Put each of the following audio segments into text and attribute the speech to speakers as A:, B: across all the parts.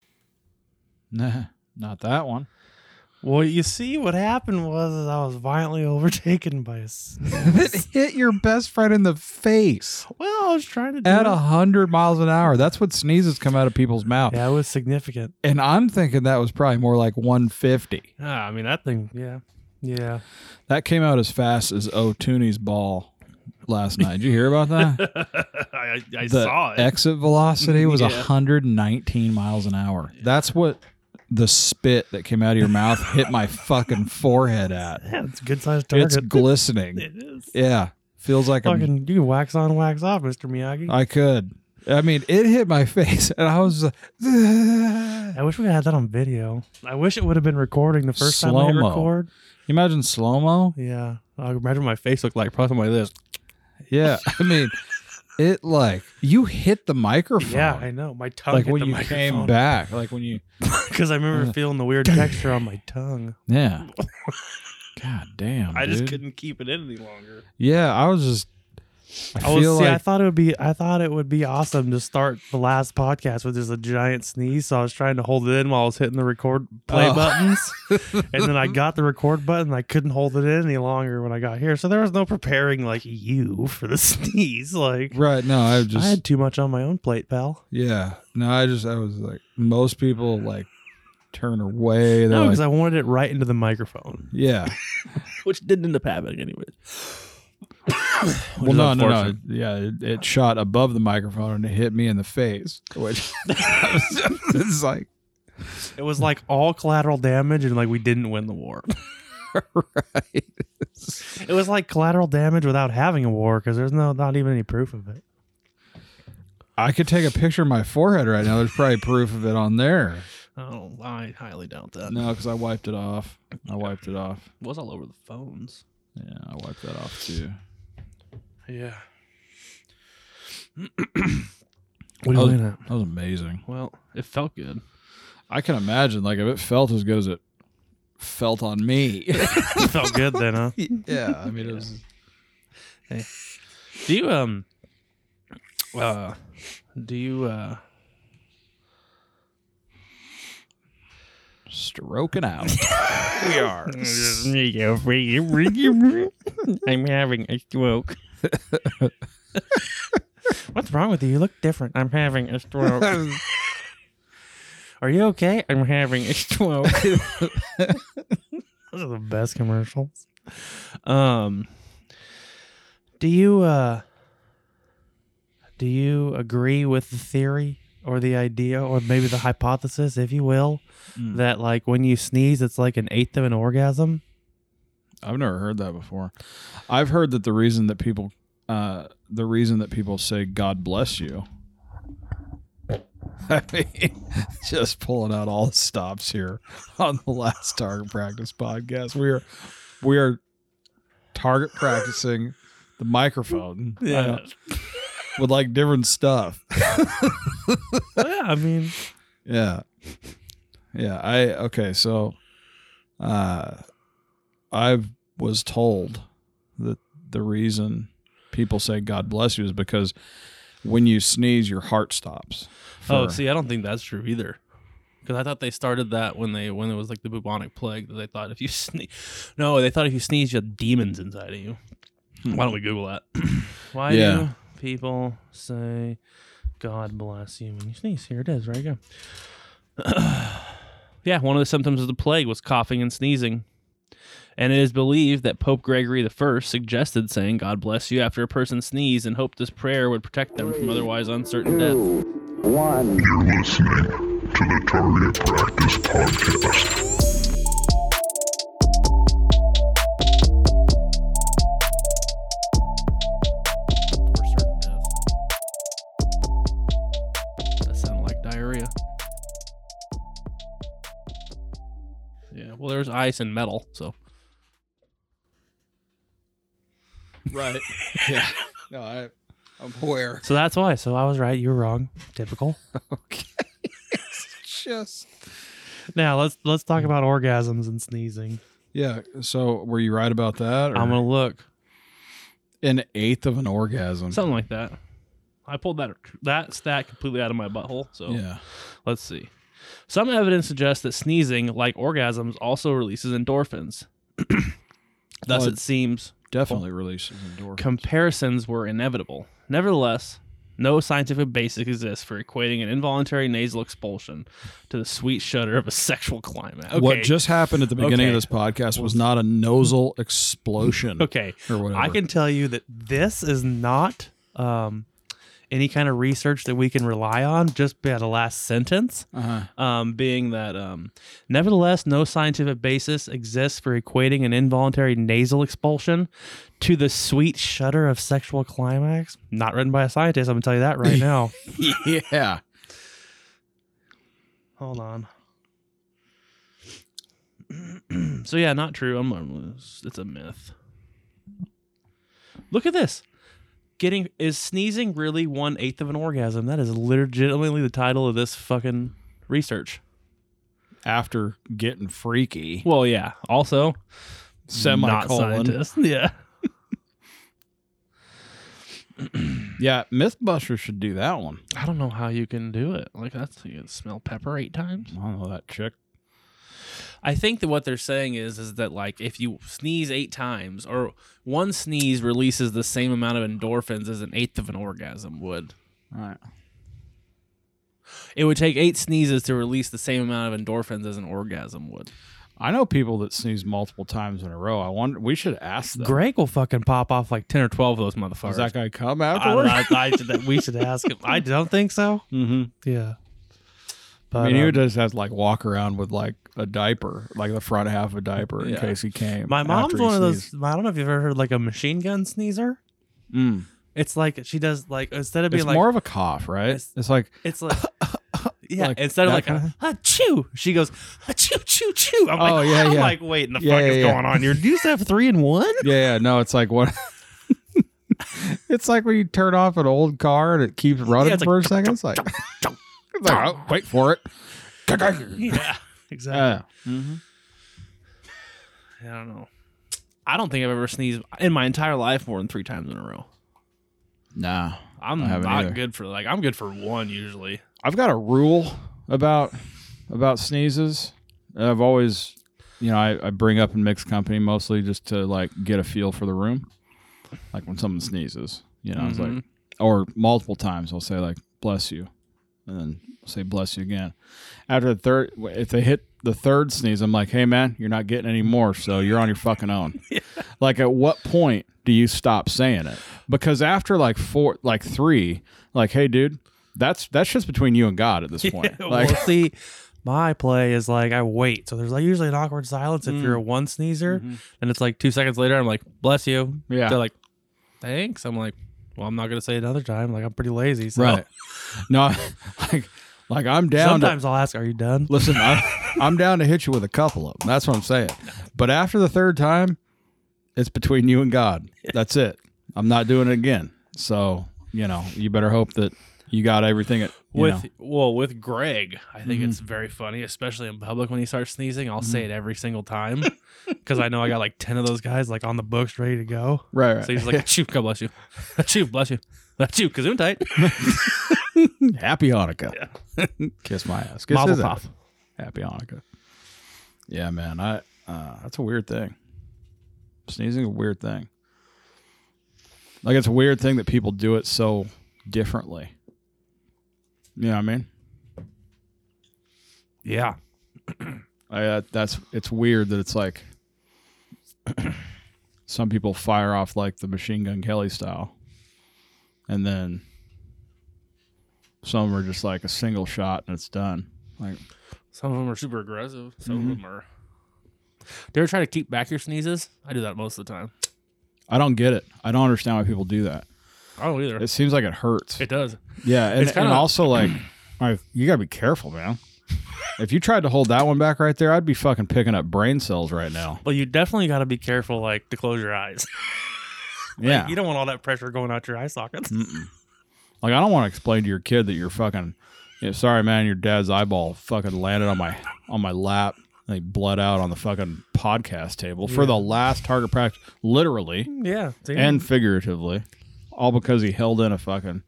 A: Nah, not that one.
B: Well, you see, what happened was is I was violently overtaken by a. s-
A: it hit your best friend in the face
B: Well, I was trying to do
A: at
B: it.
A: a hundred miles an hour. That's what sneezes come out of people's mouth.
B: Yeah, it was significant.
A: And I'm thinking that was probably more like 150.
B: Ah, I mean that thing. Yeah, yeah.
A: That came out as fast as O'Tooney's ball last night. Did you hear about that?
B: I, I
A: the exit velocity was
B: Yeah.
A: 119 miles an hour. That's what the spit that came out of your mouth hit my fucking forehead at.
B: yeah, it's a good sized target.
A: It's glistening.
B: it is.
A: Yeah. Feels like I'm
B: Fucking, you can wax on, wax off, Mister Miyagi. I,
A: I could. I mean, it hit my face, and I was like, "Ugh."
B: wish we had that on video. I wish it would have been recording the first time I
A: Slow-mo.
B: hit record.
A: You imagine slow mo?
B: Yeah, I imagine my face looked like probably like this.
A: Yeah, I mean, it like you hit the microphone.
B: Yeah, I know. My tongue
A: like
B: hit
A: when
B: the
A: you came back, like when you.
B: because I remember feeling the weird texture on my tongue.
A: Yeah. God damn.
B: I just
A: dude.
B: couldn't keep it in any longer.
A: Yeah, I was just. I,
B: I was,
A: feel
B: see, I
A: like
B: thought it would be I thought it would be awesome to start the last podcast with just a giant sneeze. So I was trying to hold it in while I was hitting the record play
A: Oh.
B: buttons. and then I got the record button. I couldn't hold it in any longer when I got here. So there was no preparing like you for the sneeze. Like
A: right. No, I just.
B: I had too much on my own plate, pal.
A: yeah. No, I just. I was like most people like turn away. They're
B: No,
A: like,
B: because I wanted it right into the microphone.
A: yeah.
B: Which didn't end up happening anyways.
A: Well, no, no, no. Yeah, it, it shot above the microphone and it hit me in the face, which I was- it's like
B: It was like all collateral damage and like we didn't win the war.
A: right.
B: It was like collateral damage without having a war because there's no not even any proof of it.
A: I could take a picture of my forehead right now. There's probably proof of it on there.
B: Oh, I highly doubt that.
A: No, because I wiped it off. I wiped it off.
B: It was all over the phones.
A: Yeah, I wiped that off too.
B: Yeah. what are
A: Oh.
B: you looking at?
A: That was amazing.
B: Well, it felt good.
A: I can imagine, like, if it felt as good as it felt on me.
B: It felt good then, huh?
A: yeah, I mean, it was.
B: Do you um uh do you uh
A: Stroking out. we are.
B: I'm having a stroke. What's wrong with you? You look different. I'm having a stroke. Are you okay? I'm having a stroke. Those are the best commercials. Um, do you uh, do you agree with the theory or the idea or maybe the hypothesis, if you will,
A: Mm.
B: that like when you sneeze, it's like an eighth of an orgasm?
A: I've never heard that before. I've heard that the reason that people, uh, the reason that people say "God bless you," I mean, just pulling out all the stops here on the last target practice podcast. We are, we are target practicing the microphone. I don't- with like different stuff.
B: Well, yeah. I mean,
A: Yeah. Yeah. I okay, so uh I was told that the reason people say God bless you is because when you sneeze your heart stops.
C: Oh,
A: for-
C: see, I don't think that's true either. Because I thought they started that when they when it was like the bubonic plague that they thought if you sneeze, no, they thought if you sneeze, you have demons inside of you.
A: Hmm.
C: Why don't we Google that?
B: why
A: Yeah.
B: do people say "God bless you" when you sneeze? Here it is, right here.
C: Yeah, one of the symptoms of the plague was coughing and sneezing, and it is believed that Pope Gregory I suggested saying "God bless you" after a person sneezed and hoped this prayer would protect them from otherwise uncertain death.
D: Two, one.
E: You're listening to the Target Practice Podcast.
C: Or certain death. That sounded like diarrhea. Yeah, well, there's ice and metal, so.
A: Right. yeah. No, I I'm aware.
B: So that's why. So I was right. You were wrong. Typical.
A: Okay. It's just
B: Now let's let's talk about orgasms and sneezing.
A: Yeah. So were you right about that? Or
B: I'm gonna look.
A: an eighth of an orgasm.
C: Something like that. I pulled that that stat completely out of my butthole. So
A: yeah.
C: let's see. Some evidence suggests that sneezing, like orgasms, also releases endorphins. Thus,
A: Well,
C: it seems
A: Definitely releases endorphins.
C: comparisons were inevitable. Nevertheless, no scientific basis exists for equating an involuntary nasal expulsion to the sweet shudder of a sexual climax. Okay.
A: What just happened at the beginning
C: Okay.
A: of this podcast was not a nasal explosion
C: Okay.
A: or whatever.
B: I can tell you that this is not um, any kind of research that we can rely on just by the last sentence,
A: Uh-huh.
C: um, being that, um, nevertheless, no scientific basis exists for equating an involuntary nasal expulsion
B: to the sweet shudder of sexual climax. Not written by a scientist, I'm going to tell you that right now.
A: yeah.
B: Hold on.
C: So yeah, not true. I'm, I'm it's a myth. Look at this. Getting is sneezing really one eighth of an orgasm? That is legitimately the title of this fucking research.
A: After getting freaky,
C: Well, yeah. Also, not
A: semicolon.
C: scientist. Yeah.
A: Yeah, MythBusters should do that one.
C: I don't know how you can do it. Like that's you can smell pepper eight times.
A: I don't know that chick.
C: I think that what they're saying is is that like if you sneeze eight times or one sneeze releases the same amount of endorphins as an eighth of an orgasm would.
A: All right.
C: It would take eight sneezes to release the same amount of endorphins as an orgasm would.
A: I know people that sneeze multiple times in a row. I wonder. We should ask them.
B: Greg will fucking pop off like 10 or 12
C: Of those motherfuckers.
A: Does that guy come
B: I,
A: afterwards?
B: I- I- that we should ask him. I don't think so.
A: Mm-hmm.
B: Yeah. But,
A: I mean, he
B: um,
A: would just have to like walk around with like a diaper, like the front half of a diaper, in
C: Yeah.
A: case he came.
B: my mom's
A: after he
B: one of those.
A: sneezed.
B: I don't know if you've ever heard like a machine gun sneezer.
A: Mm.
B: It's like she does like instead of being
A: It's
B: like
A: more of a cough, right? It's,
B: It's-
A: like
B: It's like, yeah.
A: Like
B: instead of
A: that
B: like a,
A: kinda-
B: a chew, she goes a chew, chew, chew. I'm
A: Oh,
B: like,
A: yeah,
B: I'm
A: yeah.
B: like, wait, the
A: Yeah,
B: fuck
A: yeah,
B: is
A: yeah.
B: going on here? Do you just have three and one?
A: yeah, yeah. No, it's like what? it's like when you turn off an old car and it keeps running
B: it's
A: for
B: like,
A: a second. It's like, it's like, oh, wait for it.
B: yeah, exactly.
A: Yeah.
C: I don't know. I don't think I've ever sneezed in my entire life more than three times in a row.
A: Nah.
C: I'm
A: I
C: not
A: haven't either.
C: good for like I'm good for one usually.
A: I've got a rule about about sneezes. I've always, you know, I, I bring up in mixed company mostly just to like get a feel for the room. Like when someone sneezes, you know, it's
C: Mhm.
A: like, or multiple times I'll say like "bless you," and then say "bless you" again. After the third, if they hit the third sneeze, I'm like, "Hey man, you're not getting any more, so you're on your fucking own." Like, at what point do you stop saying it? Because after like four, like three, like, "Hey dude." That's that's just between you and God at this point.
B: Like,
A: like,
B: well, see, my play is like I wait. So there's like usually an awkward silence if
C: Mm.
B: you're a one sneezer,
C: Mm-hmm.
B: and it's like two seconds later. I'm like, bless you.
A: Yeah.
B: They're like, thanks. I'm like, well, I'm not gonna say another time. Like I'm pretty lazy. So
A: right? No, I- like, like I'm down. To,
B: Sometimes I'll ask, are you done?
A: listen, I'm, I'm down to hit you with a couple of them. That's what I'm saying. But after the third time, it's between you and God. That's it. I'm not doing it again. So you know, you better hope that you got everything. At, you
C: With
A: know.
C: well, with Greg, I think it's very funny, especially in public when he starts sneezing.
B: Mm.
C: I'll say
A: Mm-hmm.
C: it every single time because I know I got like ten of those guys like on the books ready to go.
A: right, right.
C: So he's like, "Achoo, God bless you, achoo, bless you, achoo, kazoon tight."
A: Happy Hanukkah. Kiss my ass. Kiss
B: Mazel
A: his
B: tov.
A: ass. Happy Hanukkah. Yeah, man. I uh, that's a weird thing. Sneezing is a weird thing. Like it's a weird thing that people do it so differently. You know what I mean?
B: Yeah.
A: I, uh, that's it's weird that it's like some people fire off like the machine gun Kelly style, and then some are just like a single shot and it's done. Like
C: Some of them are super aggressive. Some of
A: Mm-hmm.
C: them are. Do you ever try to keep back your sneezes? I do that most of the time.
A: I don't get it. I don't understand why people do that.
C: I don't either.
A: It seems like it hurts.
C: it does.
A: yeah, and,
C: it's kinda-
A: and also like, I- you gotta be careful, man. If you tried to hold that one back right there, I'd be fucking picking up brain cells right now.
B: Well, you definitely got to be careful, like to close your eyes.
A: Yeah, Mm.
B: You don't want all that pressure going out your eye sockets.
A: like I don't want to explain to your kid that you're fucking. Yeah, sorry, man. Your dad's eyeball fucking landed on my on my lap. And he bled out on the fucking podcast table for the last target practice, literally
B: Yeah. see?
A: and figuratively, all because he held in a fucking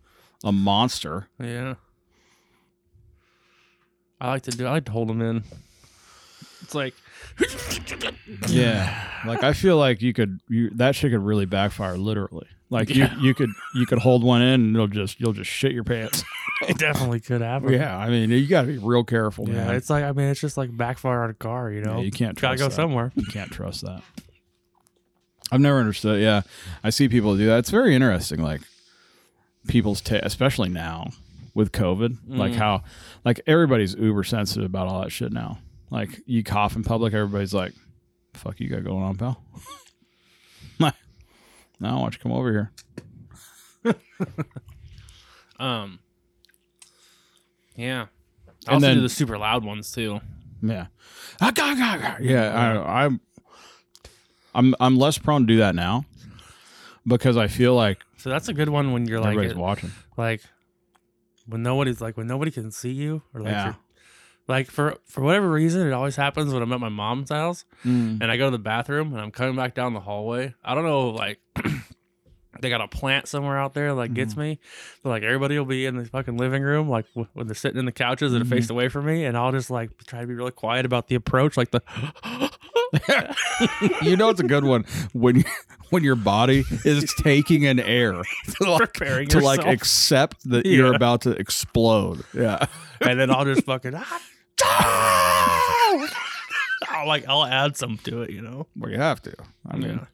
A: a monster.
C: Yeah. I like to do. I like to hold them in. It's like
A: Yeah. Like I feel like you could you that shit could really backfire literally. Like you you could you could hold one in and it'll just you'll just shit your pants.
B: It definitely could happen.
A: yeah, I mean you got to be real careful,
B: Yeah,
A: man.
B: it's like I mean, it's just like backfire on a car, you
A: Yeah,
B: know.
A: you can't
B: gotta
A: trust
B: go
A: that.
B: somewhere.
A: You can't trust that. I've never understood. Yeah, I see people do that. It's very interesting. Like people's, ta- especially now with COVID,
B: Mm.
A: like how, like everybody's uber sensitive about all that shit now. Like you cough in public, everybody's like, "Fuck you got going on, pal." now I want you to come over here.
C: Um. Yeah. I
A: And
C: also
A: then-
C: do the super loud ones too.
A: Yeah. Ah, gah, gah, gah. Yeah, I, I'm I'm I'm less prone to do that now because I feel like,
B: So that's a good one when you're like
A: everybody's
B: it-
A: watching.
B: like when nobody's like when nobody can see you or like
A: Yeah.
B: you're- like for for whatever reason it always happens when I'm at my mom's house and I go to the bathroom and I'm coming back down the hallway. I don't know like they got a plant somewhere out there like gets
A: Mm-hmm.
B: me, but like everybody will be in the fucking living room like w- when they're sitting in the couches that are
A: Mm-hmm.
B: faced away from me and I'll just like try to be really quiet about the approach like the
A: you know it's a good one when when your body is taking an air to like,
B: Preparing
A: to like
B: yourself.
A: accept that you're
B: Yeah.
A: about to explode. Yeah.
B: and then I'll just fucking "Ah, I'll like I'll add some to it, you know.
A: Well, you have to. I mean,
B: Yeah.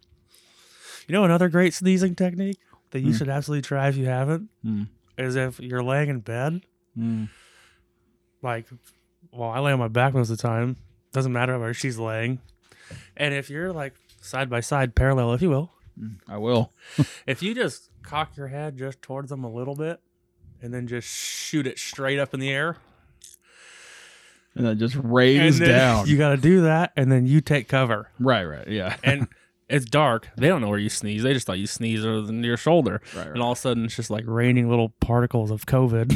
B: You know another great sneezing technique that
A: Hmm.
B: you should absolutely try if you haven't
A: Mm.
B: is if you're laying in bed,
A: Mm.
B: like, well, I lay on my back most of the time. Doesn't matter where she's laying, and if you're like side by side, parallel, if you will,
A: I will.
B: if you just cock your head just towards them a little bit, and then just shoot it straight up in the air,
A: And then just
B: and
A: raise
B: then
A: down.
B: you got to do that, and then you take cover.
A: right, right. Yeah.
C: And it's dark. They don't know where you sneeze. They just thought you sneezed over the- your shoulder.
A: Right, right.
C: And all of a sudden, it's just like
B: Like raining little particles of COVID.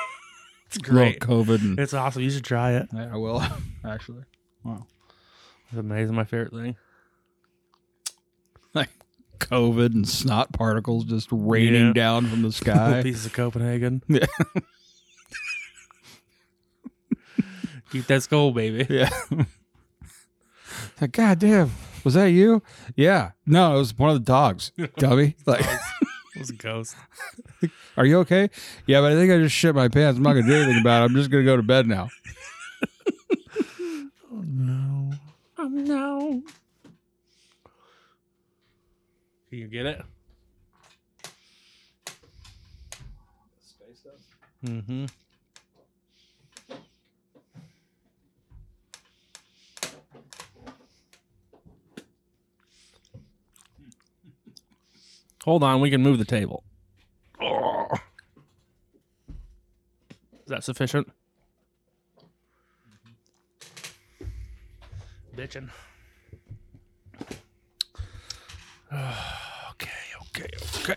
B: it's great.
A: Little COVID and
B: It's awesome. You should try it.
A: Yeah, I will actually. Wow.
B: It's amazing. My favorite thing.
A: Like COVID and snot particles just raining
B: Yeah.
A: down from the
B: Little
A: sky.
B: pieces of Copenhagen.
A: Yeah.
B: Keep that skull, baby.
A: Yeah. like, God damn, was that you? Yeah. No, it was one of the dogs. Dummy. Like,
B: It was a ghost.
A: are you okay? Yeah, but I think I just shit my pants. I'm not gonna do anything about it. I'm just gonna go to bed now.
B: No.
C: oh no.
B: Can you get it?
C: Mm-hmm. Hold on, we can move the table. Is that sufficient?
B: Bitching.
C: Okay, okay, okay.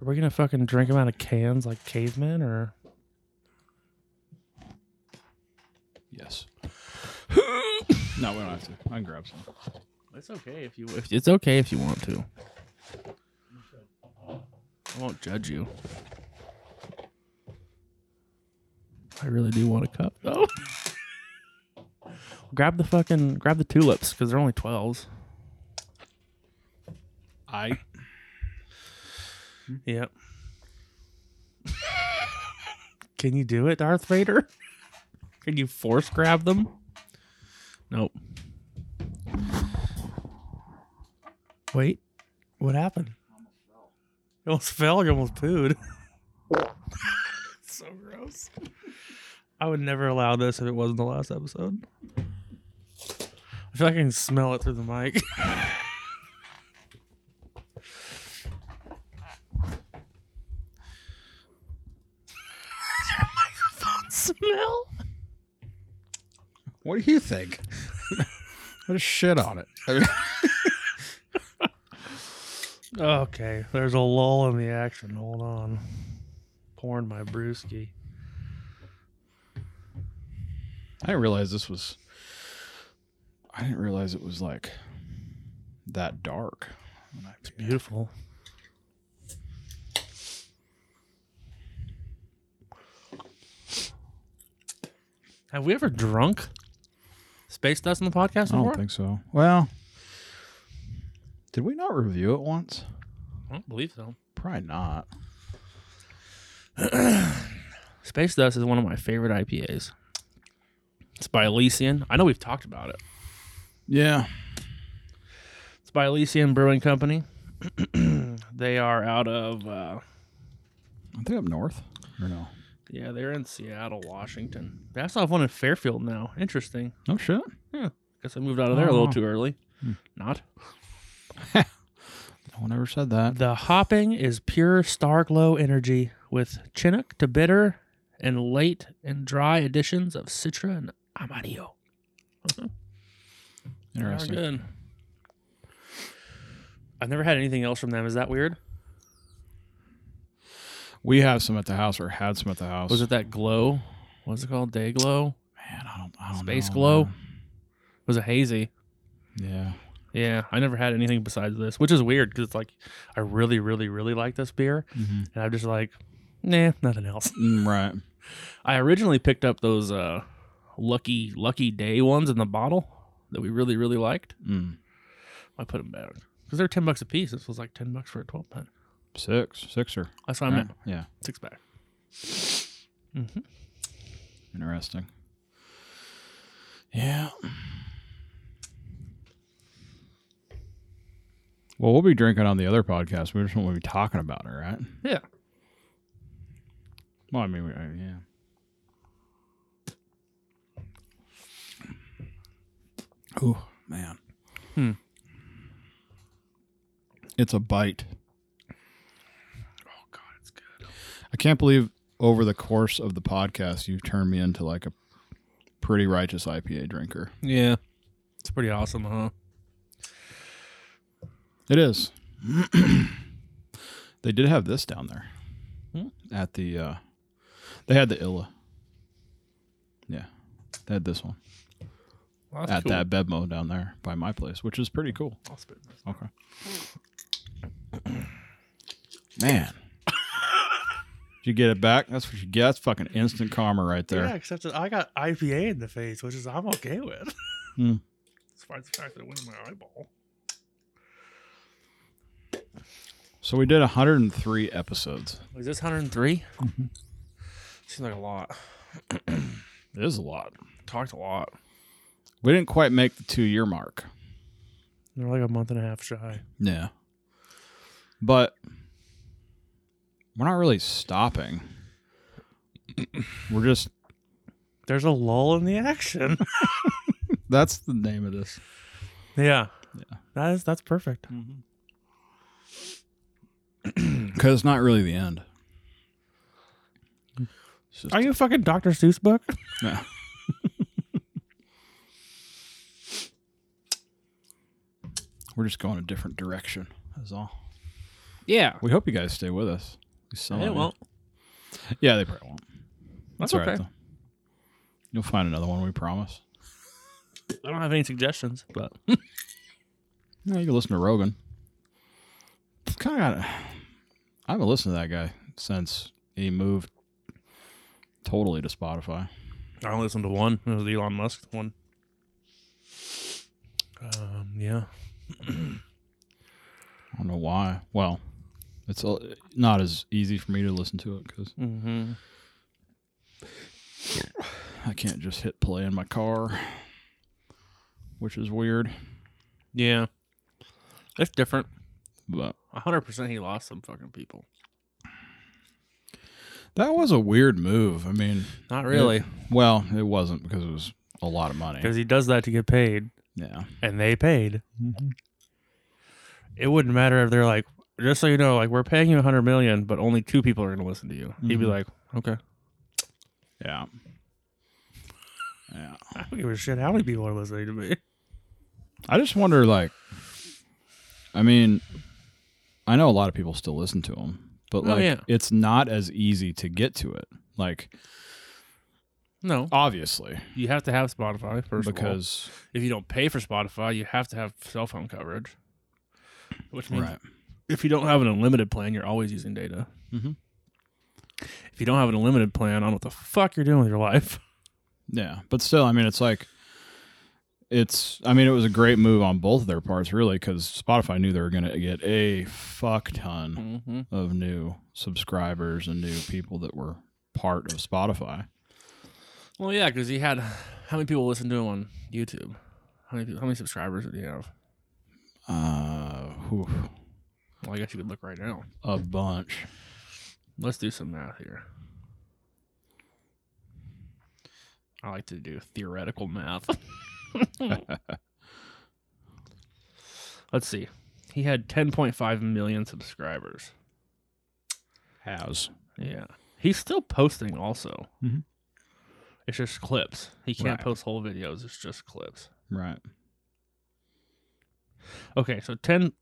B: Are we gonna fucking drink them out of cans like cavemen, or
A: Yes. no, we don't have to. I can grab some.
C: It's okay if you if it's okay if you want to. I won't judge you. I really do want a cup though. grab the fucking grab the tulips because they're only twelves.
A: I
B: yep? Can you do it, Darth Vader?
C: Can you force grab them? Nope.
B: Wait, what happened? You almost fell. You almost pooed. so gross. I would never allow this if it wasn't the last episode. I feel like I can smell it through the mic.
C: Smell.
A: what do you think? Put a shit on it. I mean,
B: okay, there's a lull in the action. Hold on. Pouring my brewski.
A: I didn't realize this was I didn't realize it was like that dark. an IPA.
B: Beautiful. Have we ever drunk
C: Space dust on the podcast
A: I
C: before?
A: don't think so. Well, did we not review it once?
C: I don't believe so.
A: Probably not.
C: Space Dust is one of my favorite IPAs. It's by Elysian. I know we've talked about it.
A: Yeah.
C: It's by Elysian Brewing Company. they are out of uh,
A: I think up north. Or no.
C: yeah, they're in Seattle, Washington. They also have one in Fairfield now. Interesting.
A: No Oh, shit.
C: Guess I moved out of there a
A: Oh.
C: little too early. Not.
A: No one ever said that.
C: The hopping is pure star glow energy with Chinook to bitter and late and dry additions of Citra and Amarillo. They are
A: Interesting.
C: good. I've never had anything else from them. Is that weird?
A: We have some at the house, or had some at the house.
C: Was it that glow? What's it called? Day glow?
A: Man, I don't. I don't
C: Space
A: know,
C: glow?
A: man.
C: Was it hazy?
A: Yeah.
C: Yeah, I never had anything besides this, which is weird because it's like I really, really, really like this beer,
A: Mhm.
C: and I'm just like, nah, nothing else.
A: Mm, right.
C: I originally picked up those uh, lucky lucky day ones in the bottle that we really really liked.
A: Mm.
C: I put them back because they're ten bucks a piece. This was like ten bucks for a twelve pack.
A: Six. Sixer.
C: That's what I meant.
A: Right. Yeah.
C: Six pack.
A: Interesting. Yeah. Well, we'll be drinking on the other podcast. We just won't be talking about it, right?
C: Yeah.
A: Well, I mean, we, uh, yeah. Oh man.
C: Hmm.
A: It's a bite.
C: Oh god, it's good.
A: I can't believe over the course of the podcast you've turned me into like a pretty righteous IPA drinker.
C: Yeah, it's pretty awesome, huh?
A: It is. they did have this down there
C: Hmm.
A: at the. Uh, they had the Illa. Yeah, they had this one
C: Well, that's
A: at
C: cool.
A: that Bevmo down there by my place, which is pretty cool.
C: I'll spit this.
A: Okay. Man. Did you get it back? That's what you get. That's fucking instant karma right there.
B: Yeah, except that I got IPA in the face, which is I'm okay with.
A: Hmm.
C: Despite the fact that it went in my eyeball.
A: So we did 103 episodes.
C: Is this 103? Seems like a lot.
A: It is a lot.
C: Talked a lot.
A: We didn't quite make the two year mark.
B: They're like a month and a half shy.
A: Yeah. But we're not really stopping. we're just
B: There's a lull in the action.
A: that's the name of this.
B: yeah. That is that's perfect.
A: Cuz it's not really the end. It's just-
B: Are you a fucking Dr. Seuss book?
A: No. We're just going a different direction. That's all.
C: Yeah.
A: We hope you guys stay with us. We Some
C: Hey,
A: of you.
C: well,
A: Yeah, they probably won't.
C: that's
A: all right,
C: okay.
A: though. You'll find another one. We promise.
C: I don't have any suggestions, but
A: No, you can listen to Rogan. Kind of. I haven't listened to that guy since he moved totally to Spotify.
C: I only listened to one. It was the Elon Musk one.
B: Um, yeah.
A: I don't know why. Well, it's uh, not as easy for me to listen to it because
C: Mm-hmm.
A: I can't just hit play in my car, which is weird.
C: Yeah. It's different.
A: But
C: 100% he lost some fucking people.
A: that was a weird move. I mean,
C: Not
A: really. well, it wasn't because it was a lot of money.
B: Because he does that to get paid,
A: Yeah.
B: and they paid. It wouldn't matter if they're like, just so you know, like we're paying you a hundred million, but
C: But only two people are going to listen to you. He'd be
B: Mm-hmm.
A: Mhm.
C: like, okay.
A: Yeah. Yeah.
B: I don't give a shit how many people are listening to me.
A: I just wonder, like, I mean, I know a lot of people still listen to them, but
C: Oh,
A: like,
C: yeah.
A: it's not as easy to get to it. Like,
C: No.
A: obviously,
C: You have to have Spotify, first of all.
A: because
C: if you don't pay for Spotify, you have to have cell phone coverage. which means if you don't have an unlimited plan, you're always using data.
A: Mhm.
C: If you don't have an unlimited plan, I don't know what the fuck you're doing with your life.
A: Yeah, but still, I mean, it's like, it's. I mean, it was a great move on both of their parts, really, because Spotify knew they were going to get a fuck ton
C: Mm-hmm.
A: of new subscribers and new people that were part of Spotify.
C: Well, yeah, because he had how many people listen to him on YouTube? How many people, how many subscribers did he have?
A: Uh, whew,
C: Well, I guess you could look right now.
A: a bunch.
C: Let's do some math here. I like to do theoretical math. Let's see. He had 10.5 million subscribers.
A: Has
C: Yeah. He's still posting also.
A: Mhm.
C: It's just clips. He can't
A: Right.
C: post whole videos. It's just clips.
A: right.
C: Okay, so 10,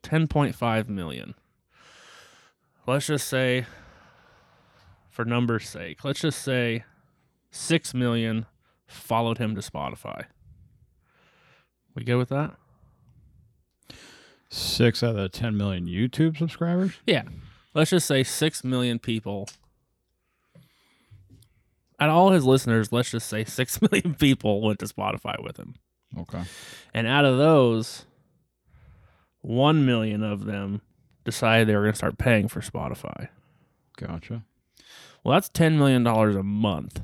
C: 10.5 million. Let's just say, for numbers' sake, let's just say 6 million followed him to Spotify. We good with that?
A: Six out of the ten million YouTube subscribers.
C: Yeah. Let's just say 6 million people. And all his listeners, let's just say 6 million people went to Spotify with him.
A: Okay.
C: And out of those, 1 million of them decided they were going to start paying for Spotify.
A: Gotcha.
C: Well, that's $10 million a month.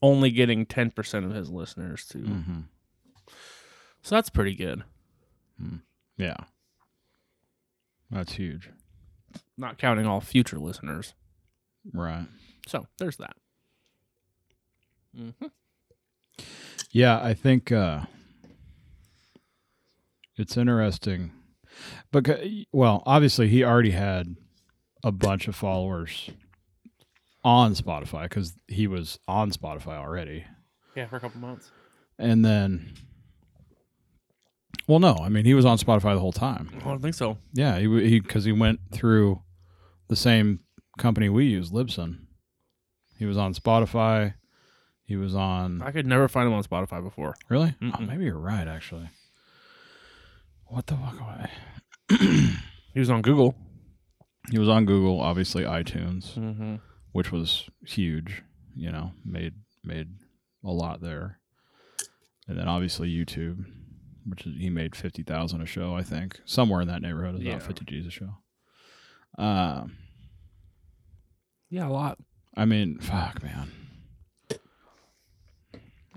C: Only getting 10% of his listeners to.
A: Mm-hmm.
C: So that's pretty good.
A: Yeah. That's huge.
C: Not counting all future listeners.
A: Right.
C: So there's that. hmm
A: Yeah, I think uh, it's interesting. But well, obviously he already had a bunch of followers on Spotify because he was on Spotify already,
C: Yeah, for a couple months.
A: and then. Well, no, I mean he was on Spotify the whole time.
C: I don't think so.
A: Yeah, he he because he went through the same company we use, Libsyn. He was on Spotify. He was on.
C: I could never find him on Spotify before.
A: Really? Oh,
C: Mm-mm.
A: maybe you're right, actually. What the fuck? Away?
C: He was on Google.
A: He was on Google, obviously iTunes,
C: Mm-hmm.
A: which was huge. You know, made made a lot there, and then obviously YouTube, which is, he made fifty thousand a show, I think, somewhere in that neighborhood. Is
C: Yeah.
A: about fifty G's a show. Um,
C: Yeah, a lot.
A: I mean, fuck, man.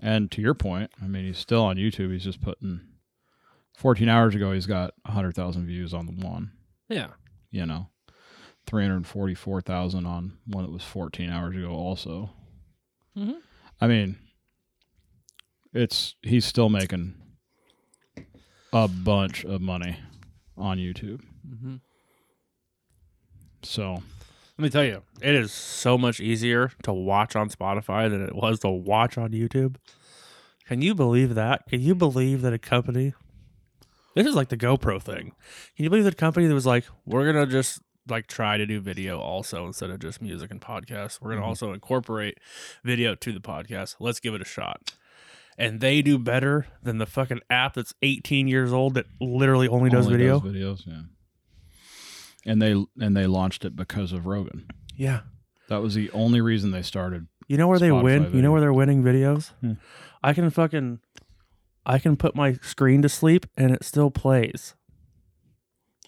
A: And to your point, I mean, he's still on YouTube. He's just putting. 14 hours ago, he's got 100,000 views on the one,
C: Yeah.
A: you know, 344,000 on one that was 14 hours ago, also.
C: Mhm.
A: I mean, it's he's still making a bunch of money on YouTube.
C: Mm-hmm.
A: So,
C: Let me tell you, it is so much easier to watch on Spotify than it was to watch on YouTube.
B: Can you believe that? Can you believe that a company? This is like the GoPro thing. Can you believe that a company that was like,
C: We're gonna just like try to do video also instead of just music and podcasts. We're gonna
A: Mhm.
C: also incorporate video to the podcast. Let's give it a shot. And they do better than the fucking app that's 18 years old that literally only does
A: only
C: video.
A: videos, yeah. And they and they launched it because of Rogan.
B: yeah,
A: That was the only reason they started.
B: you know where they
A: Spotify
B: win? You
A: video.
B: know where they're winning videos?
A: Hmm.
B: I can fucking, I can put my screen to sleep and it still plays.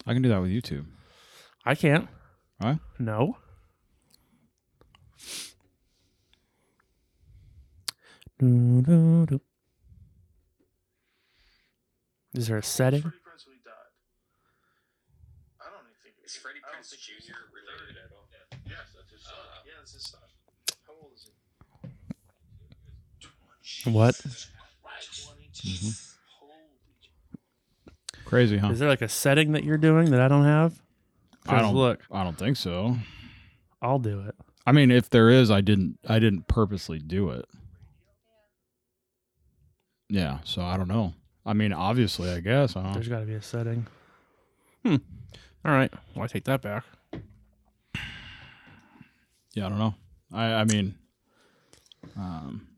A: I can do that with YouTube.
B: I can't.
A: Why?
B: No. Is there a setting?
D: Freddie Prinze Lee died. I don't even think it was.
F: Is Freddie
D: I don't
F: Prinze
D: think
F: Jr.
D: he's
F: related at all? Uh-huh.
D: Yeah, Yes, that's his son. yeah, that's his son. How old is he?
B: What?
A: Crazy, huh?
B: Is there like a setting that you're doing that I don't have?
A: I don't
B: look.
A: I don't think so.
B: I'll do it.
A: I mean, if there is, I didn't. I didn't purposely do it. Yeah. So I don't know. I mean, obviously, I guess. I don't.
B: There's got to be a setting.
C: All right. Well, I take that back.
A: Yeah, I don't know. I. I mean, um,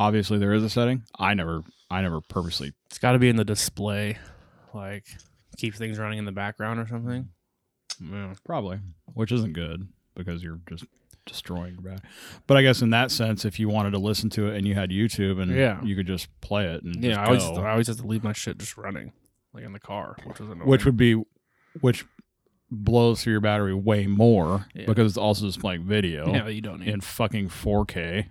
A: obviously there is a setting. I never I never purposely
C: It's got to be in the display, like keep things running in the background or something. Yeah.
A: probably, which isn't good because you're just destroying your back. But I guess in that sense, if you wanted to listen to it and you had YouTube and
C: Yeah.
A: you could just play it and
C: Yeah,
A: just
C: I always,
A: go,
C: I always have to leave my shit just running, like in the car, which was annoying.
A: which would be which blows through your battery way more
C: Yeah.
A: because it's also just playing video
C: yeah, you don't need.
A: in fucking 4K.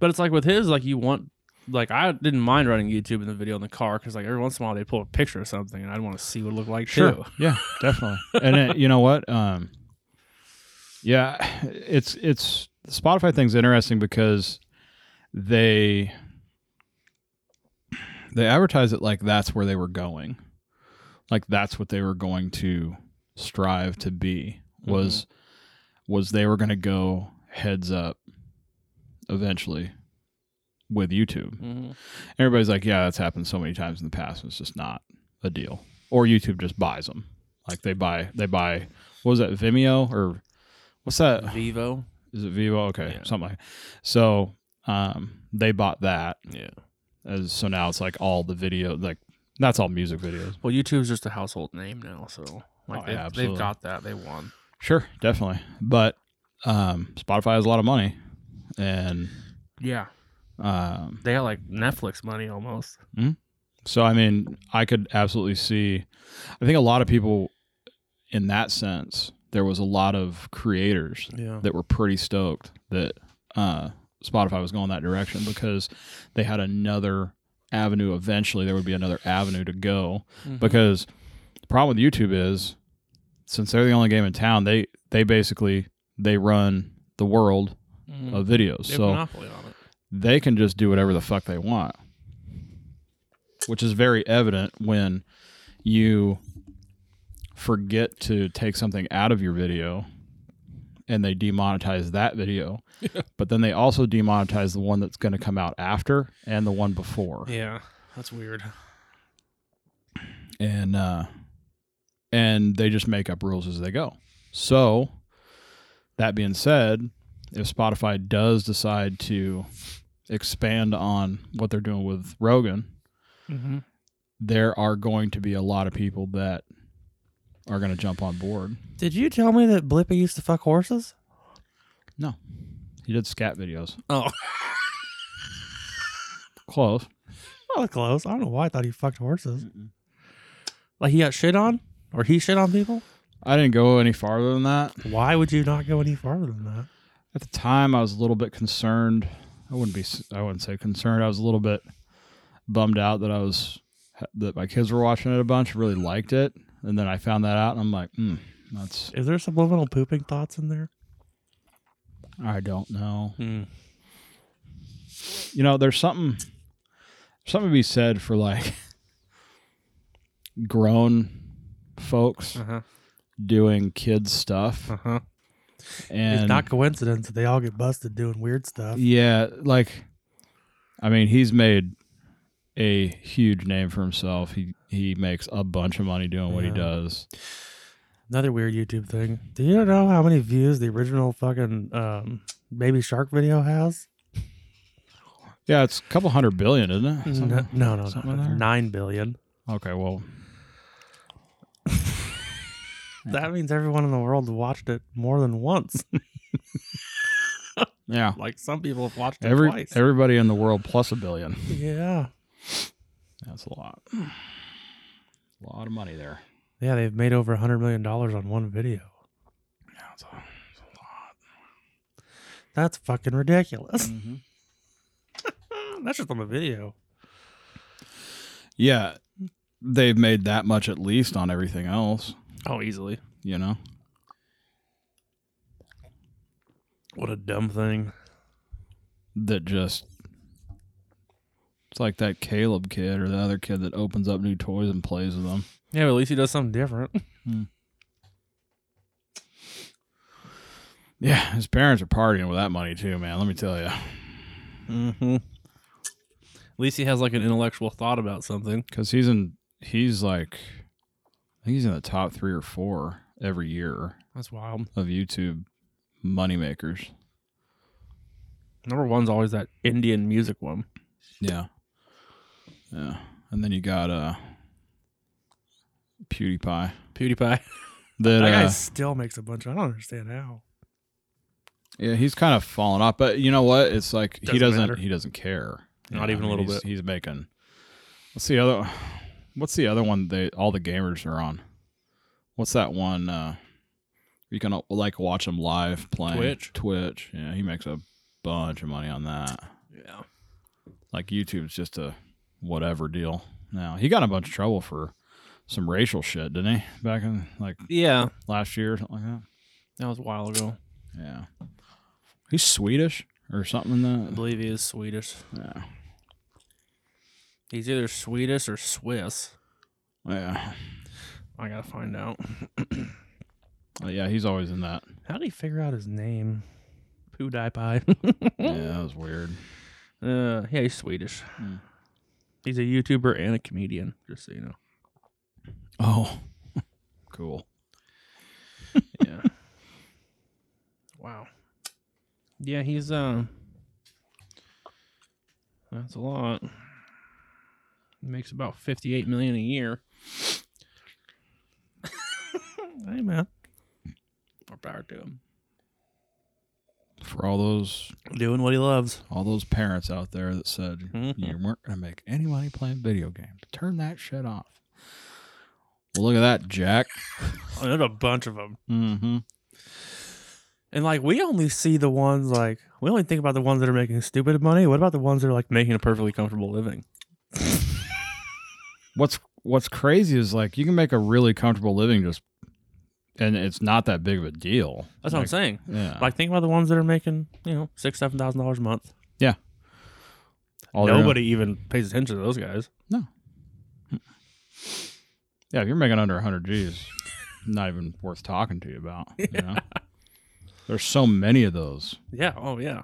C: But it's like with his, like you want, like I didn't mind running YouTube in the video in the car because like every once in a while they pull a picture of something and I'd want to see what it looked like too.
A: Yeah, definitely. and it, you know what? Um, yeah, it's it's the Spotify thing's interesting because they they advertise it like that's where they were going, like that's what they were going to strive to be was was they were going to go heads up eventually with YouTube.
C: Mhm.
A: Everybody's like, yeah, that's happened so many times in the past. And it's just not a deal. Or YouTube just buys them. Like they buy, they buy, what was that, Vimeo or what's that?
C: Uh, Vivo.
A: Is it Vivo? Okay,
C: Yeah.
A: something like that. So um, they bought that.
C: Yeah.
A: As, so now it's like all the video, like that's all music videos.
C: Well, YouTube's just a household name now, so like
A: Oh,
C: they've,
A: absolutely.
C: they've got that. They won.
A: Sure, definitely. But um, Spotify has a lot of money. And
C: Yeah,
A: um,
C: they got like Netflix money almost.
A: So I mean, I could absolutely see. I think a lot of people, in that sense, there was a lot of creators
C: Yeah.
A: that were pretty stoked that uh, Spotify was going that direction because they had another avenue. Eventually, there would be another avenue to go because the problem with YouTube is since they're the only game in town, they they basically they run the world of videos.
C: they have
A: so
C: monopoly on it.
A: they can just do whatever the fuck they want, which is very evident when you forget to take something out of your video and they demonetize that video. But then they also demonetize the one that's going to come out after and the one before.
C: Yeah, that's weird.
A: And uh and they just make up rules as they go. So, that being said, if Spotify does decide to expand on what they're doing with Rogan,
C: Mm-hmm.
A: there are going to be a lot of people that are going to jump on board.
B: Did you tell me that Blippi used to fuck horses?
A: He did scat videos.
C: Oh.
A: Close.
B: Not close. I don't know why I thought he fucked horses. Like he got shit on, or he shit on people.
A: I didn't go any farther than that.
B: Why would you not go any farther than that?
A: At the time, I was a little bit concerned. I wouldn't be. s- I wouldn't say concerned. I was a little bit bummed out that I was that my kids were watching it a bunch. Really liked it, and then I found that out, and I'm like, mm, that's.
B: Is there subliminal pooping thoughts in there?
A: I don't know. you know, there's something something to be said for like grown folks
B: Uh-huh.
C: Uh huh.
A: doing kids stuff
C: Uh huh.
A: and
B: it's Uh-huh. not coincidence that they all get busted doing weird stuff.
A: yeah, like I mean, he's made a huge name for himself. He he makes a bunch of money doing what he
B: Yeah.
A: does.
B: Another weird YouTube thing. Do you know how many views the original fucking um, Baby Shark video has?
A: Yeah, it's a couple hundred billion, isn't it?
B: No,
A: Something-
B: no, no,
A: Hmm. something
B: no.
A: in there?
B: nine billion.
A: Okay, well,
B: That means everyone in the world watched it more than once.
A: yeah.
B: like some people have watched it
A: Every
B: twice.
A: everybody in the world plus a billion.
B: yeah,
A: That's a lot. A lot of money there.
B: yeah, they've made over a hundred million dollars on one video.
A: Yeah, it's a, it's a lot.
B: That's fucking ridiculous.
A: Mhm.
B: That's just on the video.
A: Yeah, they've made that much at least on everything else,
C: Oh, easily.
A: you know?
C: What a dumb thing.
A: That just. It's like that Caleb kid or the other kid that opens up new toys and plays with them.
C: Yeah, but at least he does something different.
A: Yeah, his parents are partying with that money too, man. Let me tell you.
C: Mm-hmm. At least he has like an intellectual thought about something.
A: Because he's in, he's like, I think he's in the top three or four every year
C: That's wild.
A: of YouTube moneymakers.
C: Number one's always that Indian music one.
A: Yeah. Yeah. And then you got uh PewDiePie.
C: PewDiePie.
A: That
B: That guy
A: uh,
B: still makes a bunch. I don't understand how.
A: yeah, he's kind of fallen off, but you know what? It's like he
B: Doesn't
A: doesn't
B: matter.
A: he doesn't care. You
C: Not
A: know,
C: even a little
A: he's, He's making What's the other What's the other one they all the gamers are on? What's that one uh you can uh, like watch him live playing
C: Twitch?
A: Twitch. Yeah, he makes a bunch of money on that.
C: Yeah.
A: like YouTube's just a whatever deal now. He got in a bunch of trouble for some racial shit, didn't he? Back in like
C: Yeah.
A: last year or something like that.
C: That was a while ago.
A: Yeah. He's Swedish or something in
C: I
A: that.
C: believe he is Swedish.
A: Yeah.
C: He's either Swedish or Swiss.
A: Yeah.
C: I gotta find out.
A: Oh, yeah, he's always in that.
C: How did he figure out his name? PewDiePie.
A: Yeah, that was weird.
C: uh, yeah, he's Swedish.
A: Hmm.
C: He's a YouTuber and a comedian, just so you know.
A: Oh. cool.
C: Yeah. wow. Yeah, he's um. That's a lot. He makes about fifty-eight million a year. hey man, more power to him.
A: For all those
B: Doing what he loves.
A: all those parents out there that said
C: Mhm.
A: you weren't gonna make any money playing video games. Turn that shit off. Well look at that, Jack.
B: Oh, there's a bunch of them.
A: Mm-hmm.
B: And like we only see the ones like we only think about the ones that are making stupid money. What about the ones that are like
C: Making a perfectly comfortable living.
A: what's what's crazy is like you can make a really comfortable living just and it's not that big of a deal.
B: That's
C: That's what I'm saying.
A: Yeah.
B: like think about the ones that are making you know six seven thousand dollars a month.
A: All they're-
C: Nobody even pays attention to those guys.
A: Yeah, if you're making under 100 G's, not even worth talking to you about, you know? There's so many of those.
C: Yeah. Oh yeah.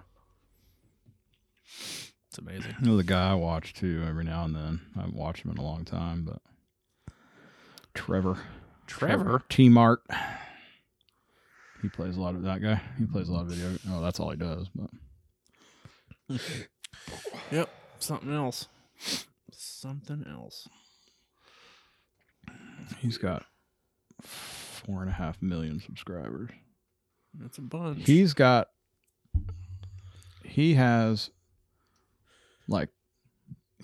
C: It's amazing.
A: You know, the guy I watch too every now and then. I haven't watched him in a long time, but Trevor.
C: Trevor.
A: T Mart. He plays a lot of that guy. He plays a lot of video. Oh, that's all he does. But
C: Something else. Something else.
A: he's got four and a half million subscribers.
C: That's a bunch.
A: He's got he has like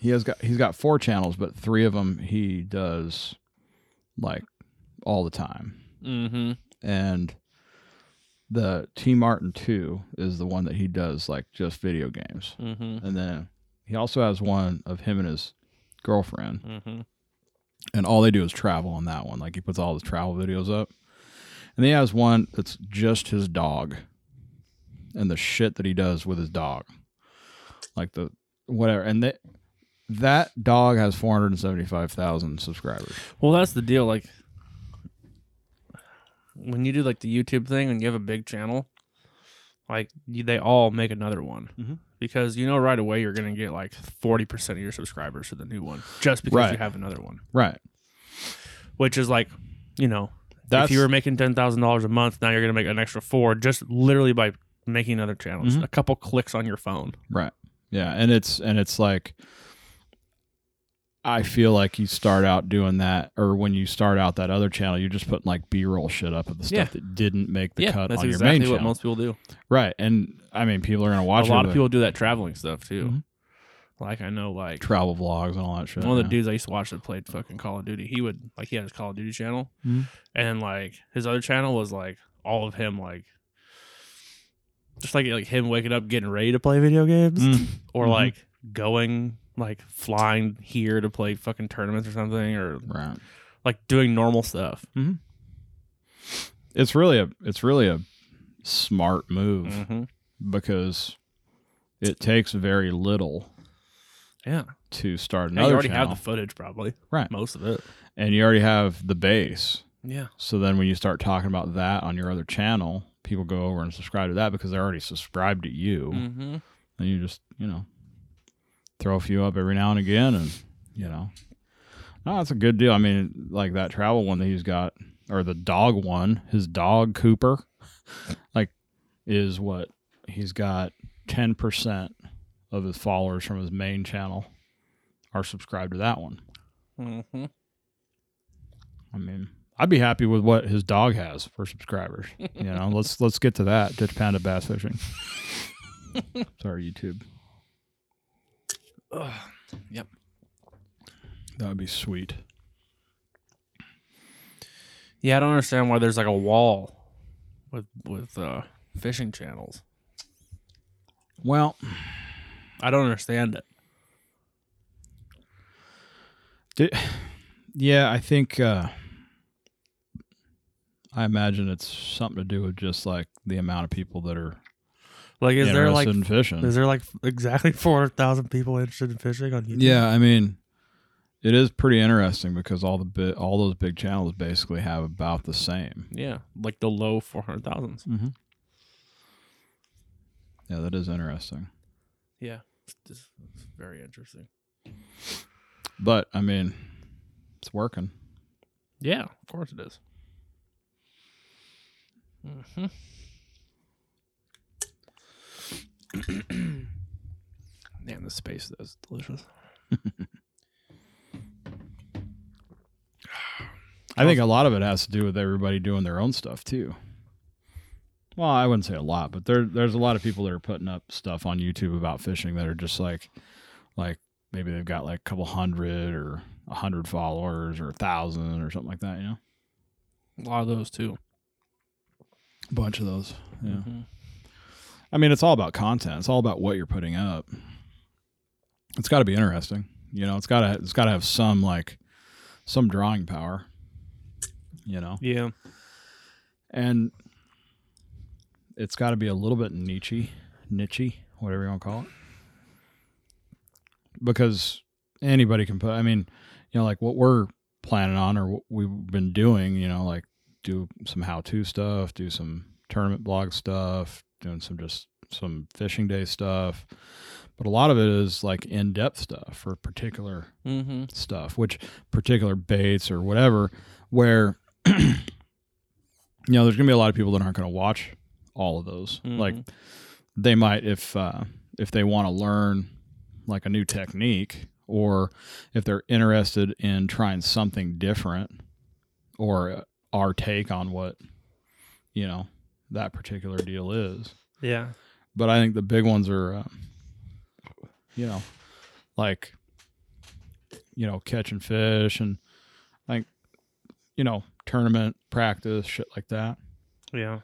A: he has got he's got four channels, but three of them he does like all the time.
C: mm-hmm.
A: And the T Martin 2 is the one that he does like just video games.
C: Mm-hmm.
A: And then he also has one of him and his girlfriend
C: Mm-hmm.
A: and all they do is travel on that one. Like he puts all his travel videos up, and he has one that's just his dog, and the shit that he does with his dog, like the whatever. And that that dog has four hundred seventy five thousand subscribers.
C: Well, that's the deal. Like when you do like the YouTube thing and you have a big channel, like you, they all make another one
A: Mhm.
C: because you know right away you're gonna get like forty percent of your subscribers to the new one just because you
A: Right.
C: have another one,
A: Right.
C: which is like, you know,
A: That's
C: if you were making ten thousand dollars a month, now you're gonna make an extra four just literally by making another channel, Just
A: Mhm.
C: a couple clicks on your phone.
A: right. Yeah, and it's and it's like. I feel like you start out doing that, or when you start out that other channel, you're just putting like B-roll shit up of the stuff
C: Yeah.
A: that didn't make the
C: yeah,
A: cut
C: that's
A: on your
C: exactly
A: main
C: what
A: channel.
C: most people do.
A: Right, and I mean, people are gonna watch
C: a lot
A: it,
C: of
A: but
C: people do that traveling stuff too.
A: Mhm.
C: Like I know, like
A: travel vlogs and all that shit.
C: one of the
A: yeah.
C: dudes I used to watch that played fucking Call of Duty. He would like he had his Call of Duty channel,
A: Mhm.
C: and like his other channel was like all of him like just like like him waking up getting ready to play,
B: Play video games.
A: Mm.
C: or
A: Mhm.
C: like going like flying here to play fucking tournaments or something, or
A: Right.
C: like doing normal stuff.
A: It's really a it's really a smart move
C: Mm-hmm.
A: because it takes very little
C: Yeah,
A: to start
C: and you
A: another
C: already
A: channel,
C: have the footage probably,
A: Right.
C: Most of it.
A: and you already have the base.
C: Yeah,
A: So then, when you start talking about that on your other channel, people go over and subscribe to that because they're already subscribed to you,
C: mm-hmm.
A: and you just you know throw a few up every now and again, and you know, no, that's a good deal. I mean, like that travel one that he's got, or the dog one, his dog Cooper, like is what he's got ten percent of his followers from his main channel are subscribed to that one.
C: Mm-hmm.
A: I mean, I'd be happy with what his dog has for subscribers. You know, let's let's get to that. Ditch Panda bass fishing. Sorry, YouTube.
C: yep.
A: That would be sweet.
C: Yeah, I don't understand why there's like a wall with with uh, fishing channels.
A: Well,
C: I don't understand it.
A: Di- yeah, I think uh, I imagine it's something to do with just like the amount of people that are
B: Like, is
A: interested
B: there like
A: in fishing.
B: is there like exactly four hundred thousand people interested in fishing on YouTube?
A: yeah, I mean, it is pretty interesting because all the bi- all those big channels basically have about the same.
C: Yeah, like the low four hundred thousands.
A: Mm-hmm. Yeah, that is interesting.
C: Yeah, it's, just- it's very interesting.
A: But I mean, it's working.
C: Yeah, of course it is. Mm-hmm. Mm-hmm. Man, the space though is delicious.
A: I think a lot of it has to do with everybody doing their own stuff too. Well, I wouldn't say a lot, but there there's a lot of people that are putting up stuff on YouTube about fishing that are just like like maybe they've got like a couple hundred or a hundred followers or a thousand or something like that, you know?
C: A lot of those too.
A: A bunch of those. Yeah.
C: Mhm.
A: I mean, it's all about content. It's all about what you're putting up. It's got to be interesting. You know, it's got to it's got to have some like some drawing power. You know.
C: Yeah.
A: and it's got to be a little bit nichey, nichey, whatever you want to call it, because anybody can put. I mean, you know, like what we're planning on or what we've been doing. You know, like do some how-to stuff, do some tournament blog stuff, doing some just some fishing day stuff. But a lot of it is like in-depth stuff for particular
C: Mm-hmm.
A: stuff, which particular baits or whatever, where you know there's gonna be a lot of people that aren't gonna watch all of those.
C: Mhm.
A: Like they might if uh, if they want to learn like a new technique or if they're interested in trying something different or uh, our take on what you know that particular deal is
B: yeah.
A: but I think the big ones are, uh, you know, like, you know, catching fish and like, you know, tournament practice, shit like that.
B: Yeah.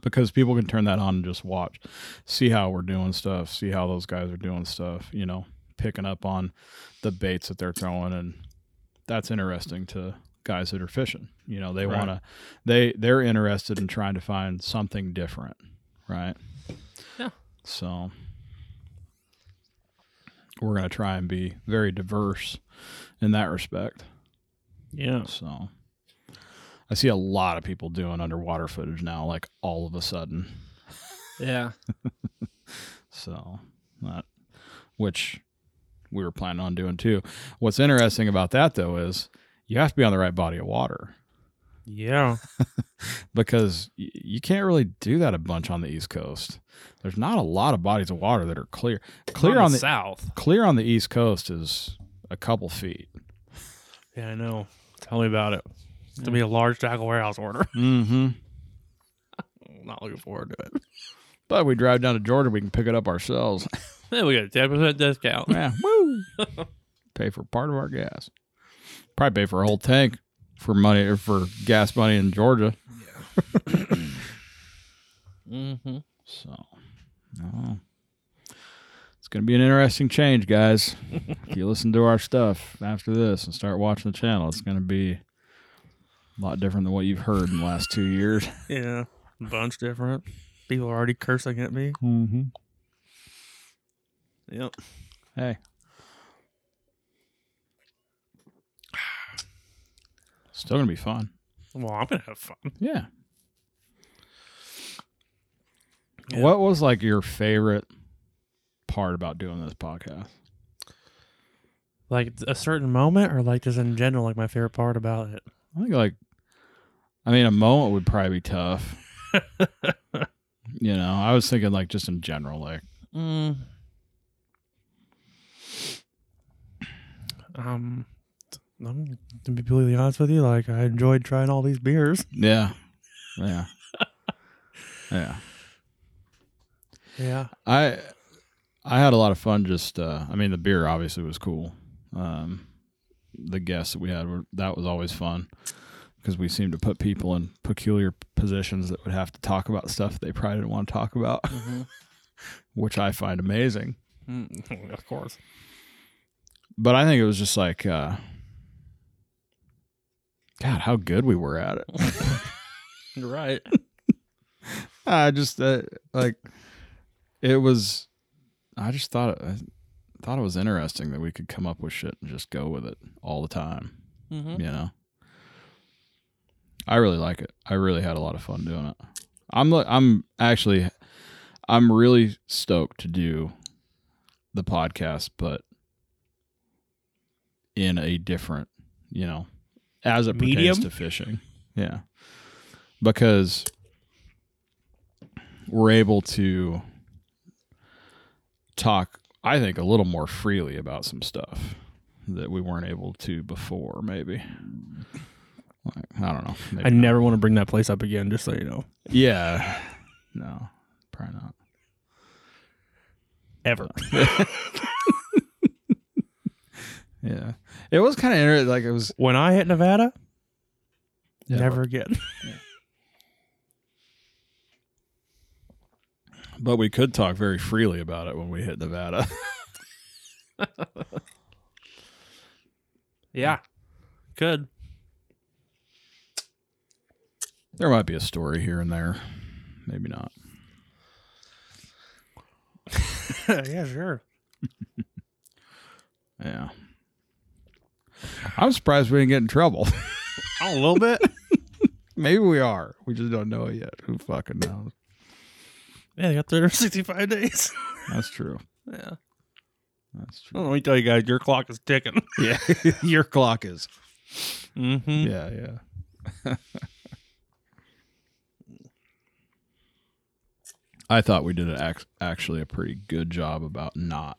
A: Because people can turn that on and just watch, see how we're doing stuff, see how those guys are doing stuff, you know, picking up on the baits that they're throwing. And that's interesting to guys that are fishing. You know, they
C: Right.
A: want to, they, they're interested in trying to find something different. Right.
C: Yeah.
A: So we're going to try and be very diverse in that respect.
C: Yeah.
A: So I see a lot of people doing underwater footage now, like all of a sudden.
C: Yeah.
A: So that, which we were planning on doing too. What's interesting about that though is you have to be on the right body of water
B: Yeah.
A: because y- you can't really do that a bunch on the East Coast. There's not a lot of bodies of water that are clear. Clear on the
C: south.
A: clear on the East Coast is a couple feet.
B: Yeah, I know. Tell me about it. It's gonna be a large tackle warehouse order.
A: Mm-hmm.
C: Not looking forward to it.
A: But we drive down to Georgia, we can pick it up ourselves.
C: Then we got a ten percent discount.
A: yeah, woo! pay for part of our gas. Probably pay for a whole tank for money or for gas money in Georgia.
C: Mm-hmm.
A: So, oh. it's going to be an interesting change, guys. if you listen to our stuff after this and start watching the channel, it's going to be a lot different than what you've heard in the last two years.
B: yeah. A bunch different. People are already cursing at me.
A: Mm-hmm.
C: Yep.
A: Hey. Still gonna be fun.
B: Well, I'm gonna have fun.
A: Yeah.
C: Yeah.
A: What was like your favorite part about doing this podcast?
B: Like a certain moment, or like just in general, like my favorite part about it.
A: I think like I mean a moment would probably be tough. You know, I was thinking like just in general, like
C: Mm. Um,
B: I'm to be completely honest with you, like I enjoyed trying all these beers.
A: yeah, yeah, yeah.
B: Yeah.
A: I I had a lot of fun. Just uh, I mean, the beer obviously was cool. Um, the guests that we had were that was always fun because we seemed to put people in peculiar positions that would have to talk about stuff they probably didn't want to talk about, which I find amazing.
C: mm, of course.
A: But I think it was just like, uh, God, how good we were at it.
C: You're right.
A: I just uh, like it was. I just thought it, I thought it was interesting that we could come up with shit and just go with it all the time.
C: Mm-hmm.
A: You know, I really like it. I really had a lot of fun doing it. I'm li- I'm actually I'm really stoked to do the podcast, but in a different, you know, as it
C: Medium?
A: pertains to fishing. Yeah, because we're able to talk, I think, a little more freely about some stuff that we weren't able to before. Maybe. Like, I don't know. Maybe
C: I
A: not.
C: never want to bring that place up again. Just so you know,
A: Yeah. No, probably not.
C: ever.
A: Yeah. It was kind of interesting. Like it was.
B: When I hit Nevada,
A: Yeah.
B: never again.
A: But we could talk very freely about it when we hit Nevada.
C: yeah, could.
A: there might be a story here and there. Maybe not.
B: yeah, sure.
A: Yeah. I'm surprised we didn't get in trouble.
B: A little bit.
A: Maybe we are. We just don't know it yet. Who fucking knows?
B: yeah, they got 365 days.
A: That's true.
C: Yeah.
A: That's true.
B: Let me tell you guys, your clock is ticking.
A: Yeah. Your clock is.
C: Mm-hmm.
A: Yeah, yeah. I thought we did an ac- actually a pretty good job about not.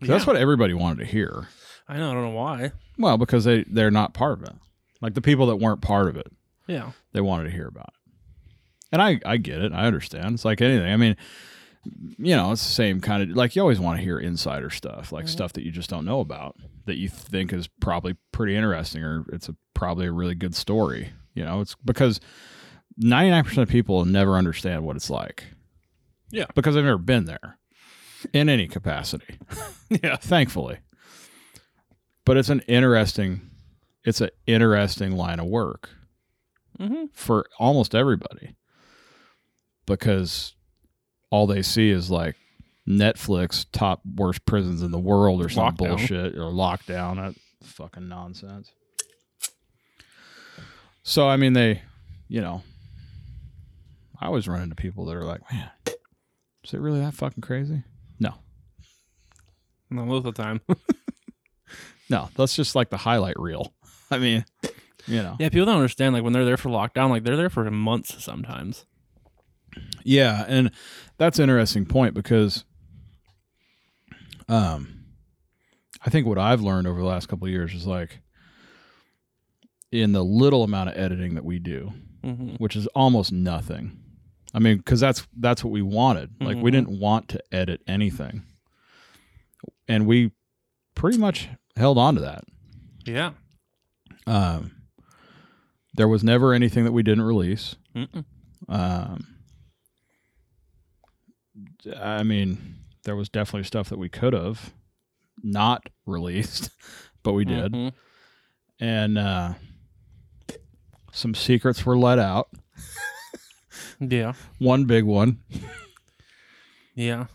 A: 'Cause That's what everybody wanted to hear.
C: I know. I don't know why.
A: Well, because they they're not part of it. Like the people that weren't part of it,
C: Yeah.
A: they wanted to hear about it. And I I get it. I understand. It's like anything. I mean, you know, it's the same kind of like you always want to hear insider stuff, like stuff that you just don't know about that you think is probably pretty interesting or it's a, probably a really good story. You know, it's because 99% of people never understand what it's like.
C: Yeah.
A: Because they've never been there in any capacity.
C: Yeah.
A: Thankfully. But it's an interesting it's an interesting line of work
C: Mm-hmm.
A: for almost everybody because all they see is like Netflix top worst prisons in the world or some
C: Lockdown.
A: bullshit or lockdown. That fucking nonsense. So I mean, they, you know, I always run into people that are like, "Man, is it really that fucking crazy?" No,
C: Not most of the time.
A: no, that's just like the highlight reel. I mean, you know,
C: yeah, people don't understand. Like when they're there for lockdown, like they're there for months sometimes.
A: Yeah, and that's an interesting point because um I think what I've learned over the last couple of years is like in the little amount of editing that we do,
C: Mm-hmm.
A: which is almost nothing. I mean, because that's that's what we wanted. Like we
C: Mhm.
A: didn't want to edit anything, and we pretty much held on to that.
C: Yeah.
A: Um, there was never anything that we didn't release.
C: Mm-mm.
A: Um, I mean, there was definitely stuff that we could have not released, but we did.
C: Mhm.
A: And uh, some secrets were let out.
C: Yeah.
A: One big one,
C: Yeah.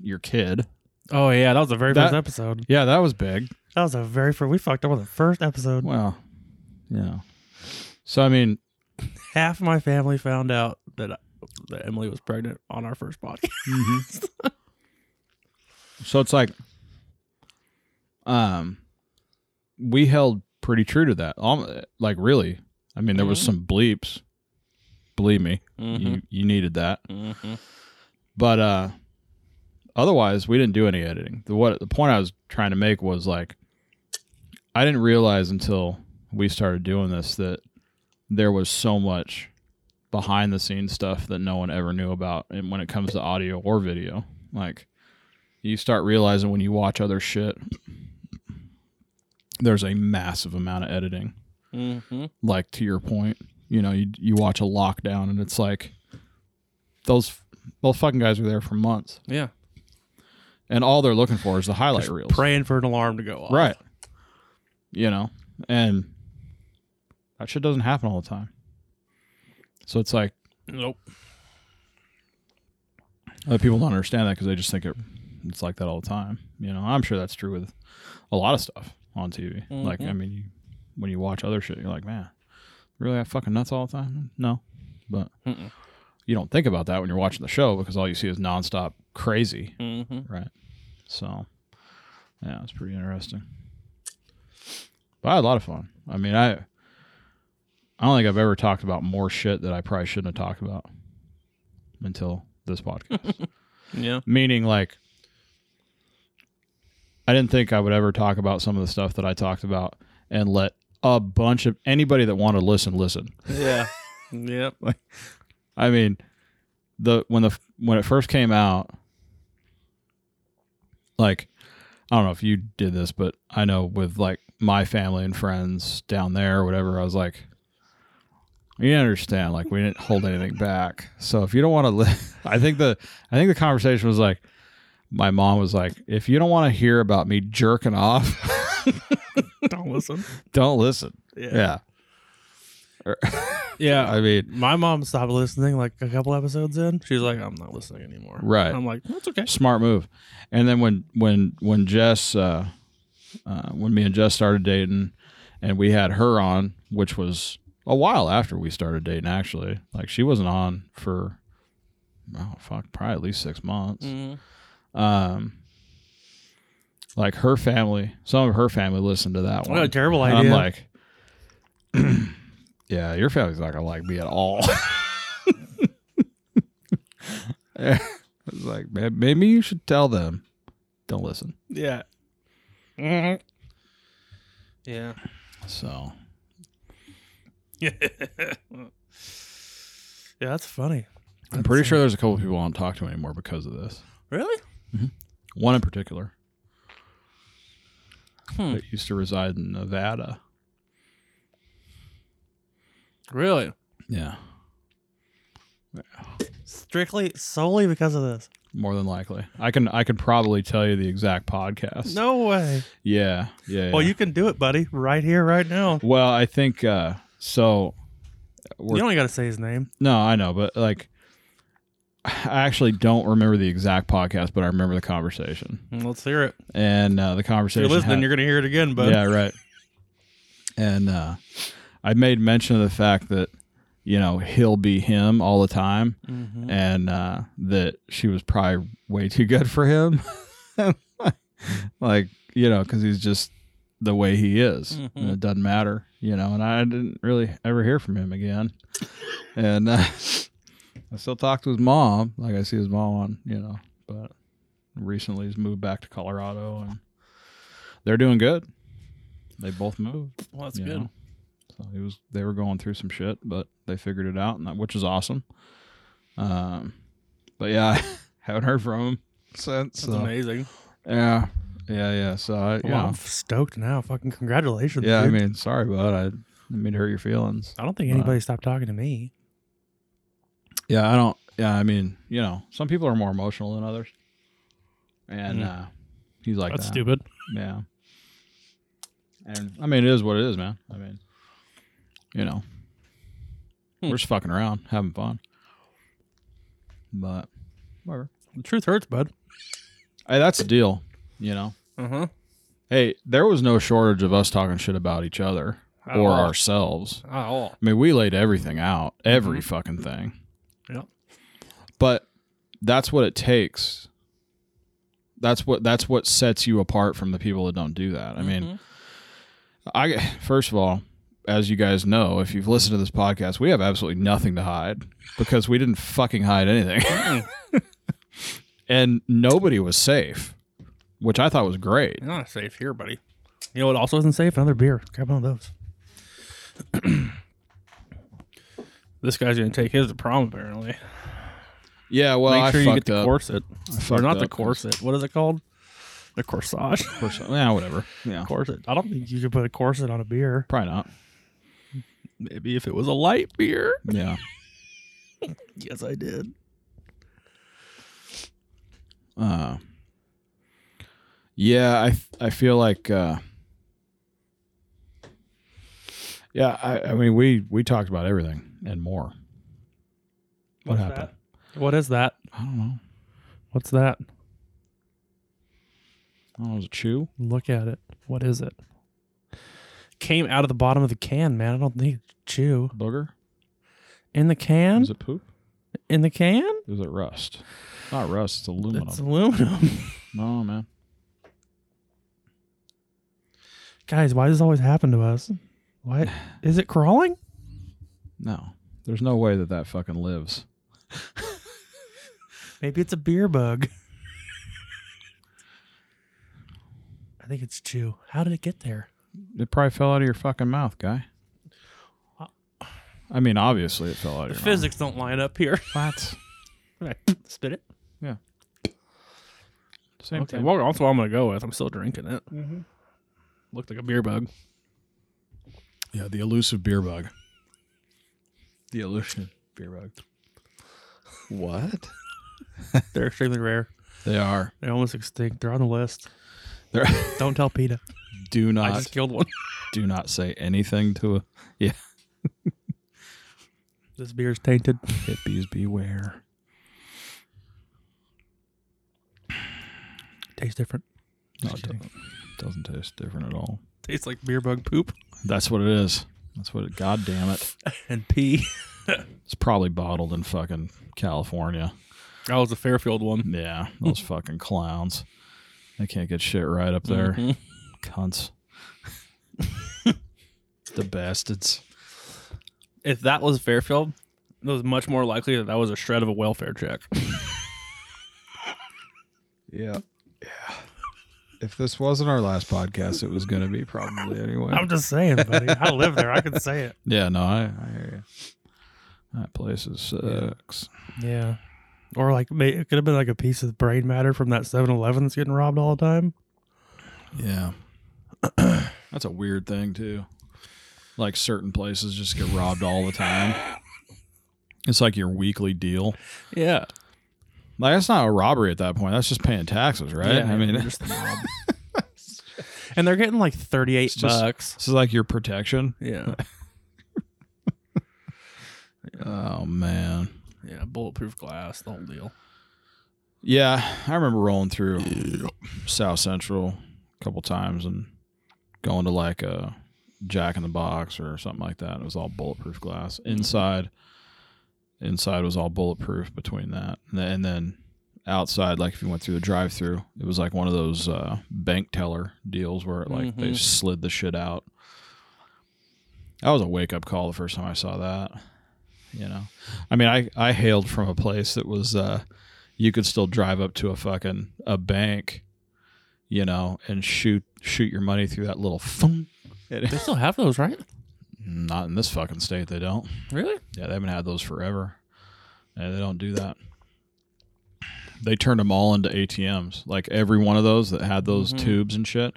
A: your kid.
B: Oh, yeah, that was the very
A: That-
B: first episode.
A: Yeah, that was big.
B: That was the very first. We fucked up on the first episode.
A: Well, you know. So, I mean,
B: Half my family found out that, I, that Emily was pregnant on our first podcast.
A: so it's like, um, we held pretty true to that. Alm- Like, really, I mean, there was some bleeps, Believe me,
C: hmm
A: you you needed that.
C: hmm
A: But uh, otherwise, we didn't do any editing. The what the point I was trying to make was like, I didn't realize until we started doing this that there was so much behind the scenes stuff that no one ever knew about. And when it comes to audio or video, like you start realizing when you watch other shit, there's a massive amount of editing
C: hmm
A: like to your point, you know, you you watch a lockdown and it's like those those fucking guys were there for months,
C: Yeah.
A: and all they're looking for is the highlight
B: Just
A: reels,
B: praying for an alarm to go off.
A: right? You know, and that shit doesn't happen all the time. So it's like
C: Nope.
A: other people don't understand that because they just think it it's like that all the time. You know, I'm sure that's true with a lot of stuff on TV. Like,
C: Mhm.
A: I mean, you, when you watch other shit, you're like, man, really, I fucking nuts all the time. No, but
C: Mm-mm.
A: you don't think about that when you're watching the show because all you see is nonstop crazy,
C: hmm
A: right? So, yeah, it's pretty interesting. But I had a lot of fun. I mean, I I don't think I've ever talked about more shit that I probably shouldn't have talked about until this podcast.
C: Yeah.
A: meaning like I didn't think I would ever talk about some of the stuff that I talked about and let a bunch of anybody that wanted to listen listen.
C: Yeah. yep.
A: I mean, the when the when it first came out, like I don't know if you did this, but I know with like my family and friends down there or whatever, I was like, you understand, like we didn't hold anything back. So if you don't want to, li- I think the I think the conversation was like, my mom was like, if you don't want to hear about me jerking off,
B: Don't listen.
A: don't listen.
B: Yeah.
A: Yeah.
B: Yeah.
A: I mean,
B: my mom stopped listening like a couple episodes in. She's like, I'm not listening anymore.
A: Right.
B: I'm like, that's okay.
A: smart move. And then when when when Jess uh, uh, when me and Jess started dating, and we had her on, which was a while after we started dating. Actually, like she wasn't on for oh fuck, probably at least six months.
C: hmm
A: Um, like her family, some of her family listened to that one.
B: What a terrible
A: And
B: idea.
A: I'm like, yeah, your family's not gonna like me at all. I was like, "Ma- maybe you should tell them, don't listen.
B: yeah.
C: Yeah.
A: So
C: yeah.
B: Yeah, that's funny.
A: I'm pretty sure there's a couple people I don't talk to anymore because of this.
B: Really?
A: One in particular
C: Hmm.
A: that used to reside in Nevada.
C: Really?
A: Yeah,
B: Strictly, solely because of this.
A: more than likely. I can I can probably tell you the exact podcast.
B: No way.
A: Yeah, yeah. yeah.
B: Well, you can do it, buddy. Right here, right now.
A: Well, I think uh, so. We're,
B: you only got to say his name.
A: no, I know, but like, I actually don't remember the exact podcast, but I remember the conversation
B: Let's hear it.
A: and uh, the
B: If
A: conversation.
B: you're listening,
A: had-
B: you're going to hear it again, bud.
A: yeah, right. And uh, I made mention of the fact that you know he'll be him all the time,
C: Mm-hmm.
A: and uh, that she was probably way too good for him. like, you know, because he's just the way he is.
C: Mhm.
A: And it doesn't matter, you know. And I didn't really ever hear from him again. and uh, I still talk to his mom. Like, I see his mom on, you know, but recently he's moved back to Colorado and they're doing good. They both moved
C: Well, that's
A: you
C: good.
A: know? So it was they were going through some shit, but they figured it out, and that, which is awesome. Um, but yeah, I haven't heard from him since.
C: That's
A: so-
C: amazing.
A: yeah, yeah, yeah. So I,
B: Well,
A: yeah,
B: I'm stoked now. Fucking congratulations.
A: yeah. I
B: dude.
A: mean, sorry, bud. I didn't mean to hurt your feelings.
B: I don't think anybody stopped talking to me.
A: Yeah, I don't. Yeah, I mean, you know, some people are more emotional than others, and uh, he's like
C: Mm. that's
A: that.
C: stupid.
A: Yeah. And I mean, it is what it is, man. I mean, you know,
C: Hmm.
A: we're just fucking around, having fun. But whatever.
B: The truth hurts, bud.
A: Hey, that's the deal, you know.
C: Uh huh.
A: Hey, there was no shortage of us talking shit about each other or ourselves.
C: Oh.
A: I mean, we laid everything out, every fucking thing.
C: Mm-hmm. Yep.
A: But that's what it takes. That's what that's what
C: Mm-hmm.
A: sets you apart from the people that don't do that. I mean, I first of all, as you guys know, if you've listened to this podcast, we have absolutely nothing to hide because we didn't fucking hide anything. and nobody was safe, which I thought was great.
C: You're not safe here, buddy.
B: You know what also isn't safe? Another beer. Grab one of those.
C: This guy's gonna take his to prom apparently.
A: Yeah, well,
C: Make sure
A: I
C: you
A: fucked
C: get the
A: up.
C: corset, or
A: fucked
C: not the
A: up.
C: corset. What is it called? The corsage.
A: Course- yeah, whatever. Yeah,
C: corset. I don't think
B: You could put a corset on a beer.
A: probably not.
C: maybe if it was a light beer.
A: Yeah.
C: Yes, I did.
A: Uh, yeah, I I feel like uh, yeah, I, I mean we we talked about everything and more. What
B: What's
A: happened?
B: What is that?
A: I don't know.
B: What's that?
A: I don't know, was it chew?
B: Look at it. What is it? Came out of the bottom of the can, man. I don't think it's chew.
A: Booger?
B: In the can?
A: Is it poop?
B: In the can?
A: Is it rust? Not rust, it's aluminum.
B: It's aluminum.
A: no man.
B: Guys, why does this always happen to us? What? Is it crawling?
A: No. There's no way that that fucking lives.
B: Maybe it's a beer bug. I think it's chew. How did it get there?
A: It probably fell out of your fucking mouth, guy. I mean, obviously it fell out of your
C: Physics don't line up here.
A: mouth. Physics.
C: Spit it.
A: Same
C: okay,
A: thing.
C: well, that's what I'm gonna go with. I'm still drinking it. Looked like a beer bug.
A: Yeah, the elusive beer bug. The elusive beer bug.
F: What?
B: They're extremely rare.
A: They are.
B: They're almost extinct. They're on the list.
A: They're,
B: Don't tell PETA.
A: do
C: I
A: not
C: just killed one.
A: do not say anything to a
B: This beer's tainted.
A: hippies beware.
B: Tastes different.
A: No, it doesn't, doesn't taste different at all.
C: Tastes like beer bug poop
A: That's what it is. That's what it god damn it.
C: and pee.
A: It's probably bottled in fucking California.
C: That was a Fairfield one.
A: Yeah, those fucking clowns. They can't get shit right up there.
F: Mm-hmm.
C: Mhm.
A: Cunts. the bastards.
C: If that was Fairfield, it was much more likely that that was a shred of a welfare check.
F: Yeah. Yeah. If this wasn't our last podcast, it was going to be probably anyway.
B: I'm just saying, buddy. I live there. I can say it.
A: Yeah, no, I, I hear you. That place is sucks.
B: Yeah. Or like, may- it could have been like a piece of brain matter from that 7 Eleven that's getting robbed all the time.
A: Yeah. That's a weird thing too. Like certain places just get robbed all the time. It's like your weekly deal.
C: Yeah,
A: Like that's not a robbery at that point. That's just paying taxes, right?
C: Yeah,
A: I mean,
C: you're
A: this
C: just the mob.
B: And they're getting like 38
A: It's just-
B: bucks.
A: is like your protection.
C: yeah,
A: Oh man.
C: yeah. Bulletproof glass, the whole deal.
A: Yeah, I remember rolling through South Central a couple times and going to like a Jack in the Box or something like that. It was all bulletproof glass inside. Inside was all bulletproof between that and then, and then outside, like if you went through the drive-through, it was like one of those uh, bank teller deals where like they
C: Mhm.
A: slid the shit out. That was a wake-up call the first time I saw that. You know, I mean, I I hailed from a place that was. Uh, you could still drive up to a fucking a bank, you know, and shoot shoot your money through that little phone.
C: They still have those, right?
A: Not in this fucking state, they don't.
C: Really?
A: Yeah, they haven't had those forever. Yeah, they don't do that. They turned them all into ATMs. Like every one of those that had those
C: Mhm.
A: tubes and shit,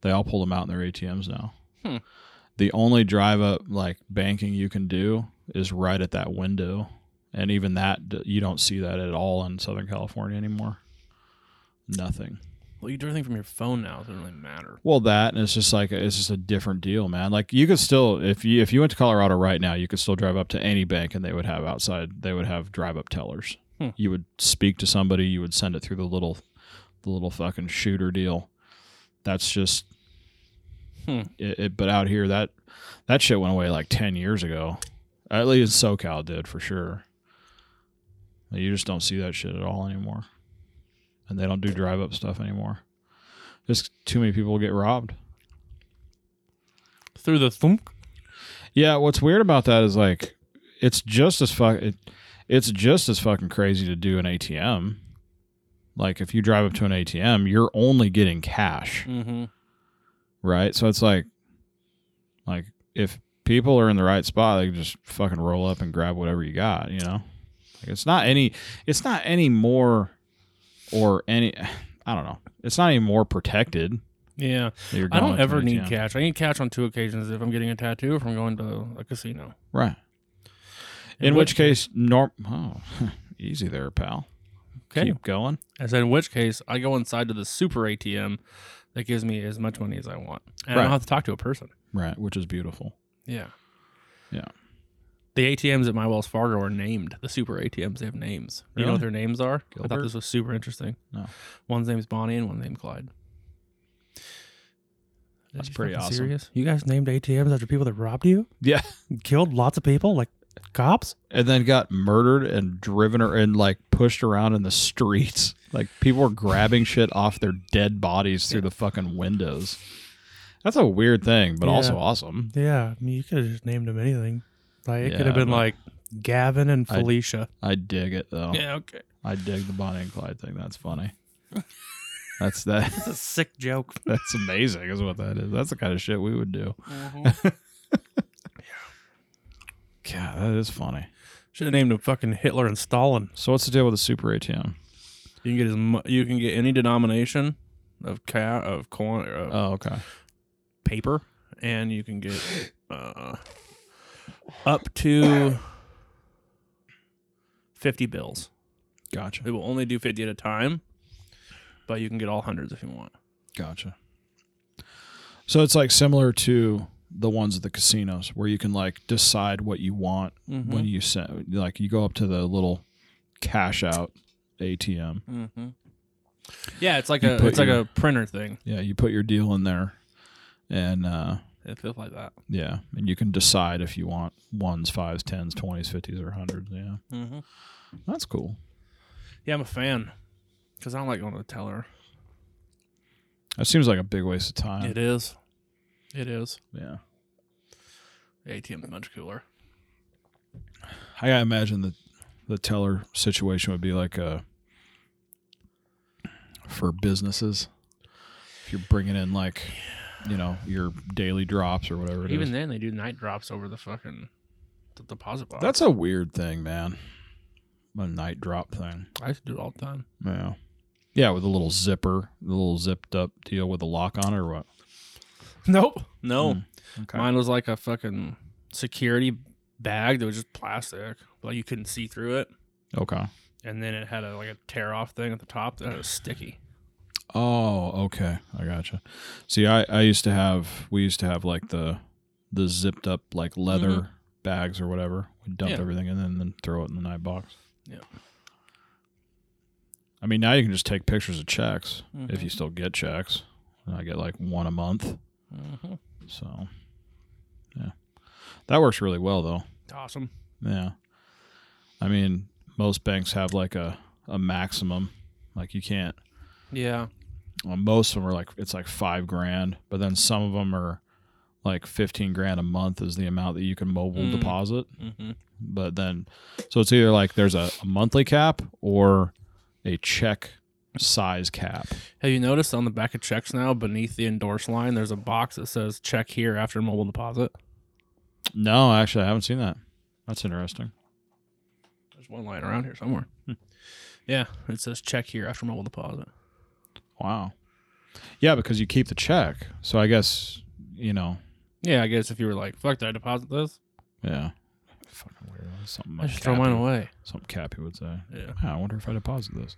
A: they all pulled them out in their ATMs now.
C: Hmm.
A: The only drive up like banking you can do is right at that window, and even that d- you don't see that at all in Southern California anymore. Nothing.
C: Well, you do everything from your phone now. It doesn't really matter.
A: Well, that and it's just like it's just a different deal, man. Like you could still, if you if you went to Colorado right now, you could still drive up to any bank and they would have outside, they would have drive up tellers.
C: Hmm.
A: You would speak to somebody, you would send it through the little, the little fucking shooter deal. That's just,
C: Hmm.
A: it, it. But out here, that that shit went away like ten years ago. At least SoCal did for sure. You just don't see that shit at all anymore, and they don't do drive up stuff anymore. Just too many people get robbed.
C: Through the thump.
A: Yeah, what's weird about that is like it's just as fuck it, it's just as fucking crazy to do an ATM. Like if you drive up to an ATM, you're only getting cash,
C: Mm-hmm.
A: right? So it's like like if people are in the right spot, they can just fucking roll up and grab whatever you got, you know? Like it's not any it's not any more or any I don't know. It's not any more protected.
C: Yeah.
A: that you're
C: I
A: going
C: don't
A: to
C: ever
A: an
C: need
A: ATM.
C: cash. I need cash on two occasions if I'm getting a tattoo or if I'm going to a casino.
A: Right.
C: In
A: In, which,
C: which
A: case, norm. Oh, easy there, pal.
C: Okay.
A: Keep going.
C: I said, in which case, I go inside to the super ATM that gives me as much money as I want. And I
A: Right.
C: don't have to talk to a person.
A: Right, which is beautiful.
C: Yeah.
A: Yeah.
C: The ATMs at my Wells Fargo are named. The super ATMs, they have names. Do You know
A: Really?
C: what their names are? I thought
A: Gilbert?
C: this was super interesting.
A: No.
C: One's name's Bonnie and one's name's Clyde. Are
A: That's
C: you
A: pretty
C: fucking
A: awesome.
C: Serious? You
B: You guys named ATMs after people that robbed you,
A: Yeah,
B: killed lots of people, like cops.
A: and then got murdered and driven or and like pushed around in the streets. Like people were grabbing shit off their dead bodies through the fucking windows. That's a weird thing, but
B: Yeah.
A: also awesome.
B: Yeah, I mean, you could have just named them anything. Like it could
A: Yeah,
B: have been
A: but-
B: like Gavin and
A: I-
B: Felicia.
A: I dig it though.
C: Yeah, okay.
A: I dig the Bonnie and Clyde thing. That's funny. That's that.
B: That's a sick joke.
A: That's amazing, is what that is. That's the kind of shit we would do. Mm-hmm. God, that is funny.
B: Should have named him fucking Hitler and Stalin.
A: So what's the deal with the super ATM?
C: You can get as mu- you can get any denomination of ca- of coin of
A: Oh, okay.
C: paper, and you can get uh, up to fifty bills.
A: Gotcha.
C: It will only do fifty at a time, but you can get all hundreds if you want.
A: Gotcha. So it's like similar to the ones at the casinos where you can like decide what you want
C: Mm-hmm.
A: when you send like you go up to the little cash out ATM.
C: Mm-hmm. Yeah, it's like
A: You
C: a
A: put
C: it's like
A: your-
C: a printer thing.
A: Yeah, you put your deal in there and uh
C: It feels like that.
A: yeah, and you can decide if you want ones, fives, tens, twenties, fifties, or hundreds. Yeah.
C: Mm-hmm.
A: That's cool.
C: Yeah, I'm a fan because I don't like going to the teller.
A: That seems like a big waste of time.
C: It is, it is.
A: Yeah.
C: The ATM is much cooler.
A: I gotta imagine the the teller situation would be like a for businesses. If you're bringing in like, you know, your daily drops or whatever it is.
C: Even then, they do night drops over the fucking the deposit box.
A: That's a weird thing, man. A night drop thing.
C: I used to do it all the time.
A: Yeah. Yeah, with a little zipper, the little zipped up deal with a lock on it or what?
C: Nope. No.
A: Mm, okay.
C: Mine was like a fucking security bag that was just plastic. Like you couldn't see through it.
A: Okay.
C: And then it had a like a tear off thing at the top that was sticky.
A: Oh, okay. I gotcha. See, I, I used to have we used to have like the the zipped up like leather bags or whatever. We dump
C: Mm-hmm. Yeah.
A: everything in and then throw it in the night box.
C: Yeah.
A: I mean, now you can just take pictures of checks if you still get checks. And I get like one a month,
C: Mhm.
A: so yeah, that works really well though.
C: Awesome.
A: Yeah. I mean, most banks have like a a maximum. Like you can't
C: Yeah.
A: well, most of them are like it's like five grand, but then some of them are like fifteen grand a month is the amount that you can mobile
C: Mm.
A: deposit.
C: Mm-hmm.
A: But then, so it's either like there's a, a monthly cap or a check size cap.
C: Have you noticed on the back of checks now, beneath the endorse line, there's a box that says check here after mobile deposit?
A: No, actually, I haven't seen that. That's interesting.
C: There's one lying around here somewhere. Yeah, it says check here after mobile deposit.
A: Wow. Yeah, because you keep the check, so I guess you know.
C: Yeah, I guess if you were like, fuck, did I deposit this?
A: Yeah. Fucking weird. Something
C: I
A: like
C: should throw mine
A: Cappy-
C: away.
A: Something Cappy would say.
C: Yeah.
A: "Ah, I wonder if I deposit this.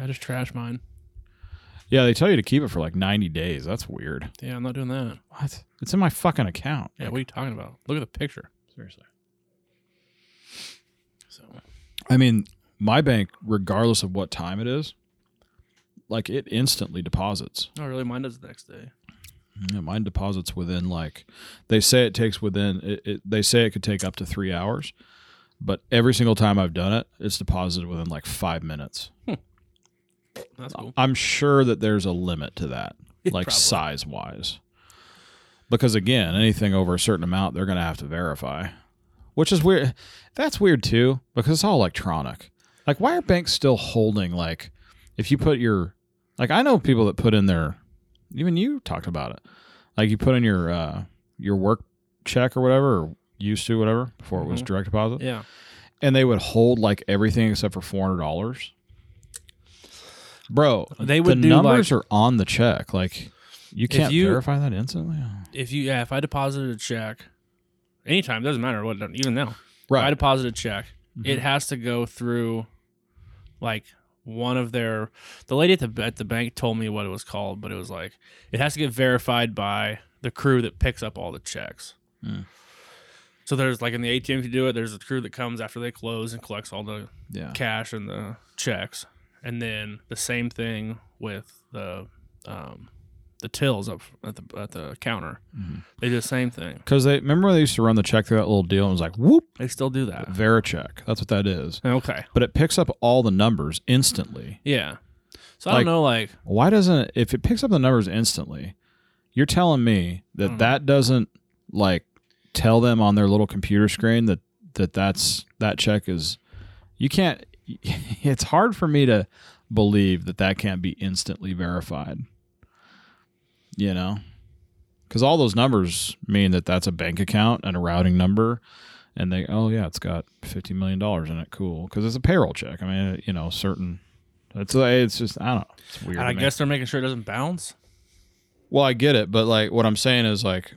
C: I just trash mine.
A: Yeah, they tell you to keep it for like ninety days. That's weird.
C: Yeah, I'm not doing that.
A: What? It's in my fucking account.
C: Yeah, what are you talking about? Look at the picture.
A: Seriously.
C: So
A: I mean, my bank, regardless of what time it is, like it instantly deposits.
C: Oh really mine does the next day.
A: Yeah, mine deposits within like they say it takes within it, it, they say it could take up to three hours, but every single time I've done it, it's deposited within like five minutes.
C: That's cool.
A: I'm sure that there's a limit to that, like
C: Probably.
A: size wise. because again, anything over a certain amount, they're going to have to verify, which is weird. That's weird too because it's all electronic. Like, why are banks still holding like if you put your like I know people that put in their even you talked about it, like you put in your uh your work check or whatever or used to whatever before it was
C: Mhm.
A: direct deposit,
C: Yeah.
A: and they would hold like everything except for four hundred dollars. Bro,
C: They would
A: the
C: do,
A: numbers are on the check. Like you
C: If
A: can't
C: you-
A: verify that instantly.
C: If you yeah, if I deposited a check, anytime doesn't matter what even now. If I
A: Right.
C: deposit a check. It
A: Mm-hmm.
C: has to go through, like one of their. The lady at the at the bank told me what it was called, but it was like it has to get verified by the crew that picks up all the checks.
A: Mm.
C: So there's like in the ATM, if you do it, there's a crew that comes after they close and collects all the
A: Mm-hmm. Yeah.
C: cash and the checks, and then the same thing with the um, the tills up at the at the counter.
A: Mhm.
C: They do the same thing.
A: Because they remember they used to run the check through that little deal and it was like whoop
C: They still do that.
A: Vericheck. That's what that is.
C: Okay.
A: But it picks up all the numbers instantly.
C: Yeah. So I
A: Like-
C: don't know, like
A: Why doesn't it, if it picks up the numbers instantly? You're telling me that
C: Mhm.
A: that doesn't like tell them on their little computer screen that that that's that check is you can't. It's hard for me to believe that that can't be instantly verified. You know, because all those numbers mean that that's a bank account and a routing number, and they oh yeah, it's got fifty million dollars in it. Cool, because it's a payroll check. I mean, you know, certain. It's it's just I don't. know. It's weird.
C: And I
A: to me.
C: guess they're making sure it doesn't bounce.
A: Well, I get it, but like what I'm saying is like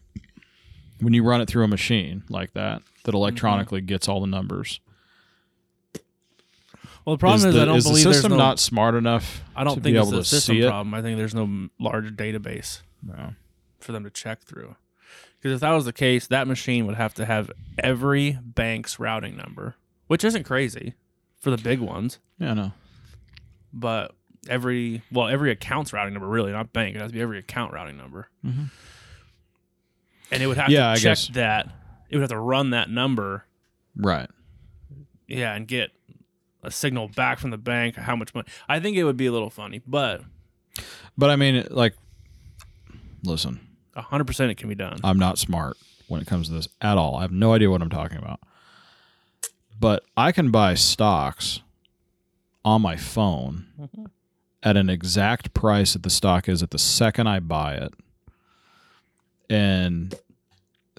A: when you run it through a machine like that
C: Mm-hmm.
A: that electronically gets all the numbers.
C: Well, the problem is,
A: the,
C: I don't
A: is
C: believe
A: the
C: there's
A: system
C: no.
A: not smart enough.
C: I don't
A: to
C: think
A: be
C: it's
A: able
C: a
A: to
C: system
A: see it.
C: problem. I think there's no m- large database
A: No.
C: for them to check through. Because if that was the case, that machine would have to have every bank's routing number, which isn't crazy for the big ones,
A: Yeah, no.
C: but every well, every account's routing number really, not bank. It has to be every account routing number,
A: Mhm.
C: and it would have
A: Yeah, I
C: to check
A: guess.
C: that. It would have to run that number
A: Right.
C: yeah, and get a signal back from the bank how much money. I think it would be a little funny, but
A: But I mean, like, listen,
C: hundred percent it can be done.
A: I'm not smart when it comes to this at all. I have no idea what I'm talking about. But I can buy stocks on my phone
C: Mm-hmm.
A: at an exact price that the stock is at the second I buy it. And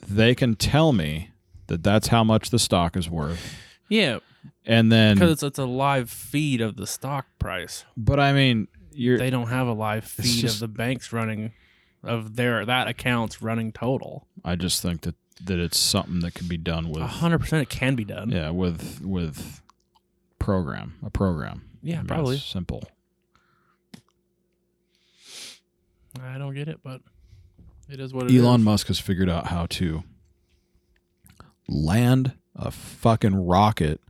A: they can tell me that that's how much the stock is worth.
C: Yeah,
A: And then
C: because it's, it's a live feed of the stock price.
A: but I mean, you're
C: They don't have a live feed
A: just-
C: of the banks running of their that account's running total.
A: I just think that that it's something that can be done with
C: hundred percent it can be done.
A: yeah, with with program, a program.
C: Yeah,
A: I mean,
C: probably.
A: it's simple.
C: I don't get it, but it is what it is.
A: Elon Musk has figured out how to land a fucking rocket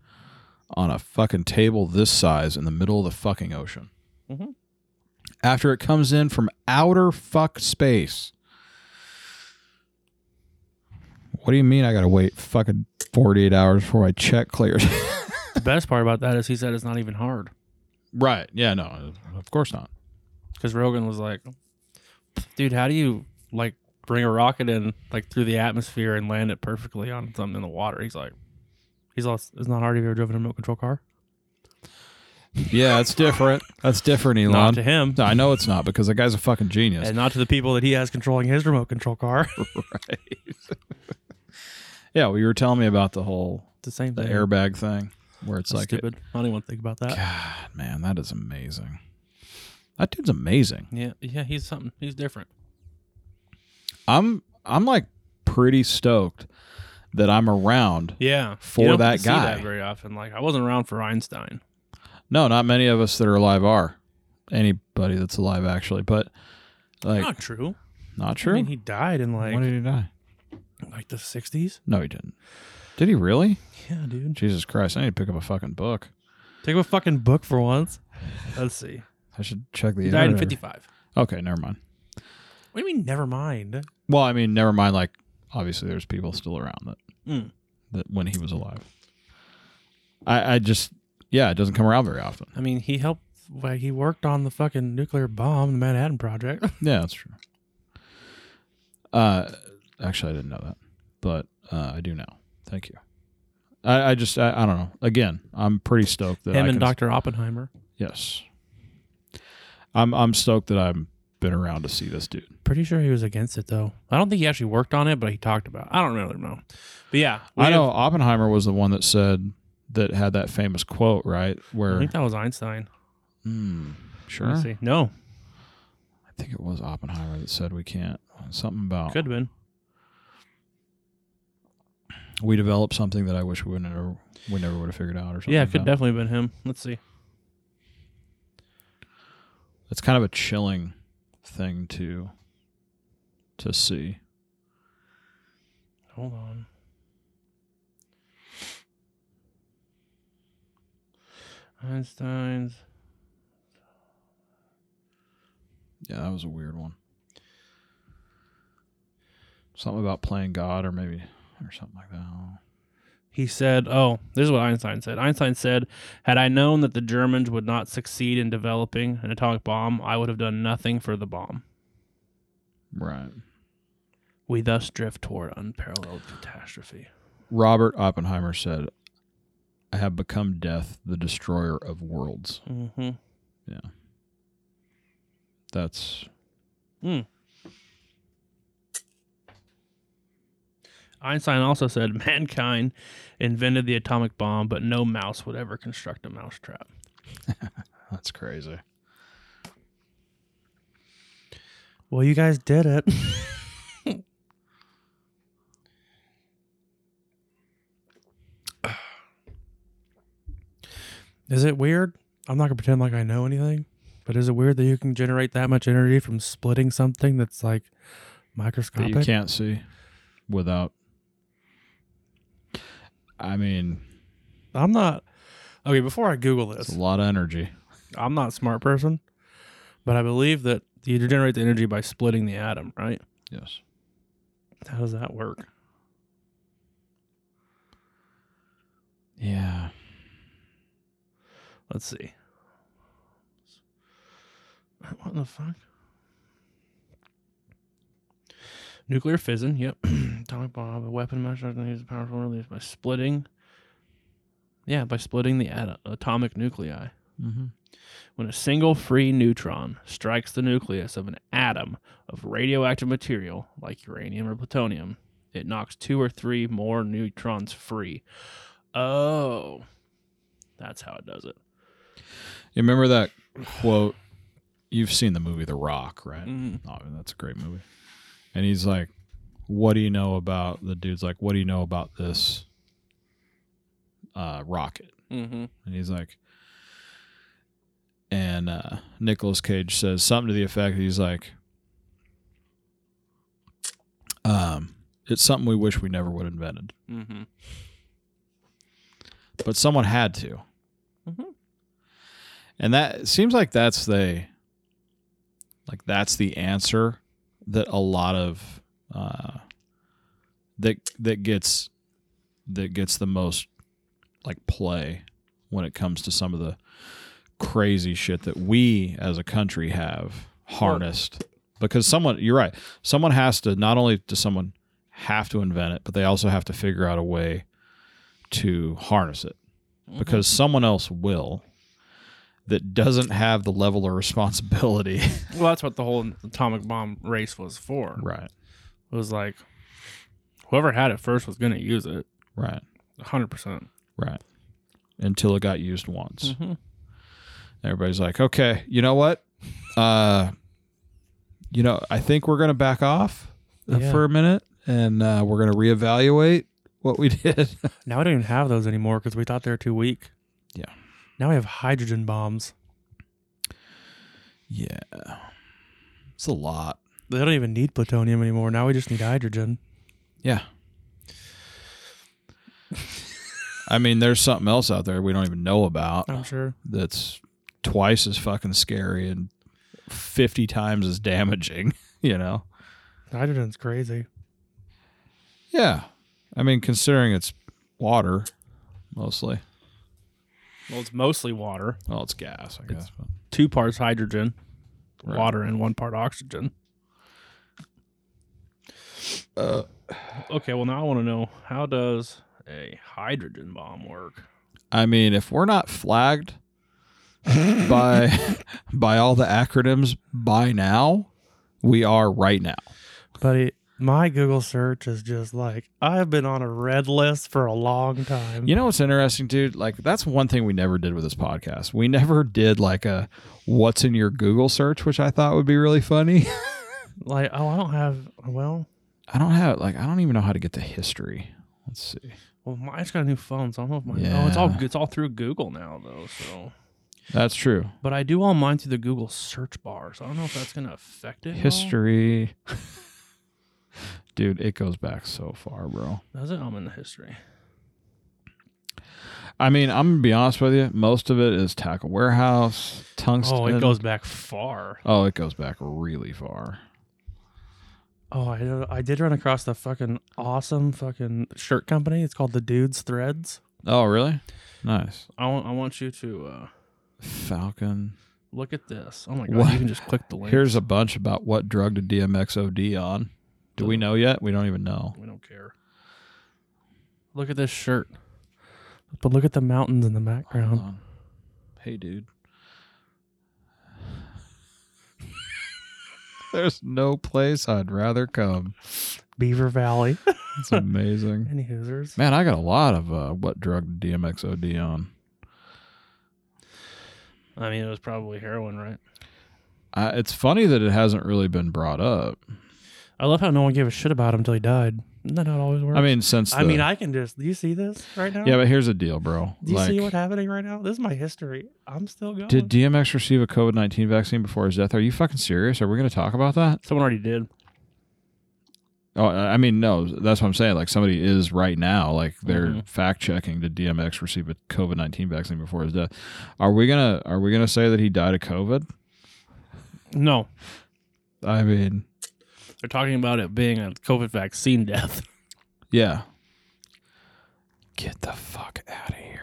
A: on a fucking table this size in the middle of the fucking ocean.
C: Mhm.
A: After it comes in from outer fuck space. What do you mean I gotta wait fucking 48 hours before my check clears?
C: The best part about that is he said it's not even hard
A: right. Yeah, no, of course not.
C: because Rogan was like, "Dude, how do you like bring a rocket in like through the atmosphere and land it perfectly on something in the water?" He's like, "He's lost. It's not hard. Have you ever driven a remote control car?"
A: Yeah, that's different. That's different, Elon.
C: Not to him,
A: I know it's not because the guy's a fucking genius.
C: and not to the people that he has controlling his remote control car.
A: Yeah, well, you were telling me about the whole
C: the same
A: the
C: thing.
A: airbag thing where it's
C: That's
A: like
C: stupid. I don't even want to think about that.
A: God, man, that is amazing. That dude's amazing.
C: Yeah, yeah, he's something. He's different.
A: I'm I'm like pretty stoked that I'm around.
C: Yeah,
A: For
C: you don't get
A: that
C: to see
A: guy.
C: very often. Like I wasn't around for Einstein.
A: No, not many of us that are alive are. Anybody that's alive actually, but like
C: not true.
A: not true.
C: I mean, he died in like
A: when did he die?
C: like the '60s.
A: No, he didn't. Did he really?
C: Yeah, dude.
A: Jesus Christ, I need to pick up a fucking book.
B: Take a fucking book for once.
C: Let's see.
A: I should check the
C: He died in
A: internet.
C: '55.
A: Okay, never mind.
C: What do you mean? Never mind.
A: Well, I mean, never mind. Like, obviously, there's people still around that
C: Mm.
A: that when he was alive. I, I just, yeah, it doesn't come around very often.
B: I mean, he helped. Like, he worked on the fucking nuclear bomb, the Manhattan Project.
A: Yeah, that's true. Uh, Actually, I didn't know that, but uh, I do now. Thank you. I, I just I, I don't know. Again, I'm pretty stoked that
C: Him
A: I
C: and
A: can-
C: Doctor Oppenheimer.
A: Yes, I'm I'm stoked that I've been around to see this dude.
C: Pretty sure he was against it though. I don't think he actually worked on it, but he talked about. It. I don't really know. But yeah, we
A: I know
C: have-
A: Oppenheimer was the one that said that had that famous quote, right?
C: I
A: Where
C: think that was Einstein.
A: Hmm,
C: Let
A: sure,
C: me
A: I
C: see. No,
A: think it was Oppenheimer that said we can't Oh, something about
C: could have been.
A: we developed something that I wish we would never we never would have figured out or something.
C: yeah, it
A: like
C: could
A: that.
C: definitely have been him. Let's see.
A: it's kind of a chilling thing to to see.
C: Hold on. Einstein's.
A: Yeah, that was a weird one. Something about playing God or maybe or something like that. I don't know.
C: He said, Oh, this is what Einstein said. Einstein said, Had I known that the Germans would not succeed in developing an atomic bomb, I would have done nothing for the bomb.
A: Right.
C: We thus drift toward unparalleled catastrophe.
A: Robert Oppenheimer said, "I have become death, the destroyer of worlds."
C: Mm-hmm.
A: That's
C: Einstein also said, Mankind invented the atomic bomb, but no mouse would ever construct a mousetrap.
A: that's crazy.
B: Well, you guys did it. is it weird? I'm not going to pretend like I know anything, but is it weird that you can generate that much energy from splitting something that's like
A: that
B: microscopic?
A: you can't see without. I mean,
B: I'm not. Okay, before I Google
A: it's
B: this,
A: a lot of energy.
B: I'm not a smart person.
C: But I believe that you generate the energy by splitting the atom, right?
A: Yes.
C: How does that work?
A: Yeah.
C: Let's see. What the fuck? Nuclear fission, yep. Atomic bomb, a weapon measure that uses powerful release by splitting. Yeah, by splitting the atom, atomic nuclei.
A: Mm-hmm.
C: When a single free neutron strikes the nucleus of an atom of radioactive material, like uranium or plutonium, it knocks two or three more neutrons free. Oh, that's how it does it.
A: You remember that quote? You've seen the movie The Rock, right?
C: Mhm.
A: Oh, that's a great movie. And he's like, "What do you know about?" The dude's like, "What do you know about this uh, rocket?"
C: Mm-hmm.
A: And he's like, and uh, Nicolas Cage says something to the effect he's like, um, it's something we wish we never would have invented,
C: Mm-hmm.
A: but someone had to.
C: Mhm.
A: And that it seems like that's the, like that's the answer that a lot of, uh, that that gets, that gets the most, like play when it comes to some of the crazy shit that we as a country have harnessed because someone you're right someone has to not only does someone have to invent it but they also have to figure out a way to harness it because someone else will that doesn't have the level of responsibility
C: Well, that's what the whole atomic bomb race was for.
A: right
C: It was like whoever had it first was going to use it
A: right
C: 100%.
A: right until it got used once
C: Mm-hmm.
A: everybody's like, okay, you know what? Uh, you know, I think we're gonna back off uh,
B: Yeah.
A: for a minute, and uh, we're gonna reevaluate what we did.
B: Now I don't even have those anymore because we thought they were too weak.
A: Yeah.
B: Now we have hydrogen bombs.
A: yeah, it's a lot.
B: They don't even need plutonium anymore. Now we just need hydrogen.
A: Yeah. I mean, there's something else out there we don't even know about
B: I'm sure.
A: that's twice as fucking scary and 50 times as damaging, you know?
B: Hydrogen's crazy.
A: Yeah. I mean, considering it's water mostly.
C: Well, it's mostly water,
A: Well, it's gas, I guess. but-
C: two parts hydrogen,
A: Right.
C: water, and one part oxygen. okay, well now I want to know how does a hydrogen bomb work?
A: I mean, if we're not flagged by by all the acronyms by now, we are right now.
B: But it, my Google search is just like I've been on a red list for a long time.
A: You know what's interesting, dude? Like that's one thing we never did with this podcast. We never did like a what's in your Google search, which I thought would be really funny.
B: Like oh, I don't have well,
A: I don't have like I don't even know how to get the history. Let's see.
C: Well, my, I just got a new phone, so I don't know if my oh, it's all
A: Yeah.
C: it's all through Google now though. So,
A: That's true.
C: but I do all mine through the Google search bar, so I don't know if that's gonna affect it. at all.
A: History. Dude, it goes back so far, bro.
C: Does it? I'm in the history.
A: I mean, I'm gonna be honest with you. Most of it is tackle warehouse, tungsten.
C: Oh, it goes back far.
A: Oh, it goes back really far.
B: oh, I don't- I did run across the fucking awesome fucking shirt company. It's called the Dudes Threads.
A: Oh, really? Nice.
C: I want I want you to uh,
A: Falcon.
C: look at this. Oh my god,
A: What?
C: you can just click the link.
A: Here's a bunch about what drug did DMX OD on. Do we know yet? We don't even know.
C: we don't care. Look at this shirt.
B: But look at the mountains in the background.
A: Hold on. Um, Hey, dude. There's no place I'd rather come.
B: Beaver Valley.
A: It's amazing.
B: Any hoosers?
A: Man, I got a lot of uh, what drug did DMX OD on.
C: I mean, it was probably heroin, right?
A: I, it's funny that it hasn't really been brought up.
B: I love how no one gave a shit about him until he died. Isn't that how it always works?
A: I mean, since
B: I mean,
A: the-
B: I can just. Do you see this right now?
A: yeah, but here's the deal, bro.
B: Do you
A: like,
B: see what's happening right now? This is my history. I'm still going.
A: did DMX receive a COVID nineteen vaccine before his death? Are you fucking serious? Are we going to talk about that?
C: Someone already did.
A: Oh, I I mean, no, that's what I'm saying. Like somebody is right now, like they're
C: Mhm.
A: fact checking did DMX receive a COVID nineteen vaccine before his death? Are we gonna Are we gonna say that he died of COVID?
C: No,
A: I mean,
C: they're talking about it being a COVID vaccine death.
A: yeah. Get the fuck out of here.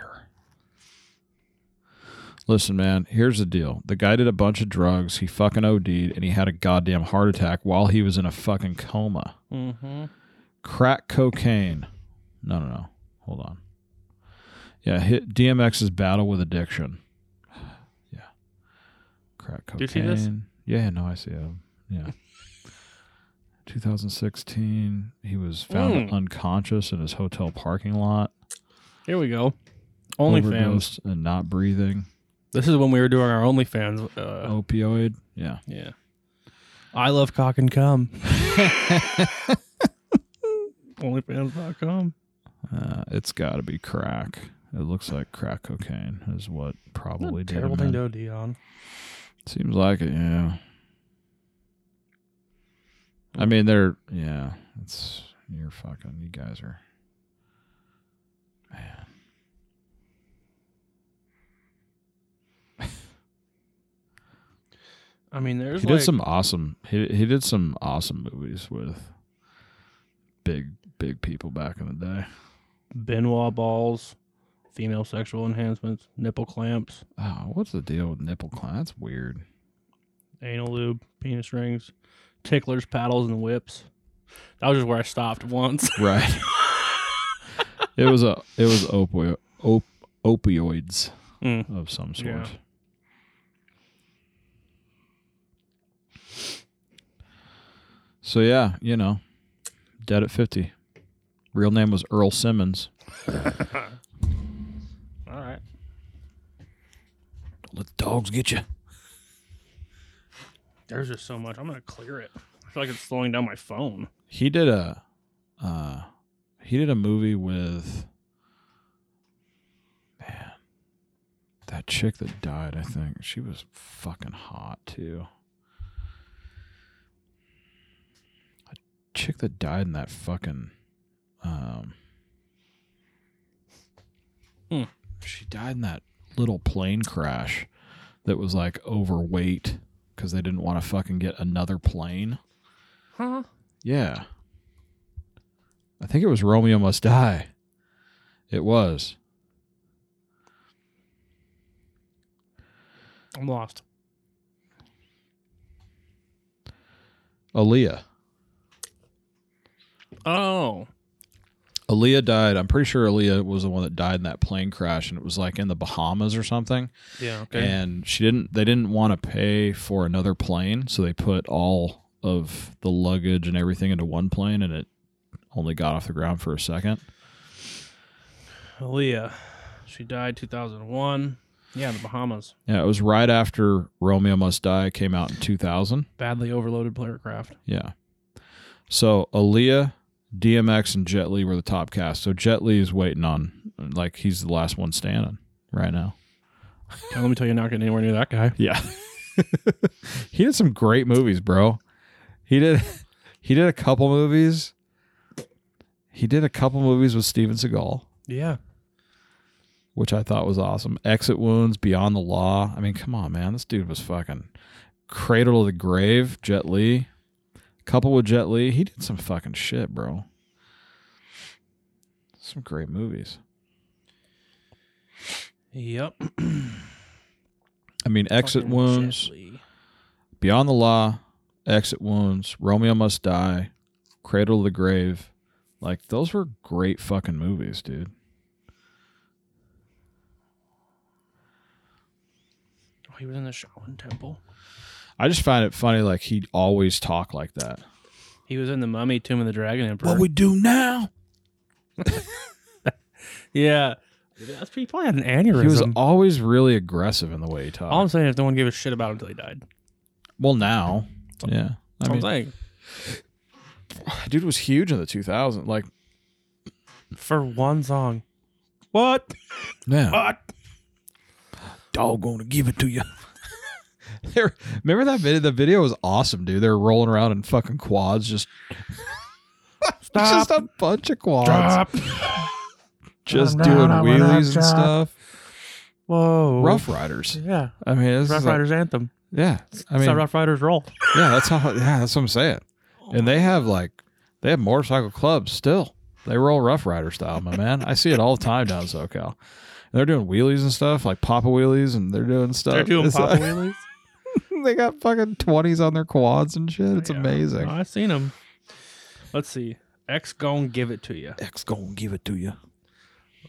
A: Listen, man. Here's the deal. The guy did a bunch of drugs. He fucking OD'd, and he had a goddamn heart attack while he was in a fucking coma.
C: Mm-hmm.
A: crack cocaine. No, no, no. Hold on. Yeah, hit DMX's battle with addiction. Yeah. Crack cocaine.
C: you see this?
A: Yeah, no, I see him. Yeah. 2016, he was found
C: Mm.
A: unconscious in his hotel parking lot.
C: Here we go. OnlyFans.
A: overdosed and not breathing.
C: This is when we were doing our OnlyFans. Uh,
A: Opioid. Yeah.
C: Yeah.
B: I love cock and cum.
C: OnlyFans.com.
A: Uh, it's got to be crack. It looks like crack cocaine is what probably did.
B: Terrible
A: him
B: thing
A: in.
B: to OD on.
A: Seems like it, yeah. I mean, they're yeah. It's you're fucking. You guys are. Man.
C: I mean,
A: He
C: there's
A: did some awesome. He he did some awesome movies with big big people back in the day.
C: Benoit balls, female sexual enhancements, nipple clamps,
A: Oh, what's the deal with nipple clamp? That's weird.
C: anal lube, penis rings, ticklers, paddles, and whips. That was just where I stopped once.
A: Right. it was a it was opio op, opioids
C: Mm.
A: of some sort.
C: Yeah.
A: So yeah, you know, dead at fifty. Real name was Earl Simmons.
C: All right.
A: Don't let the dogs get you.
C: There's just so much. I'm going to clear it. I feel like it's slowing down my phone.
A: He did a, uh, he did a movie with, man, that chick that died. I think she was fucking hot too. A chick that died in that fucking, um,
C: Hmm.
A: she died in that little plane crash that was like overweight because they didn't want to fucking get another plane.
C: Huh?
A: Yeah. I think it was Romeo Must Die. It was.
C: I'm lost.
A: Aaliyah.
C: Oh.
A: Aaliyah died. I'm pretty sure Aaliyah was the one that died in that plane crash, and it was like in the Bahamas or something.
C: Yeah. Okay.
A: And she didn't. They didn't want to pay for another plane, so they put all of the luggage and everything into one plane, and it only got off the ground for a second.
C: Aaliyah, she died 2001. Yeah, in the Bahamas.
A: Yeah, it was right after Romeo Must Die came out in 2000.
C: Badly overloaded aircraft.
A: Yeah. So Aaliyah, DMX, and Jet Li were the top cast. So Jet Li is waiting on, like, he's the last one standing right now.
C: Now, let me tell you, you're not getting anywhere near that guy.
A: Yeah. he did some great movies, bro. He did he did a couple movies. He did a couple movies with Steven Seagal,
C: Yeah.
A: which I thought was awesome. Exit Wounds, Beyond the Law. I mean, come on, man. This dude was fucking Cradle to the Grave, Jet Li. Couple with Jet Li. He did some fucking shit, bro. Some great movies.
C: Yep.
A: I mean, Exit
C: Fucking Jet
A: Wounds.
C: Li.
A: Beyond the Law, Exit Wounds, Romeo Must Die, Cradle of the Grave. Like those were great fucking movies, dude.
C: Oh, he was in the Shaolin Temple.
A: I just find it funny like he always talk like that.
C: He was in the Mummy, Tomb of the Dragon Emperor.
A: do now?
C: yeah. That's, he probably had an
A: He was
C: aneurysm.
A: always really aggressive in the way he
C: All I'm
A: talked.
C: saying is no one gave a shit about him until he died.
A: Well, now, yeah. I
C: That's all
A: mean,
C: I'm saying.
A: dude was huge in the 2000s. Like,
B: for one song.
C: What?
A: yeah. Dog gonna give "Ah, it to you. remember that video? The video was awesome, dude. They were rolling around in fucking quads, just
B: Stop.
A: just a bunch of quads.
B: Drop.
A: just doing wheelies and stuff.
B: Whoa.
A: Rough Riders.
B: Yeah.
A: I mean, this
B: Rough
A: is like-
B: Riders anthem.
A: yeah, I
B: That's how
A: mean,
B: Rough Riders roll.
A: yeah, that's how. Yeah, that's what I'm saying. And they have like, they have motorcycle clubs still. They roll Rough Rider style, my man. I see it all the time down in SoCal. And they're doing wheelies and stuff, like Papa wheelies, and they're doing stuff.
B: They're doing
A: It's
B: pop
A: like-
B: wheelies.
A: they got fucking twenties on their quads and shit. It's
C: Yeah.
A: amazing.
C: I've seen him. Let's see. X Gone Give It To You.
A: X gonna give it to you.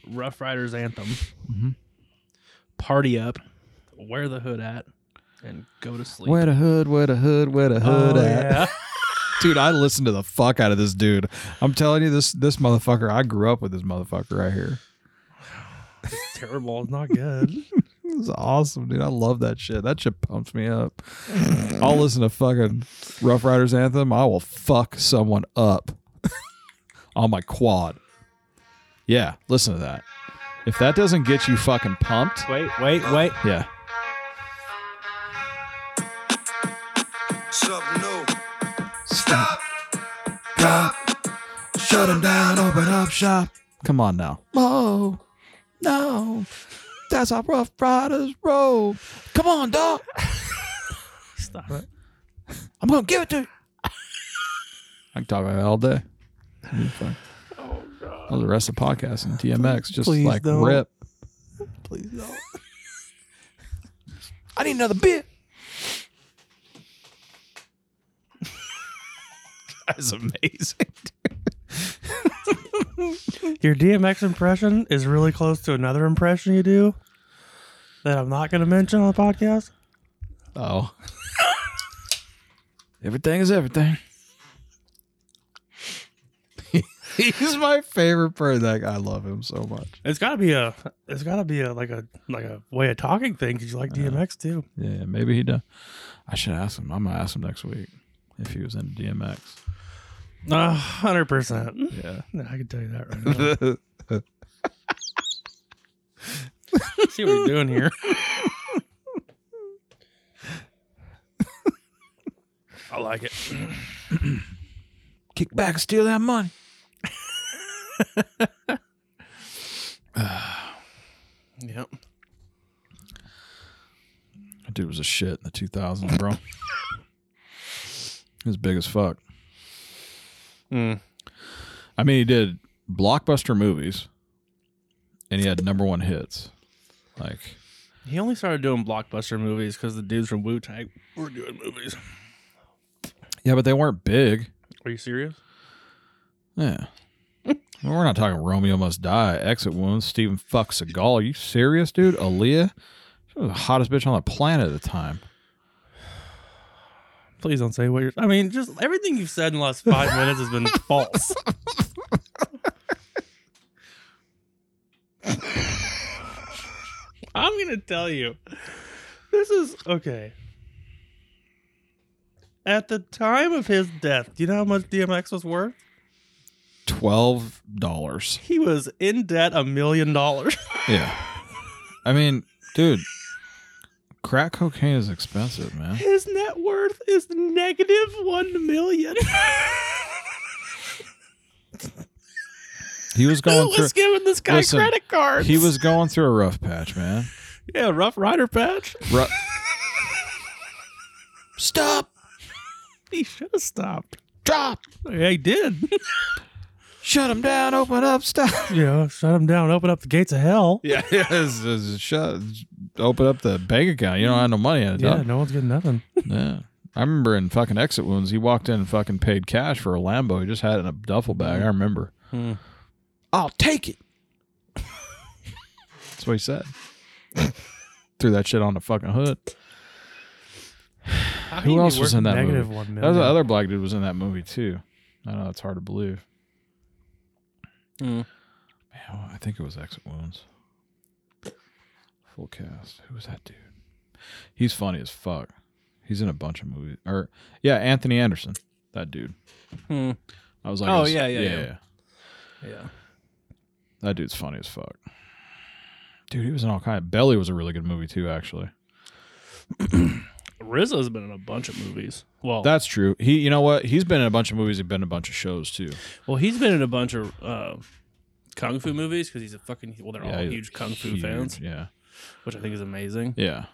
C: Rough Riders Anthem.
A: Mhm.
C: Party Up. Wear the Hood At. And Go to Sleep.
A: Where the hood, where the hood, where the hood
B: Oh,
A: at?
B: yeah.
A: Dude, I listened to the fuck out of this dude. I'm telling you, this this motherfucker. I grew up with this motherfucker right here.
C: It's terrible. It's not good.
A: It's awesome, dude. I love that shit. That shit pumps me up. I'll listen to fucking Rough Riders Anthem. I will fuck someone up on my quad. Yeah, listen to that. If that doesn't get you fucking pumped,
B: Wait, wait, wait.
A: yeah.
G: Something new.
A: Stop. Cop. Shut him down. Open up shop. Come on now. Oh, no. That's how Rough Riders roll. Come on, dog.
C: Stop it.
A: I'm gonna give it to you. I can talk about that all day. Oh god. the rest of the podcast and DMX just
B: Please
A: like
B: don't.
A: rip.
B: Please don't.
A: I need another bit. That's amazing.
B: Your DMX impression is really close to another impression you do that I'm not going to mention on the podcast.
A: Oh. everything is everything. He's my favorite person. That guy, I love him so much.
B: It's got to be a, it's got to be a like a like a way of talking thing because you like DMX too.
A: Yeah, maybe he does. I should ask him. I'm gonna ask him next week if he was into DMX.
B: A
C: Ah,
B: hundred percent.
A: Yeah.
B: No, I can tell you that right now.
C: See what you're doing here. I like it.
A: Kick back and steal that money.
C: Yep.
A: That dude was a shit in the 2000s, bro. he was big as fuck.
C: Mm.
A: I mean, he did blockbuster movies, and he had number one hits. Like,
C: He only started doing blockbuster movies because the dudes from Wu Tang were doing movies.
A: yeah, but they weren't big.
C: Are you serious?
A: Yeah, they We're not talking Romeo Must Die, Exit Wounds, Stephen Fuck Seagal. Are you serious, dude? Aaliyah? She was the hottest bitch on the planet at the time.
B: Please don't say what you're. I mean, just everything you've said in the last five minutes has been false. I'm gonna tell you, this is okay. At the time of his death, do you know how much DMX was worth?
A: Twelve dollars.
B: He was in debt a million dollars.
A: Yeah. I mean, dude, crack cocaine is expensive, man.
B: His net worth is negative one million.
A: He was
B: Who
A: going through
B: was giving this guy
A: Listen,
B: credit cards?
A: he was going through a rough patch, man.
B: yeah, Rough Rider patch.
A: Ru- Stop.
B: He should have stopped.
A: Drop.
B: Yeah, he did.
A: Shut him down. Open up. Stop.
B: you know, shut him down. Open up the gates of hell.
A: Yeah, yeah. it's- it's- shut. Open up the bank account. You don't have no money in it.
B: Yeah,
A: dog.
B: no one's getting nothing.
A: Yeah. I remember in fucking Exit Wounds, he walked in and fucking paid cash for a Lambo. He just had it in a duffel bag. I remember.
B: Hmm.
A: I'll take it. That's what he said. Threw that shit on the fucking hood. Who
B: can you
A: else was
B: work
A: in that
B: negative
A: movie?
B: one
A: That was the
B: million?
A: other black dude was in that movie too. I know it's hard to believe.
C: Mm.
A: Man, well, I think it was Exit Wounds. Full cast. Who was that dude? He's funny as fuck. He's in a bunch of movies. Or yeah, Anthony Anderson. That dude.
C: Hmm.
B: Mm-hmm.
A: I was like,
C: Oh,
A: I was-
C: yeah, yeah, yeah.
A: yeah. That dude's funny as fuck. Dude, he was in all kind. Belly was a really good movie too, actually.
C: Rizzo's been in a bunch of movies. Well,
A: That's true. He, you know what? He's been in a bunch of movies. He's been in a bunch of shows too.
C: well, he's been in a bunch of uh, kung fu movies because he's a fucking well, they're
A: Yeah,
C: all
A: he's
C: huge kung fu
A: huge,
C: fans,
A: Yeah,
C: which I think is amazing.
A: yeah.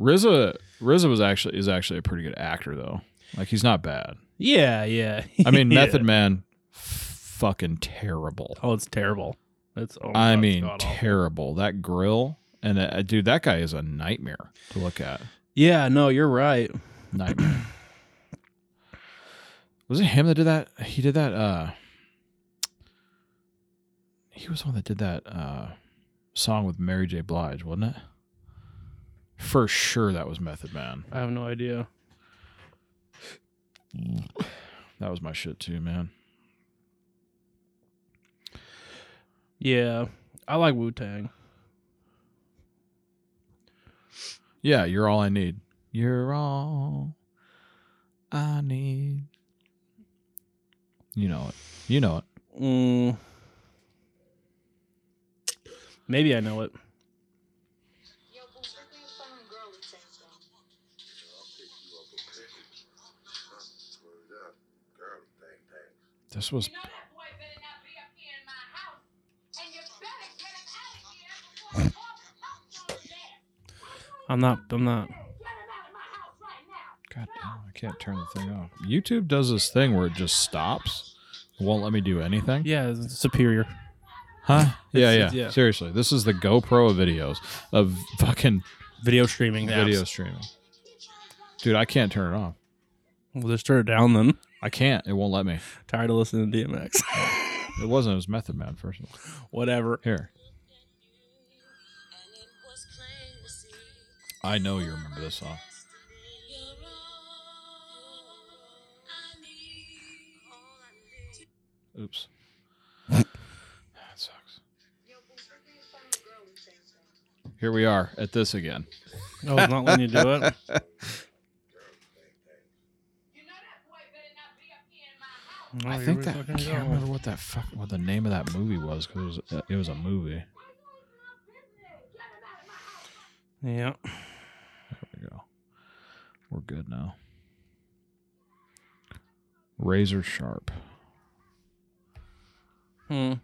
A: RZA, RZA was actually is actually a pretty good actor though. Like he's not bad.
C: Yeah, yeah.
A: I mean,
C: Yeah.
A: Method Man, fucking terrible.
C: Oh, it's terrible. It's oh my
A: I
C: God, it's
A: mean,
C: god-awful.
A: terrible. That grill and uh, dude, that guy is a nightmare to look at.
C: yeah. No, you're right.
A: Nightmare. was it him that did that? He did that. uh He was the one that did that uh song with Mary J. Blige, wasn't it? For sure, that was Method Man.
C: I have no idea.
A: That was my shit too, man.
C: Yeah, I like Wu Tang.
A: Yeah, you're all I need. You're all I need. You know it. You know it.
C: Mm. Maybe I know it.
G: Yo, boo, pick me up some girl to take some.
A: This was
G: You know that boy better not be up here in my house, and you better get him out of here before the boss comes on there.
C: I'm not. I'm not.
G: Get him out of my house right now.
A: God damn, I can't turn the thing off. YouTube does this thing where it just stops. It won't let me do anything.
C: Yeah, it's superior.
A: Huh? Yeah, yeah.
C: It's- yeah.
A: Seriously. This is the GoPro of videos of fucking
C: Video streaming. apps.
A: video streaming. Dude, I can't turn it off.
C: Well, just turn it down then.
A: I can't. It won't let me.
C: Tired of listening to DMX.
A: It wasn't. It was Method Man, first of all.
C: Whatever.
A: Here. I know Oh, you remember this song. Oops. that sucks.
G: Yo, boo, pick me up some girl to take some.
A: Here we are at this again.
C: No, it's not letting you do it.
G: You know that boy better not be up here in my house.
B: Oh,
A: I think that I can't remember what that fuck what the name of that movie was because it was it was a movie.
G: Why you in my business? Get him out of my house.
C: Yeah.
A: There we go. We're good now. Razor Sharp.
C: Hmm.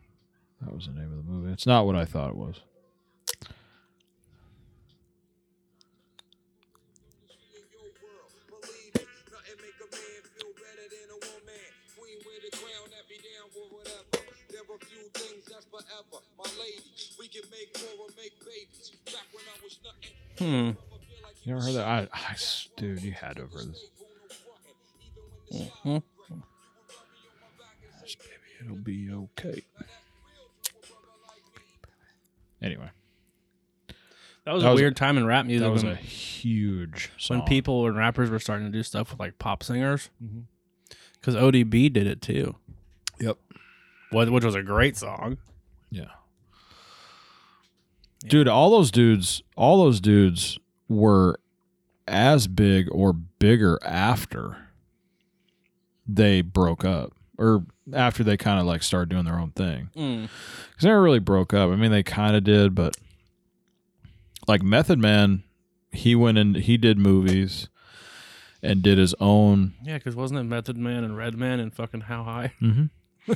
A: That was the name of the movie. It's not what I thought it was.
C: Hmm.
A: You ever heard that? I, I s- dude, you had to have heard this. This baby It'll be okay. Anyway,
C: That was
A: That
C: a
A: was a-
C: weird time in rap music
A: that was
C: when,
A: a huge song.
C: when people and rappers were starting to do stuff with like pop singers. Because ODB did it too.
A: Yep.
C: Wh- Which was a great song.
A: Yeah. Dude, all those dudes, all those dudes were as big or bigger after they broke up or after they kind of like started doing their own thing. Cuz they never really broke up. I mean, they kind of did, but like Method Man, he went and he did movies and did his own
C: Yeah, because wasn't it Method Man and Redman and fucking How High?
A: Mm-hmm.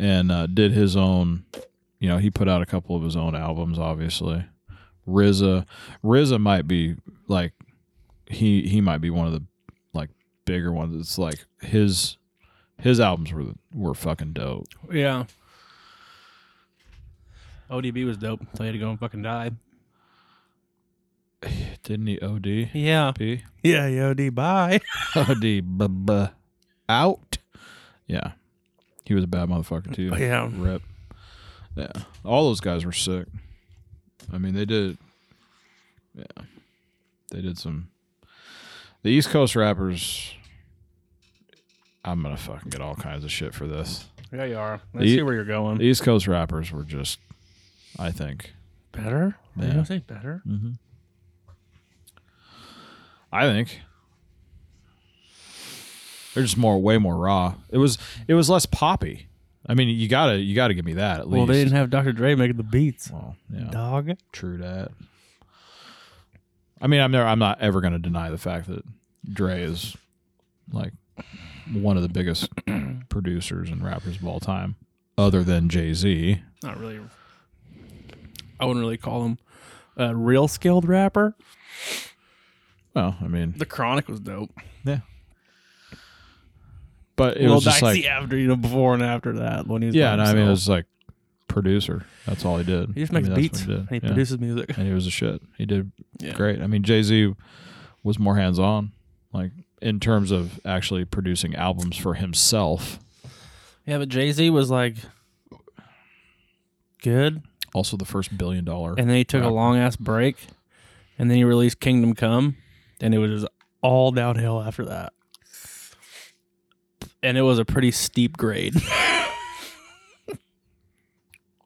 A: and uh, did his own. You know, he put out a couple of his own albums. Obviously, RZA, RZA might be like he he might be one of the like bigger ones. It's like his his albums were were fucking dope.
C: Yeah. ODB was dope until he had to go and fucking die.
A: Didn't he? OD
C: Yeah.
A: P
B: Yeah, yo, D, bye.
A: OD buh, buh. out. Yeah, he was a bad motherfucker
B: Oh,
A: too.
C: Yeah.
A: Rip. Yeah. All those guys were sick. I mean, they did. Yeah. They did some. The East Coast rappers. I'm going to fucking get all kinds of shit for this.
C: Yeah, you are. I
A: The-
C: see where you're going.
A: The East Coast rappers were just, I think.
C: better? Are you
A: Yeah.
C: gonna say better?
A: I think. They're just more, way more raw. It was, it was less poppy. I mean, you gotta, you gotta give me that at least.
C: Well, they didn't have Dr. Dre making the beats.
A: Well, yeah.
B: Dog.
A: True that. I mean, I'm never, I'm not ever going to deny the fact that Dre is like one of the biggest producers and rappers of all time, other than Jay Z.
C: Not really. I wouldn't really call him a real skilled rapper.
A: Well, I mean,
C: The Chronic was dope.
A: but it
C: Lil
A: was just
C: Dixie
A: like,
C: after you know before and after that when he was
A: yeah, and
C: by
A: I mean, it
C: himself.
A: was like producer. That's all he did.
C: he just
A: I
C: makes
A: mean,
C: beats
A: that's what
C: and he
A: did. Yeah.
C: produces music.
A: and he was a shit. He did
C: Yeah.
A: great. I mean, Jay Z was more hands on, like in terms of actually producing albums for himself.
C: Yeah, but Jay Z was like good,
A: Also, the first billion dollar
C: and then he took a
A: Rapper.
C: long ass break, and then he released Kingdom Come, and it was just all downhill after that. And it was a pretty steep grade.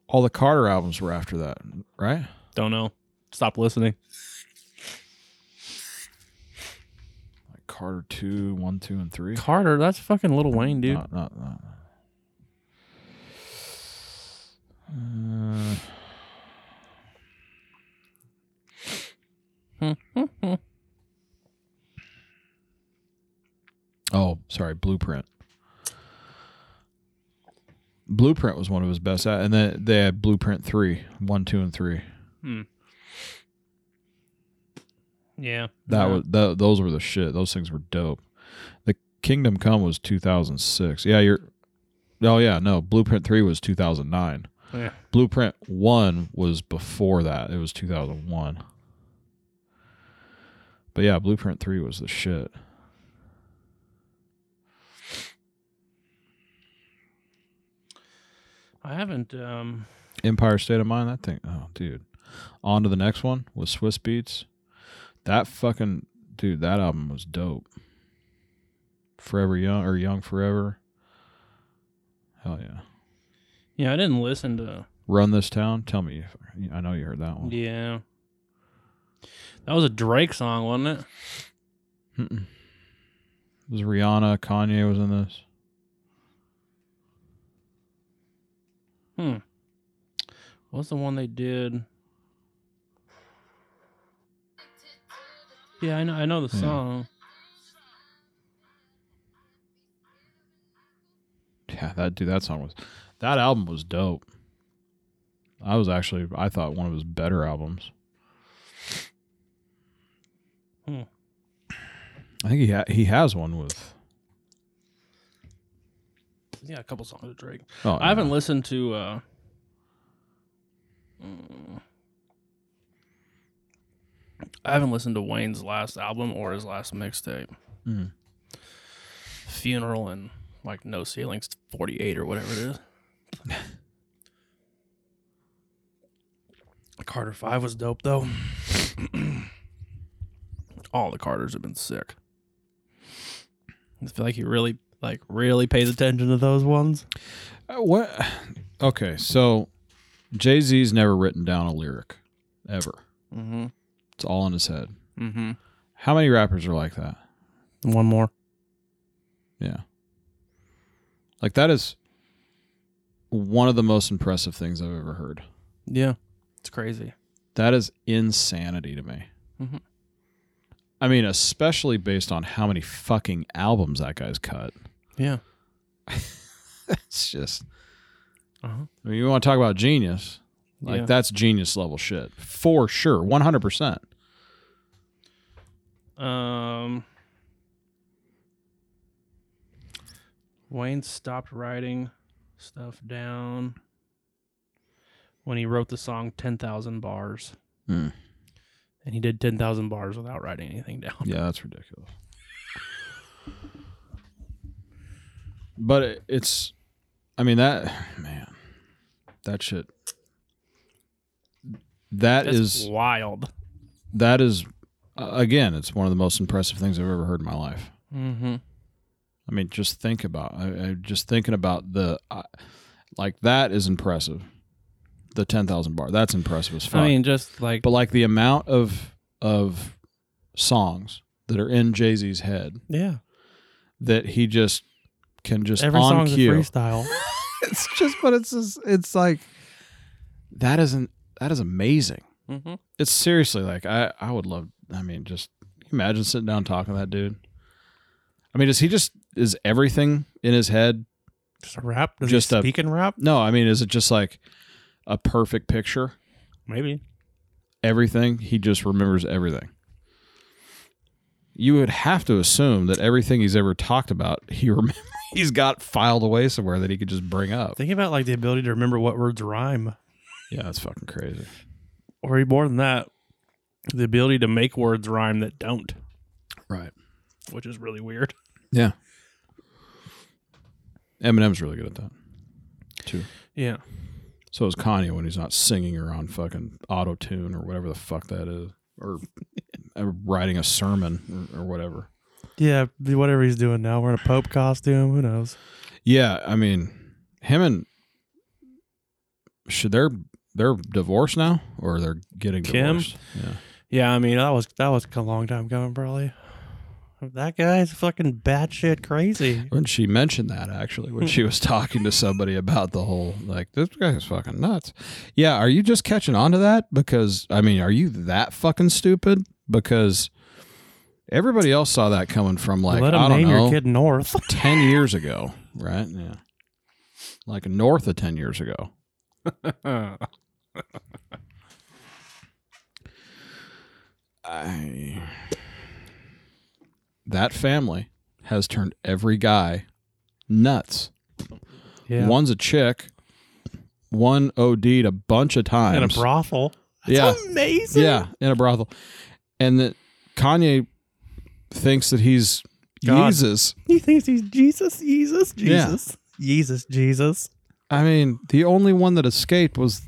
A: all the Carter albums were after that, right?
C: Don't know. Stop listening.
A: Like Carter two, one, two, and three.
C: Carter, that's fucking Little Wayne, dude.
A: Not, not, not. Uh, Uh. oh, sorry, Blueprint. Blueprint was one of his best, al- and then they had Blueprint three, one, two, and three.
C: Yeah.
A: That was that, those were the shit. Those things were dope. The Kingdom Come was 2006. Yeah, you're Oh yeah, no. Blueprint 3 was 2009.
C: Yeah.
A: Blueprint 1 was before that. It was 2001. But yeah, Blueprint 3 was the shit.
C: I haven't. Um,
A: Empire State of Mind, that thing. Oh, dude. On to the next one with Swiss Beats. That fucking dude, that album was dope. Forever Young or Young Forever. Hell yeah.
C: yeah, I didn't listen to.
A: Run This Town. Tell me if I know you heard that one.
C: Yeah. That was a Drake song, wasn't it?
A: Mm-mm. Was Rihanna, Kanye was in this?
C: Hmm. What's the one they did? Yeah, I know. I know the
A: Yeah.
C: song.
A: Yeah, that dude, that song was that album was dope. I was actually I thought one of his better albums.
C: Hmm.
A: I think he ha- he has one with
C: Yeah, a couple songs of Drake.
A: Oh,
C: I haven't listened to. uh mm, I haven't listened to Wayne's last album or his last mixtape.
A: Mm.
C: Funeral and like no ceilings 48 or whatever it is. Carter 5 was dope though. All the Carters have been sick. I feel like he really like really pays attention to those ones.
A: Uh, what? Okay, so Jay Z's never written down a lyric, ever.
C: Mm-hmm.
A: It's all in his head.
C: Mm-hmm.
A: How many rappers are like that?
B: One more.
A: Yeah. Like that is one of the most impressive things I've ever heard.
C: Yeah. It's crazy.
A: That is insanity to me.
C: Mhm.
A: I mean, especially based on how many fucking albums that guy's cut.
C: Yeah.
A: It's just.
C: Uh-huh.
A: I mean, you want to talk about genius? Like
C: Yeah.
A: that's genius level shit for sure, one hundred percent.
C: Um, Wayne stopped writing stuff down when he wrote the song 10,000 Bars.
A: Hmm.
C: And he did 10,000 bars without writing anything down.
A: Yeah, that's ridiculous. But it, it's, I mean that man, that shit. That
C: That's
A: is
C: wild.
A: that is uh, again, it's one of the most impressive things I've ever heard in my life.
C: Mm-hmm.
A: I mean, just think about I, I just thinking about the I like that is impressive. The ten thousand bar that's impressive as fuck.
C: I mean, just like,
A: but like the amount of of songs that are in Jay Z's head
B: Yeah.
A: that he just can just
B: Every
A: on
B: song's a
A: cue.
B: freestyle.
F: It's just, but it's just, it's like
A: That isn't that is amazing.
C: Mhm.
A: It's seriously like I I would love. I mean, just imagine sitting down talking to that dude. I mean, is he just is everything in his head?
B: Just a rap. Does
A: Just
B: just
A: a-
B: a speak and rap.
A: No, I mean, is it just like a perfect picture?
B: Maybe.
A: Everything he just remembers everything. You would have to assume that everything he's ever talked about, he remember, he's got filed away somewhere that he could just bring up.
B: Think about like the ability to remember what words rhyme,
A: Yeah, that's fucking crazy.
B: or more than that, the ability to make words rhyme that don't,
A: Right.
B: which is really weird.
A: Yeah. Eminem's really good at that.
C: yeah.
A: So is Kanye when he's not singing or on fucking auto tune or whatever the fuck that is, or uh, writing a sermon or, or whatever.
B: Yeah, whatever he's doing now, wearing a pope costume. Who knows?
A: Yeah, I mean, him and should they're they're divorced now or they're getting
B: Kim?
A: divorced? Yeah,
B: Yeah, I mean that was that was a long time coming, probably. That guy's fucking batshit crazy.
A: when she mentioned that actually, when she was talking to somebody about the whole like this guy's fucking nuts. Yeah, are you just catching on to that? Because I mean, are you that fucking stupid? Because everybody else saw that coming from like
B: Let
A: I
B: him
A: don't
B: name
A: know.
B: your kid North.
A: 10 years ago, right? Yeah. Like north of 10 years ago. I That family has turned every guy nuts.
B: Yeah,
A: One's a chick, one OD'd a bunch of times.
B: in a brothel.
A: Yeah.
B: amazing.
A: Yeah, in a brothel. And that Kanye thinks that he's
B: God.
A: Jesus.
B: He thinks he's Jesus, Jesus,
A: Yeah.
B: Jesus, Jesus, Jesus.
A: I mean, the only one that escaped was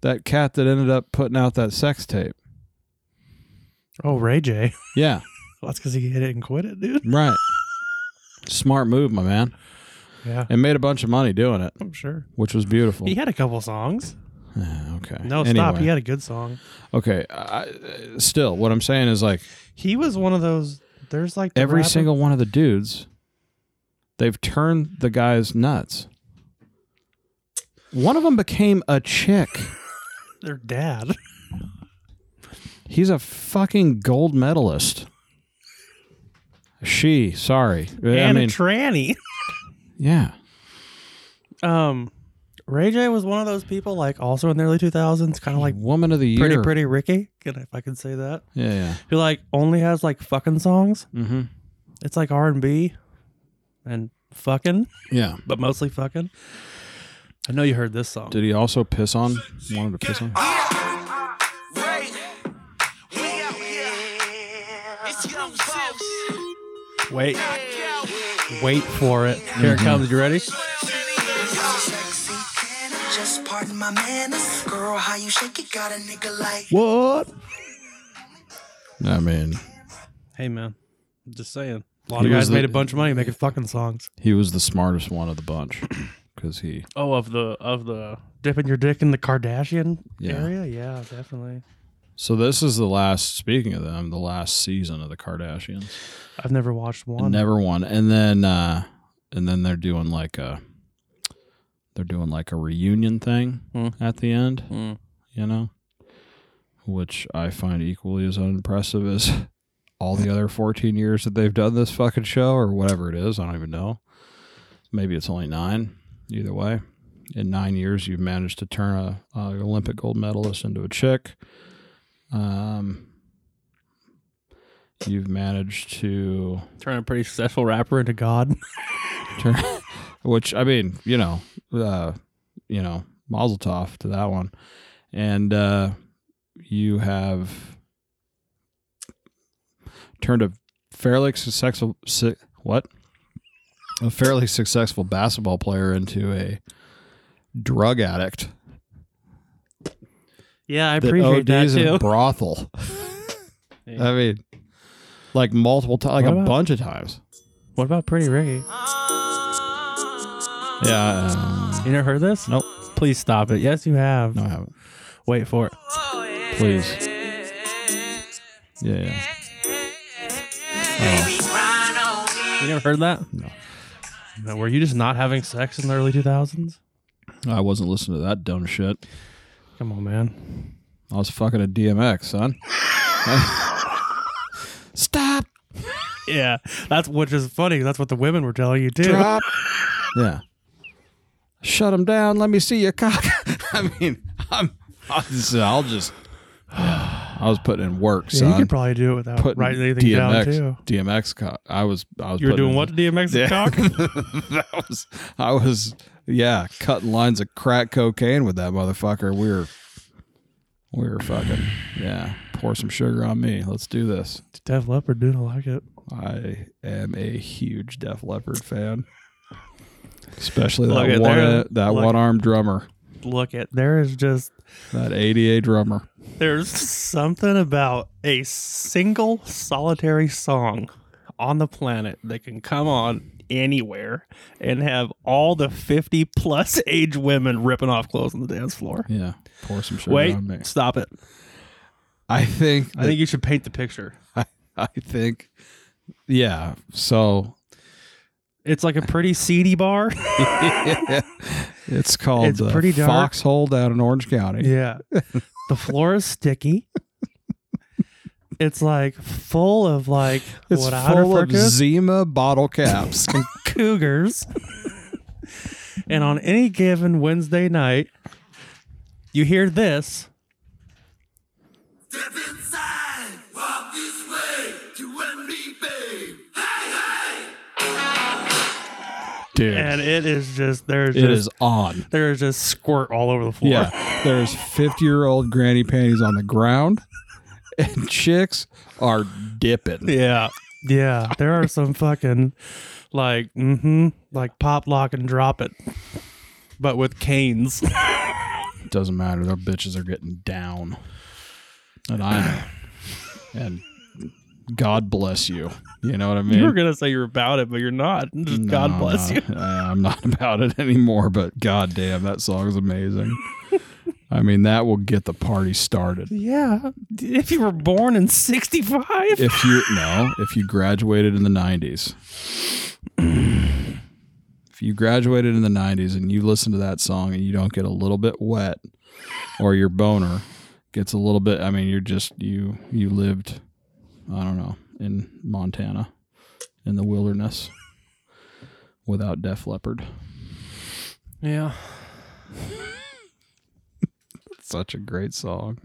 A: that cat that ended up putting out that sex tape.
B: Oh, Ray J.
A: Yeah,
B: Well, that's because he hit it and quit it, dude.
A: right. Smart move, my man.
B: Yeah,
A: And made a bunch of money doing it,
B: I'm sure.
A: which was beautiful.
B: He had a couple songs.
A: okay.
B: No,
A: anyway.
B: stop. He had a good song.
A: Okay. I, uh, still, what I'm saying is like
B: He was one of those. There's like the
A: every
B: rapper-
A: single one of the dudes, they've turned the guys nuts. One of them became a chick.
B: their dad.
A: He's a fucking gold medalist. She, sorry. I
B: and
A: mean,
B: a tranny.
A: yeah.
B: Um, Ray J was one of those people, like also in the early 2000s, kind of like
A: woman of the year.
B: pretty, pretty Ricky, can if I can say that,
A: Yeah, yeah.
B: who like only has like fucking songs.
A: Mm-hmm.
B: It's like R and B, and fucking,
A: Yeah.
B: but mostly fucking. I know you heard this song.
A: Did he also piss on? Wanted to piss on.
B: Ah!
H: It's young folks.
B: Wait, Wait for it.
C: Here it
A: Mm-hmm.
C: comes. You ready?
H: Just pardon my manners. Girl, how you shake it got a nigga like
B: What?
A: I mean,
C: Hey man, I'm just saying.
B: A lot of
A: He was
B: guys made
A: the-
B: a bunch of money making fucking songs.
A: he was the smartest one of the bunch because he.
C: Oh, of the of the
B: Dipping your dick in the Kardashian
A: Yeah.
B: area? Yeah, definitely.
A: So this is the last. Speaking of them, the last season of the Kardashians.
B: I've never watched
A: And
B: one.
A: Never won. And then uh and then they're doing like a they're doing like a reunion thing
C: Hmm.
A: at the end,
B: Hmm.
C: mm,
A: you know? Which I find equally as unimpressive as all the other 14 years that they've done this fucking show or whatever it is, I don't even know. Maybe it's only 9 either way. In 9 years you've managed to turn a, a Olympic gold medalist into a chick. Um You've managed to
C: turn a pretty successful rapper.
B: We're into God.
A: Turn- which I mean, you know, uh, you know, Mazel Tov to that one, and uh, you have turned a fairly successful si- what a fairly successful basketball player into a drug addict
B: Yeah, I
A: that
B: appreciate that
A: ODs in
B: too.
A: a brothel. I mean, like multiple times, like
B: What
A: a
B: about-
A: bunch of times.
B: What about Pretty Ricky?
A: Yeah, uh,
B: You never heard this?
A: Nope.
B: Please stop it. Yes, you have.
A: no, I haven't.
B: Wait for it.
A: Please. Yeah, yeah.
C: You never heard that?
A: No.
B: Now, were you just not having sex in the early 2000s?
A: I wasn't listening to that dumb shit.
B: Come on, man.
A: I was fucking a DMX, son. Stop.
B: Yeah, that's which is funny. 'cause That's what the women were telling you too.
A: Drop. Yeah. Shut him down. Let me see your cock. I mean, I'm. I'll just. I'll just yeah. I was putting in work,
B: Yeah, you
A: son.
B: could probably do it without
A: putting
B: writing anything down
A: DMX,
B: too.
A: DMX cock. I was. I was.
B: You were
A: putting
B: doing
A: in-
B: what to DMX yeah. cock?
A: that was. I was. Yeah, cutting lines of crack cocaine with that motherfucker. We were. We were fucking. Yeah. Pour some sugar on me. Let's do this.
B: Def Leppard, dude, I like it.
A: I am a huge Def Leppard fan, especially
B: Look
A: that
B: at
A: one
B: there.
A: that
B: Look.
A: one arm drummer,
B: Look at there is just
A: that ADA drummer.
B: There's something about a single solitary song on the planet that can come on anywhere and have all the 50 plus age women ripping off clothes on the dance floor.
A: Yeah, pour some sugar
B: Wait,
A: on me.
B: stop it.
A: I think.
B: I think you should paint the picture.
A: I think. Yeah. So
B: It's like a pretty seedy bar.
A: it's called
B: It's
A: the
B: pretty dark.
A: Foxhole down in Orange County.
B: yeah. The floor is sticky. It's like full of like
A: It's
B: what I
A: full
B: refer
A: of
B: to as
A: Zima bottle caps.
B: cougars. and on any given Wednesday night, you hear this.
A: Dude,
B: and it is just there's
A: it
B: just
A: is on.
B: there's just squirt all over the floor.
A: Yeah. There's 50 year old granny panties on the ground, and chicks are dipping.
B: yeah, yeah. There are some fucking like mm-hmm, like pop lock and drop it, but with canes.
A: Doesn't matter. Their bitches are getting down. And I know. And God bless you. You know what I mean?
B: you were gonna say you're about it, but you're not. Just
A: No,
B: God bless
A: no.
B: you.
A: I- I'm not about it anymore, but god damn, that song is amazing. I mean, that will get the party started.
B: Yeah, if you were born in '65,
A: If you no, if you graduated in the nineties. If you graduated in the nineties and you listen to that song and you don't get a little bit wet or your boner gets a little bit I mean, you're just you you lived I don't know, in Montana in the wilderness without Def Leopard.
C: Yeah.
A: Such a great song.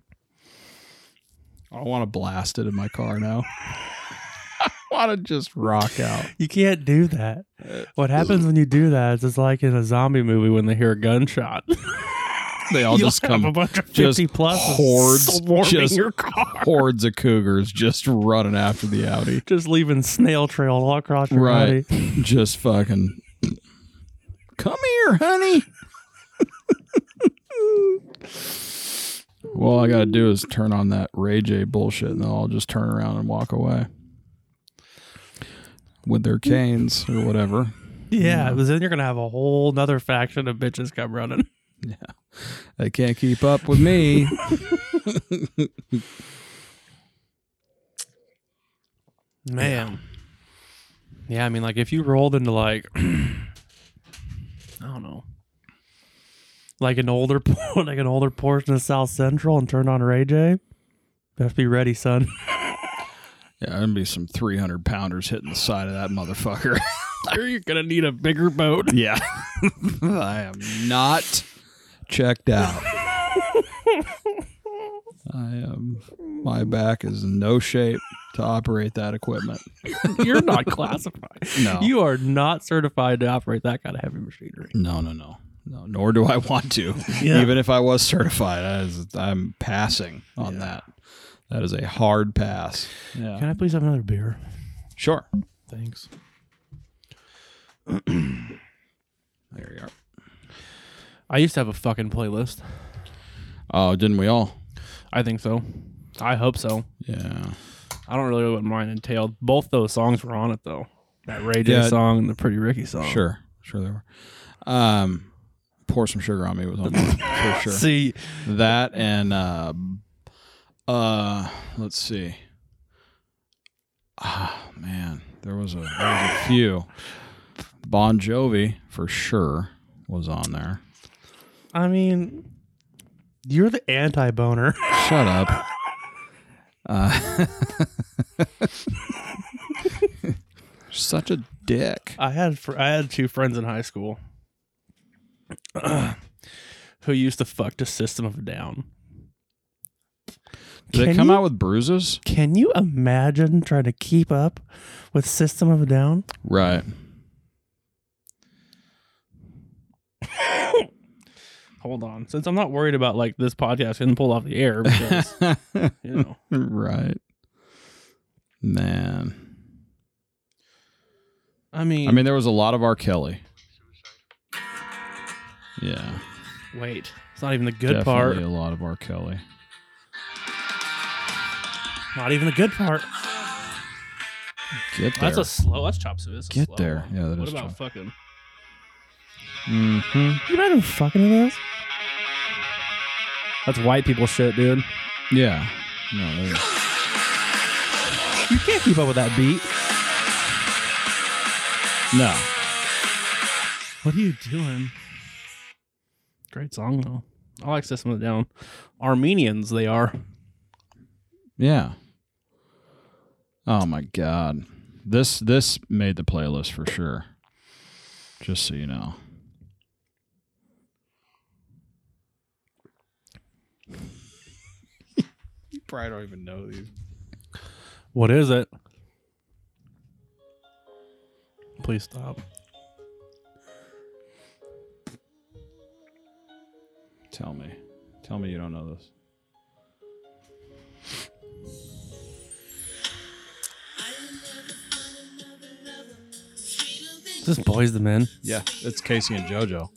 A: I want to blast it in my car now. I want to just rock out.
B: you can't do that. What happens when you do that is it's like in a zombie movie when they hear a gunshot.
A: They all just
B: You'll have a
A: come
B: bunch of
A: just
B: 50 plus
A: hordes,
B: swarming
A: just-
B: your car.
A: hordes of cougars just running after the Audi.
B: Just leaving snail trail all across your
A: Right.
B: body.
A: Just fucking come here, honey. well, all I gotta do is turn on that Ray J bullshit, and then I'll just turn around and walk away with their canes or whatever.
B: Yeah, because then you're gonna have a whole nother faction of bitches come running.
A: They can't keep up with me.
B: Man. Yeah, I mean, like if you rolled into like I don't know, like an older por- like an older portion of South Central and turned on Ray J, you have to be ready, son.
A: Yeah, there'd be some 300 pounders hitting the side of that motherfucker.
B: you're gonna need a bigger boat.
A: yeah. I am not checked out. I am, my back is in no shape to operate that equipment.
B: You're not classified.
A: No.
B: You are not certified to operate that kind of heavy machinery.
A: no, no, no. No, nor do I want to.
B: Yeah.
A: Even if I was certified, I was, I'm passing on that. That is a hard pass. Yeah.
B: Can I please have another beer?
A: Sure.
B: Thanks.
A: There you are.
C: I used to have a fucking playlist.
A: Oh, didn't we all?
C: I think so. I hope so.
A: Yeah.
C: I don't really know what mine entailed. Both those songs were on it though. That Ray J
A: Yeah.
C: song and the Pretty Ricky
B: Oh.
C: song.
A: Sure, sure there were. Um, pour some sugar on me was on there, for sure.
B: See,
A: That and uh, uh, let's see. Ah, man, there was a there was a few. Bon Jovi for sure was on there.
B: I mean, you're the anti boner.
A: Shut up. Uh, such a dick.
C: I had fr- I had two friends in high school who used to fuck to System of a Down.
A: Did
B: Can
A: it come
B: you-
A: out with bruises?
B: Can you imagine trying to keep up with System of a Down?
A: Right.
C: Hold on, since I'm not worried about like this podcast getting pulled off the air because you know
A: right. Man.
C: I mean
A: I mean, there was a lot of R. Kelly. Yeah.
C: wait it's not even the good
A: definitely
C: part
A: a lot of R. Kelly.
B: Not even the good part.
A: Get there.
C: that's a slow that's chop suey that's a
A: Get
C: slow
A: there.
C: one.
A: Yeah, that
C: what
A: is
C: about
A: chop.
C: fucking
A: Mhm.
C: Mm-hmm.
B: You imagine fucking to this?
C: that's white people shit dude
A: Yeah. No, there is-
B: You can't keep up with that beat.
A: no.
C: what are you doing great song though I like System of a Down Armenians they are
A: Yeah. Oh my God. This this made the playlist for sure. Just so you know. you probably don't even know these.
C: what is it please stop
A: Tell me. Tell me you don't know this.
B: Is this Boys the Men?
A: Yeah, it's Casey and JoJo.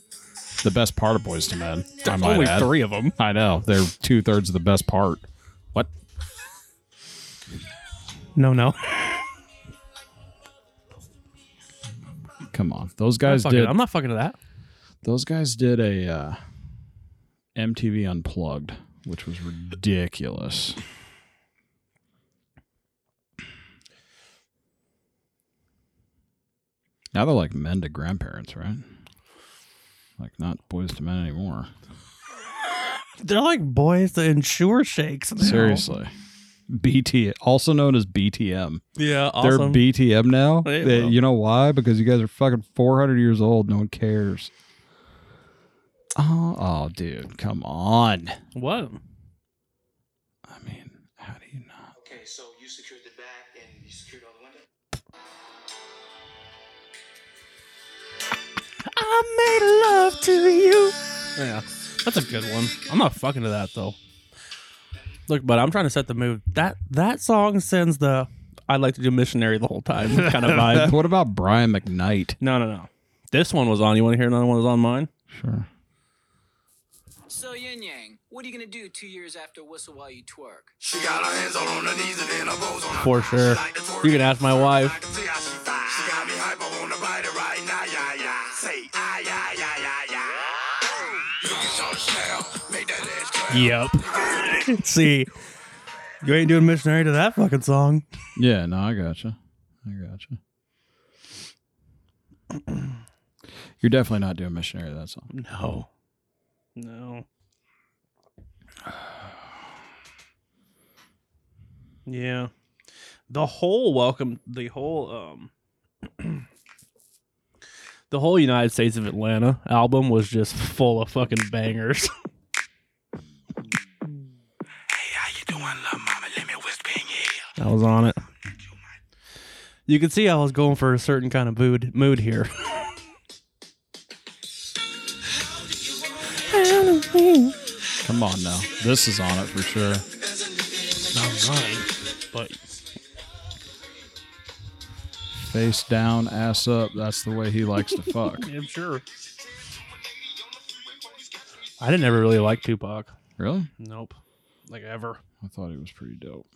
A: The best part of Boys to Men. I might
C: only
A: add.
C: three of them
A: I know. They're two thirds of the best part. What?
B: No, no.
A: Come on. Those guys
B: Fuck it,
A: did
B: I'm not fucking to that.
A: those guys did a uh, MTV Unplugged, which was ridiculous. Now they're like men to grandparents, right? Like not boys to men anymore.
B: They're like boys to insure shakes. now.
A: Seriously. BT, also known as BTM.
B: Yeah,
A: They're
B: awesome.
A: BTM now.
B: Yeah,
A: They-
B: well.
A: you know why? Because you guys are fucking 400 years old. No one cares. Oh, oh, dude, come on.
C: what
A: I mean, how do you not?
D: Okay, so you secured the back and you secured all the windows.
B: I made love to you.
C: Yeah, that's a good one. I'm not fucking to that though. Look, but I'm trying to set the mood. That that song sends the I'd like to do missionary the whole time kind of vibe.
A: What about Brian McKnight?
C: no, no, no. This one was on. You want to hear another one was on mine?
A: Sure.
I: So Yin Yang, what are you gonna do two years after Whistle While You Twerk?
H: She got her hands all on her knees and then her bows on her
C: For sure. You can ask my wife.
H: can see how she fly. She got me hyper on the body right now, yeah, yeah. Say, ah, yeah, yeah, yeah, yeah. Look at your style, make that ass clap.
C: Yep.
B: See, you ain't doing missionary to that fucking song.
A: Yeah, no, I gotcha. I gotcha. You're definitely not doing missionary. That's all.
C: No. No. Yeah. The whole welcome the whole um the whole United States of Atlanta album was just full of fucking bangers.
H: Hey, how you doing, little mama? Let me whisper in your
C: I
H: ear.
C: was on it. You can see I was going for a certain kind of mood mood here.
A: Come on now. This is on it for sure.
C: Not mine, but
A: Face down, ass up. That's the way he likes to fuck.
C: I'm sure. I didn't ever really like Tupac.
A: Really?
C: Nope. Like ever.
A: I thought he was pretty dope.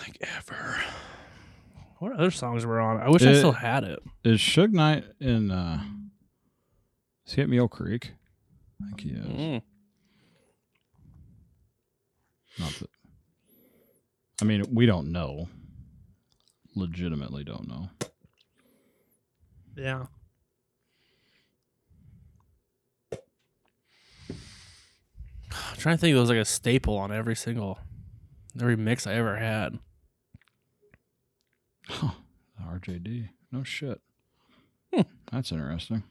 C: Like ever. What other songs were on? I wish I
A: It-
C: still had it.
A: Is Suge Knight in? uh Is he at Mule Creek? I think he is.
C: Mm.
A: Not that. I mean, we don't know. Legitimately, don't know.
C: Yeah. I'm trying to think it was like a staple on every single every mix I ever had.
A: Huh. RJD. No shit.
C: Hmm.
A: That's interesting.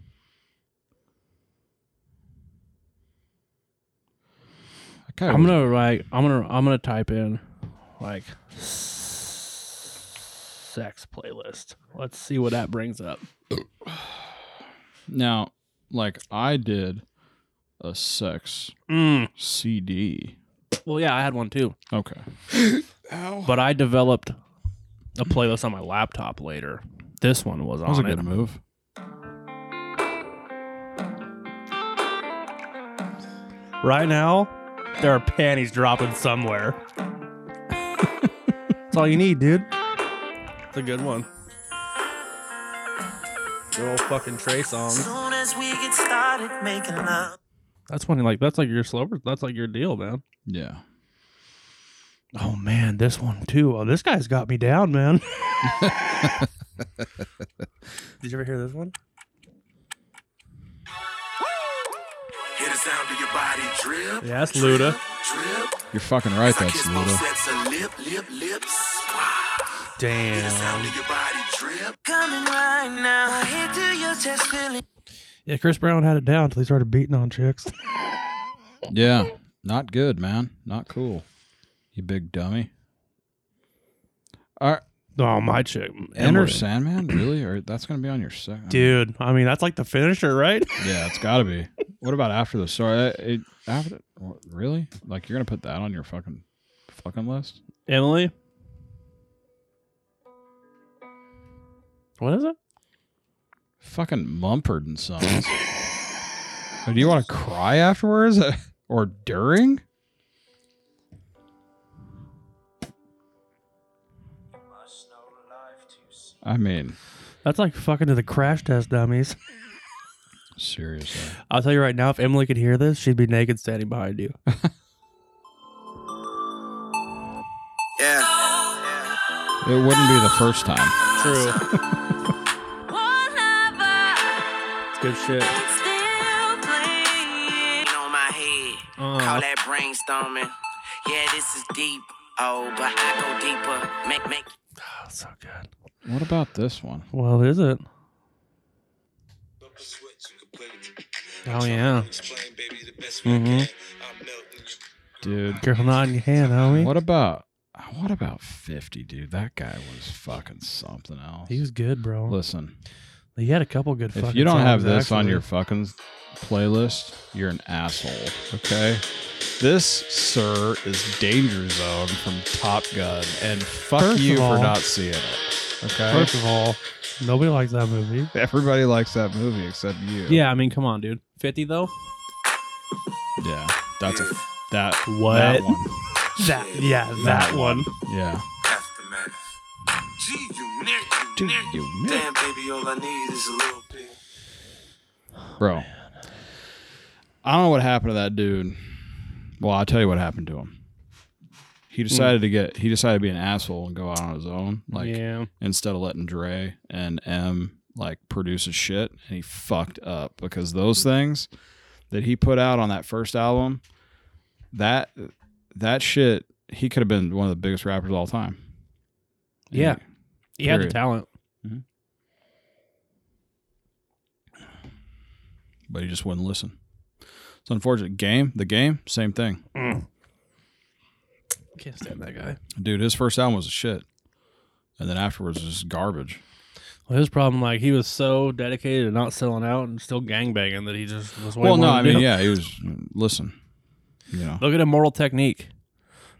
A: I kinda
C: I'm
A: was-
C: gonna like I'm gonna I'm gonna type in like sex playlist. Let's see what that brings up.
A: now, like I did a sex
C: Mm.
A: CD.
C: Well, yeah, I had one too,
A: Okay.
C: but I developed a playlist on my laptop later. This one was
A: That was a
C: on it.
A: good move.
B: Right now, there are panties dropping somewhere. That's all you need, dude.
C: It's a good one. Good old fucking Trey song.
H: Soon as we get started making love.
C: That's funny. Like that's like your slower. That's like your deal, man.
A: Yeah.
B: Oh man, this one too. Oh, this guy's got me down, man. Did you ever hear this one?
H: Hear the sound of your body drip.
C: Yeah, that's Luda.
H: Drip.
A: You're fucking right.
H: I
A: That's
H: kiss both
A: Luda.
H: sets of lip, lip, lips. Hear the
B: Damn.
H: sound of your body drip. Coming right now. My head to your chest feeling.
B: Yeah, Chris Brown had it down until he started beating on chicks.
A: Yeah. Not good, man. Not cool. You big dummy. All right.
B: Oh my chick,
A: Enter Sandman, really? Or that's gonna be on your second,
B: dude. I mean, that's like the finisher, right?
A: Yeah, it's got to be. What about after the story? Uh, It, after, what, really? Like you're gonna put that on your fucking fucking list?
C: Emily. What is it?
A: Fucking Mumford and Sons. Oh, Do you want to cry afterwards or during? I mean,
B: That's like fucking to the crash test dummies.
A: seriously.
B: I'll tell you right now, if Emily could hear this, she'd be naked standing behind you.
H: Yeah.
A: It wouldn't be the first time.
C: True. It's good shit.
H: on my head.
C: Uh-huh.
H: Call that brainstorming. Yeah, this is deep. Oh, but I go deeper. Make, make.
C: so good.
A: What about this one?
B: Well, is it? Oh yeah.
C: Mm-hmm.
A: Dude.
B: Careful not in your hand, homie.
A: What about what about 50, dude? That guy was fucking something else.
B: He was good, bro.
A: Listen,
B: He had a couple good.
A: If
B: fucking
A: you don't have
B: songs,
A: this on
B: actually.
A: your fucking playlist, you're an asshole. Okay. This, sir, is Danger Zone from Top Gun, and fuck
B: First
A: you
B: of all-
A: for not seeing it. Okay.
B: first of all, nobody likes that movie.
A: Everybody likes that movie except you.
C: Yeah, I mean, come on, dude. Fifty though.
A: Yeah. That's a that
B: What?
A: that one.
B: That yeah, that, one.
A: Yeah.
D: Aftermath. Gee, you nick, you nick. Damn, baby, all I need is a little bit.
A: Bro. I don't know what happened to that dude. Well, I'll tell you what happened to him.
C: Hmm.
A: He decided to get he decided to be an asshole and go out on his own. Like
C: yeah.
A: instead of letting Dre and M like produce his shit, and he fucked up because those things that he put out on that first album, that that shit, he could have been one of the biggest rappers of all time.
C: Yeah. He had the
A: Period.
C: talent.
A: but he just wouldn't listen. It's unfortunate. Game, the game, same thing.
C: Can't stand that guy.
A: Dude, his first album was a shit, and then afterwards it was just garbage.
C: Well, his problem, like, he was so dedicated to not selling out and still gangbanging that he just was.
A: well, no, I mean, yeah, he was. Listen, you know,
C: Look at Immortal Technique.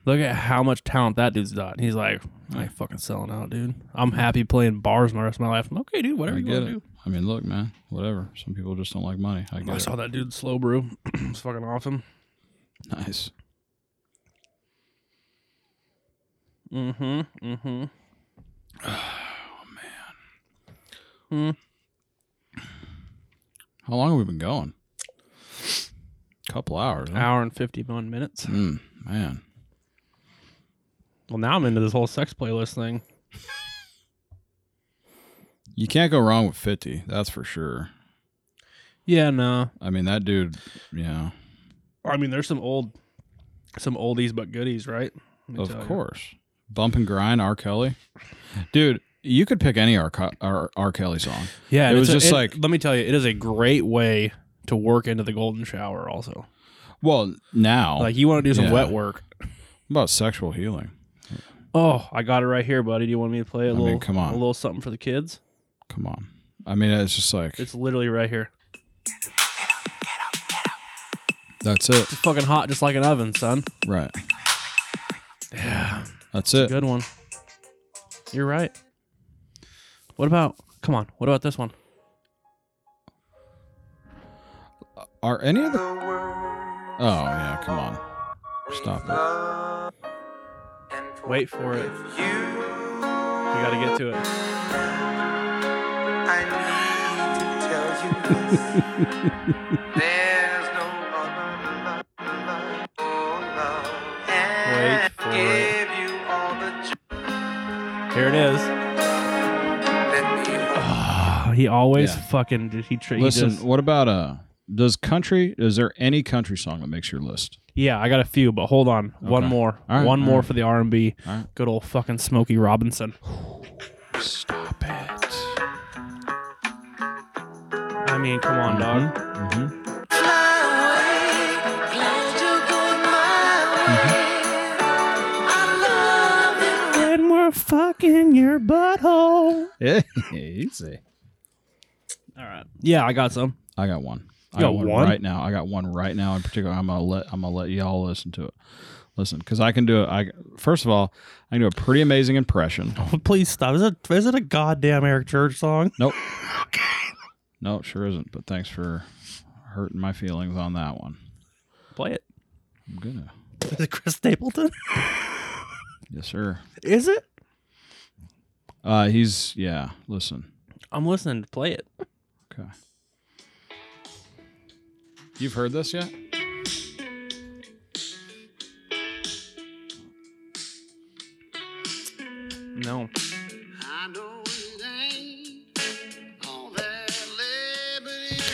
C: Look at how much talent that dude's got. He's like, I ain't fucking selling out, dude. I'm happy playing bars my rest of my life. I'm okay, dude. Whatever
A: I
C: you
A: get
C: want
A: it.
C: to do.
A: I mean, look, man, whatever. Some people just don't like money. I get
C: I
A: it.
C: saw that dude slow brew. it's fucking awesome.
A: Nice.
C: Mm-hmm. Mm-hmm.
A: How long have we been going? Couple hours. Huh?
C: Hour and fifty one minutes.
A: Mm, man.
C: Well, now I'm into this whole sex playlist thing.
A: You can't go wrong with 50, that's for sure.
C: Yeah, no.
A: I mean, that dude, you know,
C: I mean, there's some old, some oldies but goodies, right? Let me
A: of
C: tell ya.
A: course. Bump and grind, R. Kelly. Dude, you could pick any R. Co- R. R. Kelly song.
C: Yeah, and
A: It was
C: it's a-
A: just like-
C: Let me tell you, it is a great way to work into the golden shower. Also,
A: Well, now,
C: like you want to do some
A: Yeah.
C: wet work.
A: about sexual healing.
C: Oh, I got it right here, buddy. Do you want me to play a
A: I mean,
C: little?
A: come on.
C: a little something for the kids.
A: Come on. I mean, it's just like,
C: It's literally right here.
A: that's it.
C: It's fucking hot, just like an oven, son.
A: Right. Yeah. That's it.
C: Good one. You're right. What about? Come on. What about this one?
A: Are any of the. Oh, yeah, come on. Stop it.
C: Wait for it. You gotta get to it.
H: I need to tell you this. There's no other love, love, oh, love.
C: Wait for it.
H: Give you all the
C: Here it is.
H: let me hold
C: Oh, he always
A: Yeah.
C: fucking did. He, tra- he
A: Listen,
C: just-
A: what about uh does country is there any country song that makes your list?
C: yeah, I got a few, but hold on. One
A: Okay.
C: more.
A: All right,
C: One
A: all
C: more
A: right.
C: for the R and B.
A: All right.
C: Good old fucking Smokey Robinson.
A: Stop it.
C: I mean, come on, dog.
A: Mm-hmm.
B: When we're fucking your butthole.
A: Yeah, easy.
C: All right. Yeah, I got some.
A: I got one. I
C: You got one?
A: right now. I got one right now in particular. I'm gonna let I'm gonna let y'all listen to it. Listen, because I can do it. I first of all, I can do a pretty amazing impression.
B: Mm-hmm. Please stop. Is it is it a goddamn Eric Church song?
A: Nope. No, it sure isn't. But thanks for hurting my feelings on that one.
C: Play it.
A: I'm gonna.
B: Is it Chris Stapleton?
A: Yes, sir.
B: Is it?
A: Uh, he's yeah. Listen,
C: I'm listening. Play it.
A: okay. You've heard this yet?
C: No.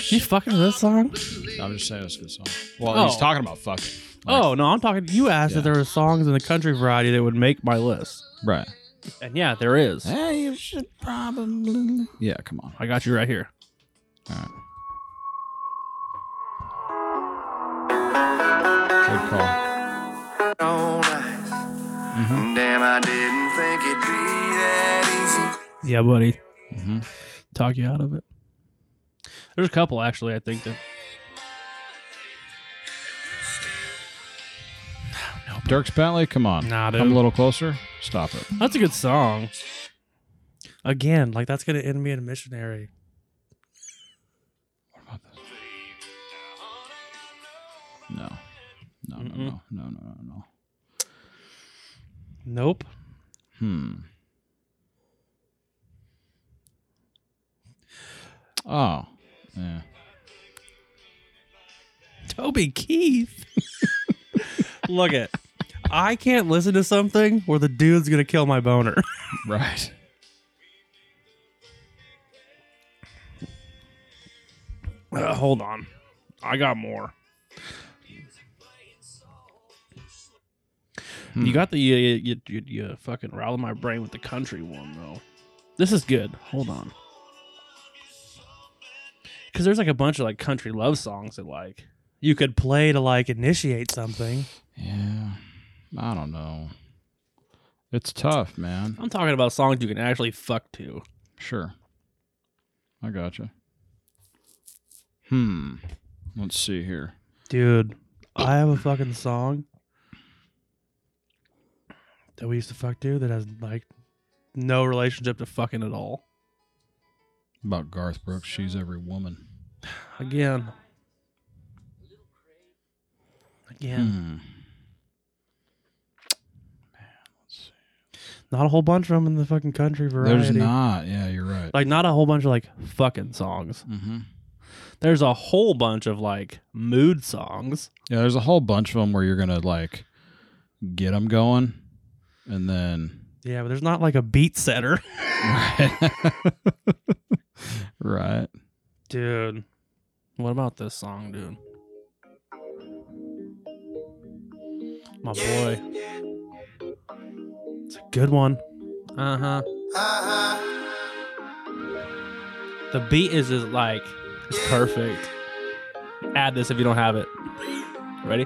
C: You fucking with this song?
A: I'm just saying it's a good song. Well,
C: Oh.
A: he's talking about fucking. Like-
B: Oh no, I'm talking. You asked
A: Yeah.
B: if there were songs in the country variety that would make my list.
A: Right.
C: And yeah, there is.
A: Hey, you should probably. Yeah, come on.
C: I got you right here.
A: Good call.
H: on ice. Damn, I didn't think it'd be that easy.
C: Yeah, buddy. talk you out of it. There's a couple actually. I think that
A: Dirk Bentley, come on.
C: Nah, dude.
A: Come a little closer. Stop it.
C: that's a good song.
B: Again, like that's gonna end me in a missionary.
A: No. No, no, no, no, no, no, no.
B: Nope.
A: Hmm. Oh. Yeah.
B: Toby Keith. Look it. I can't listen to something where the dude's gonna kill my boner.
A: Right.
C: Uh, hold on, I got more. You got the uh, you, you, you, you fucking rattled my brain with the country one though. This is good. Hold on, because there's like a bunch of like country love songs that like
B: You could play to like initiate something.
A: Yeah. I don't know. It's tough, man.
C: I'm talking about songs you can actually fuck to.
A: Sure. I gotcha. Hmm. Let's see here.
B: Dude, I have a fucking song that we used to fuck to that has like no relationship to fucking at all.
A: About Garth Brooks, she's every woman.
B: Again. Again.
A: Hmm.
B: Not a whole bunch of them in the fucking country variety.
A: Hmm. There's not. Yeah, you're right.
B: like not a whole bunch of like fucking songs.
A: mm-hmm.
C: There's a whole bunch of like mood songs.
A: Yeah, there's a whole bunch of them where you're gonna like get them going, and then
B: Yeah, but there's not like a beat setter.
A: right.
B: Dude.
C: What about this song, dude?
B: My boy. It's a good one.
C: Uh huh.
H: Uh-huh.
C: The beat is just like it's perfect. Add this if you don't have it. Ready?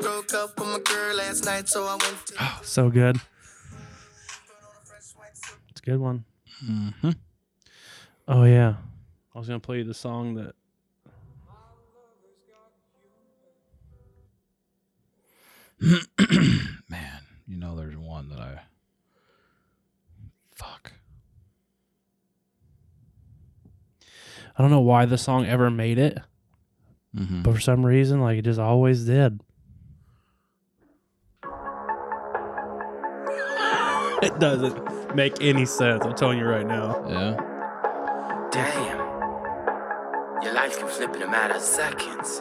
H: Broke up with my girl last night, so I went to
B: So good. It's a good one.
A: Mm-hmm.
B: Oh yeah.
C: I was gonna play you the song that.
A: Man, you know there's one that I. Fuck.
B: I don't know why the song ever made it,
A: Mm-hmm.
B: but for some reason, like it just always did.
C: It doesn't make any sense. I'm telling you right now.
A: Yeah.
D: Damn. Your life can flip in a matter of seconds.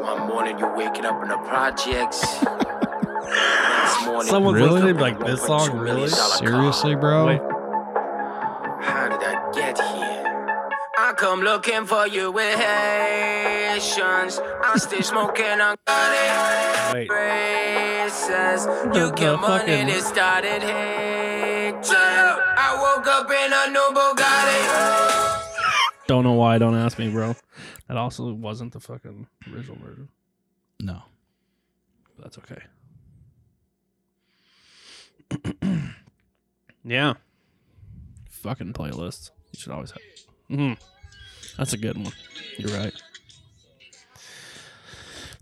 D: One morning you're waking up in the projects. Next morning,
C: Someone's
D: you wake
C: listening
D: up in
C: like,
D: a
C: this song,
D: $1.2
C: really?
D: million dollar car.
A: Seriously, bro.
C: Wait.
D: How did I get here? I come looking for you with Haitians. I'm still smoking on gunny
C: Wait.
D: races.
C: The-
D: You
C: the
D: get money,
C: fucking-
D: this started hatred. I woke up in a new Bugatti.
C: Don't know why. Don't ask me, bro. That also wasn't the fucking original version.
A: No.
C: But that's okay. yeah. Fucking playlists. You should always have. Mhm. That's a good one. You're right.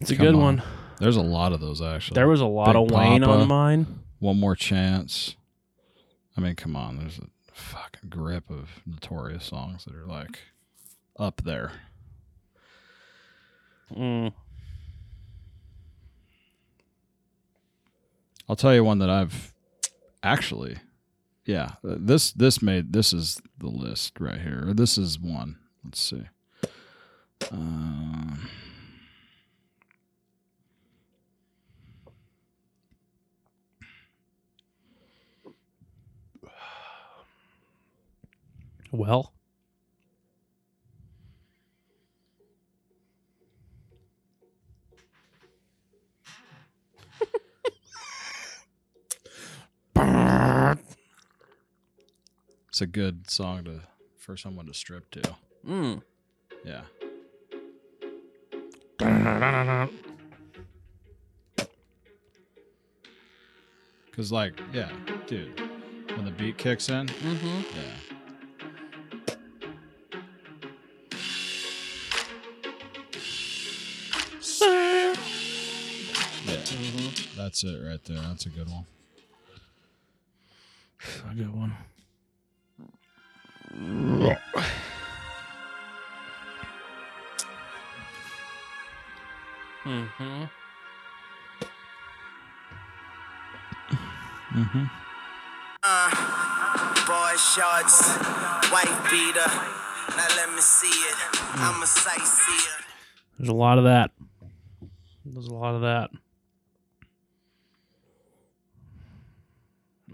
C: It's a
A: Come
C: good
A: on.
C: one.
A: There's a lot of those actually.
C: There was a lot
A: Big
C: of Wayne
A: Papa.
C: on mine.
A: one more chance. I mean, come on. There's a fucking grip of notorious songs that are like up there.
C: Mm.
A: I'll tell you one that I've actually, yeah. uh, This this made this is the list right here. Or This is one. Let's see. Um,
B: Well,
A: it's a good song to for someone to strip to.
C: Mm.
A: Yeah. Cause like, yeah, dude, When the beat kicks in.
C: Mm-hmm.
A: Yeah. Yeah. That's it right there. That's a good one.
C: A good one. Mm-hmm.
D: Uh, boy shorts, white beater. Now let me see it. I'm a sightseer.
C: There's a lot of that. There's a lot of that.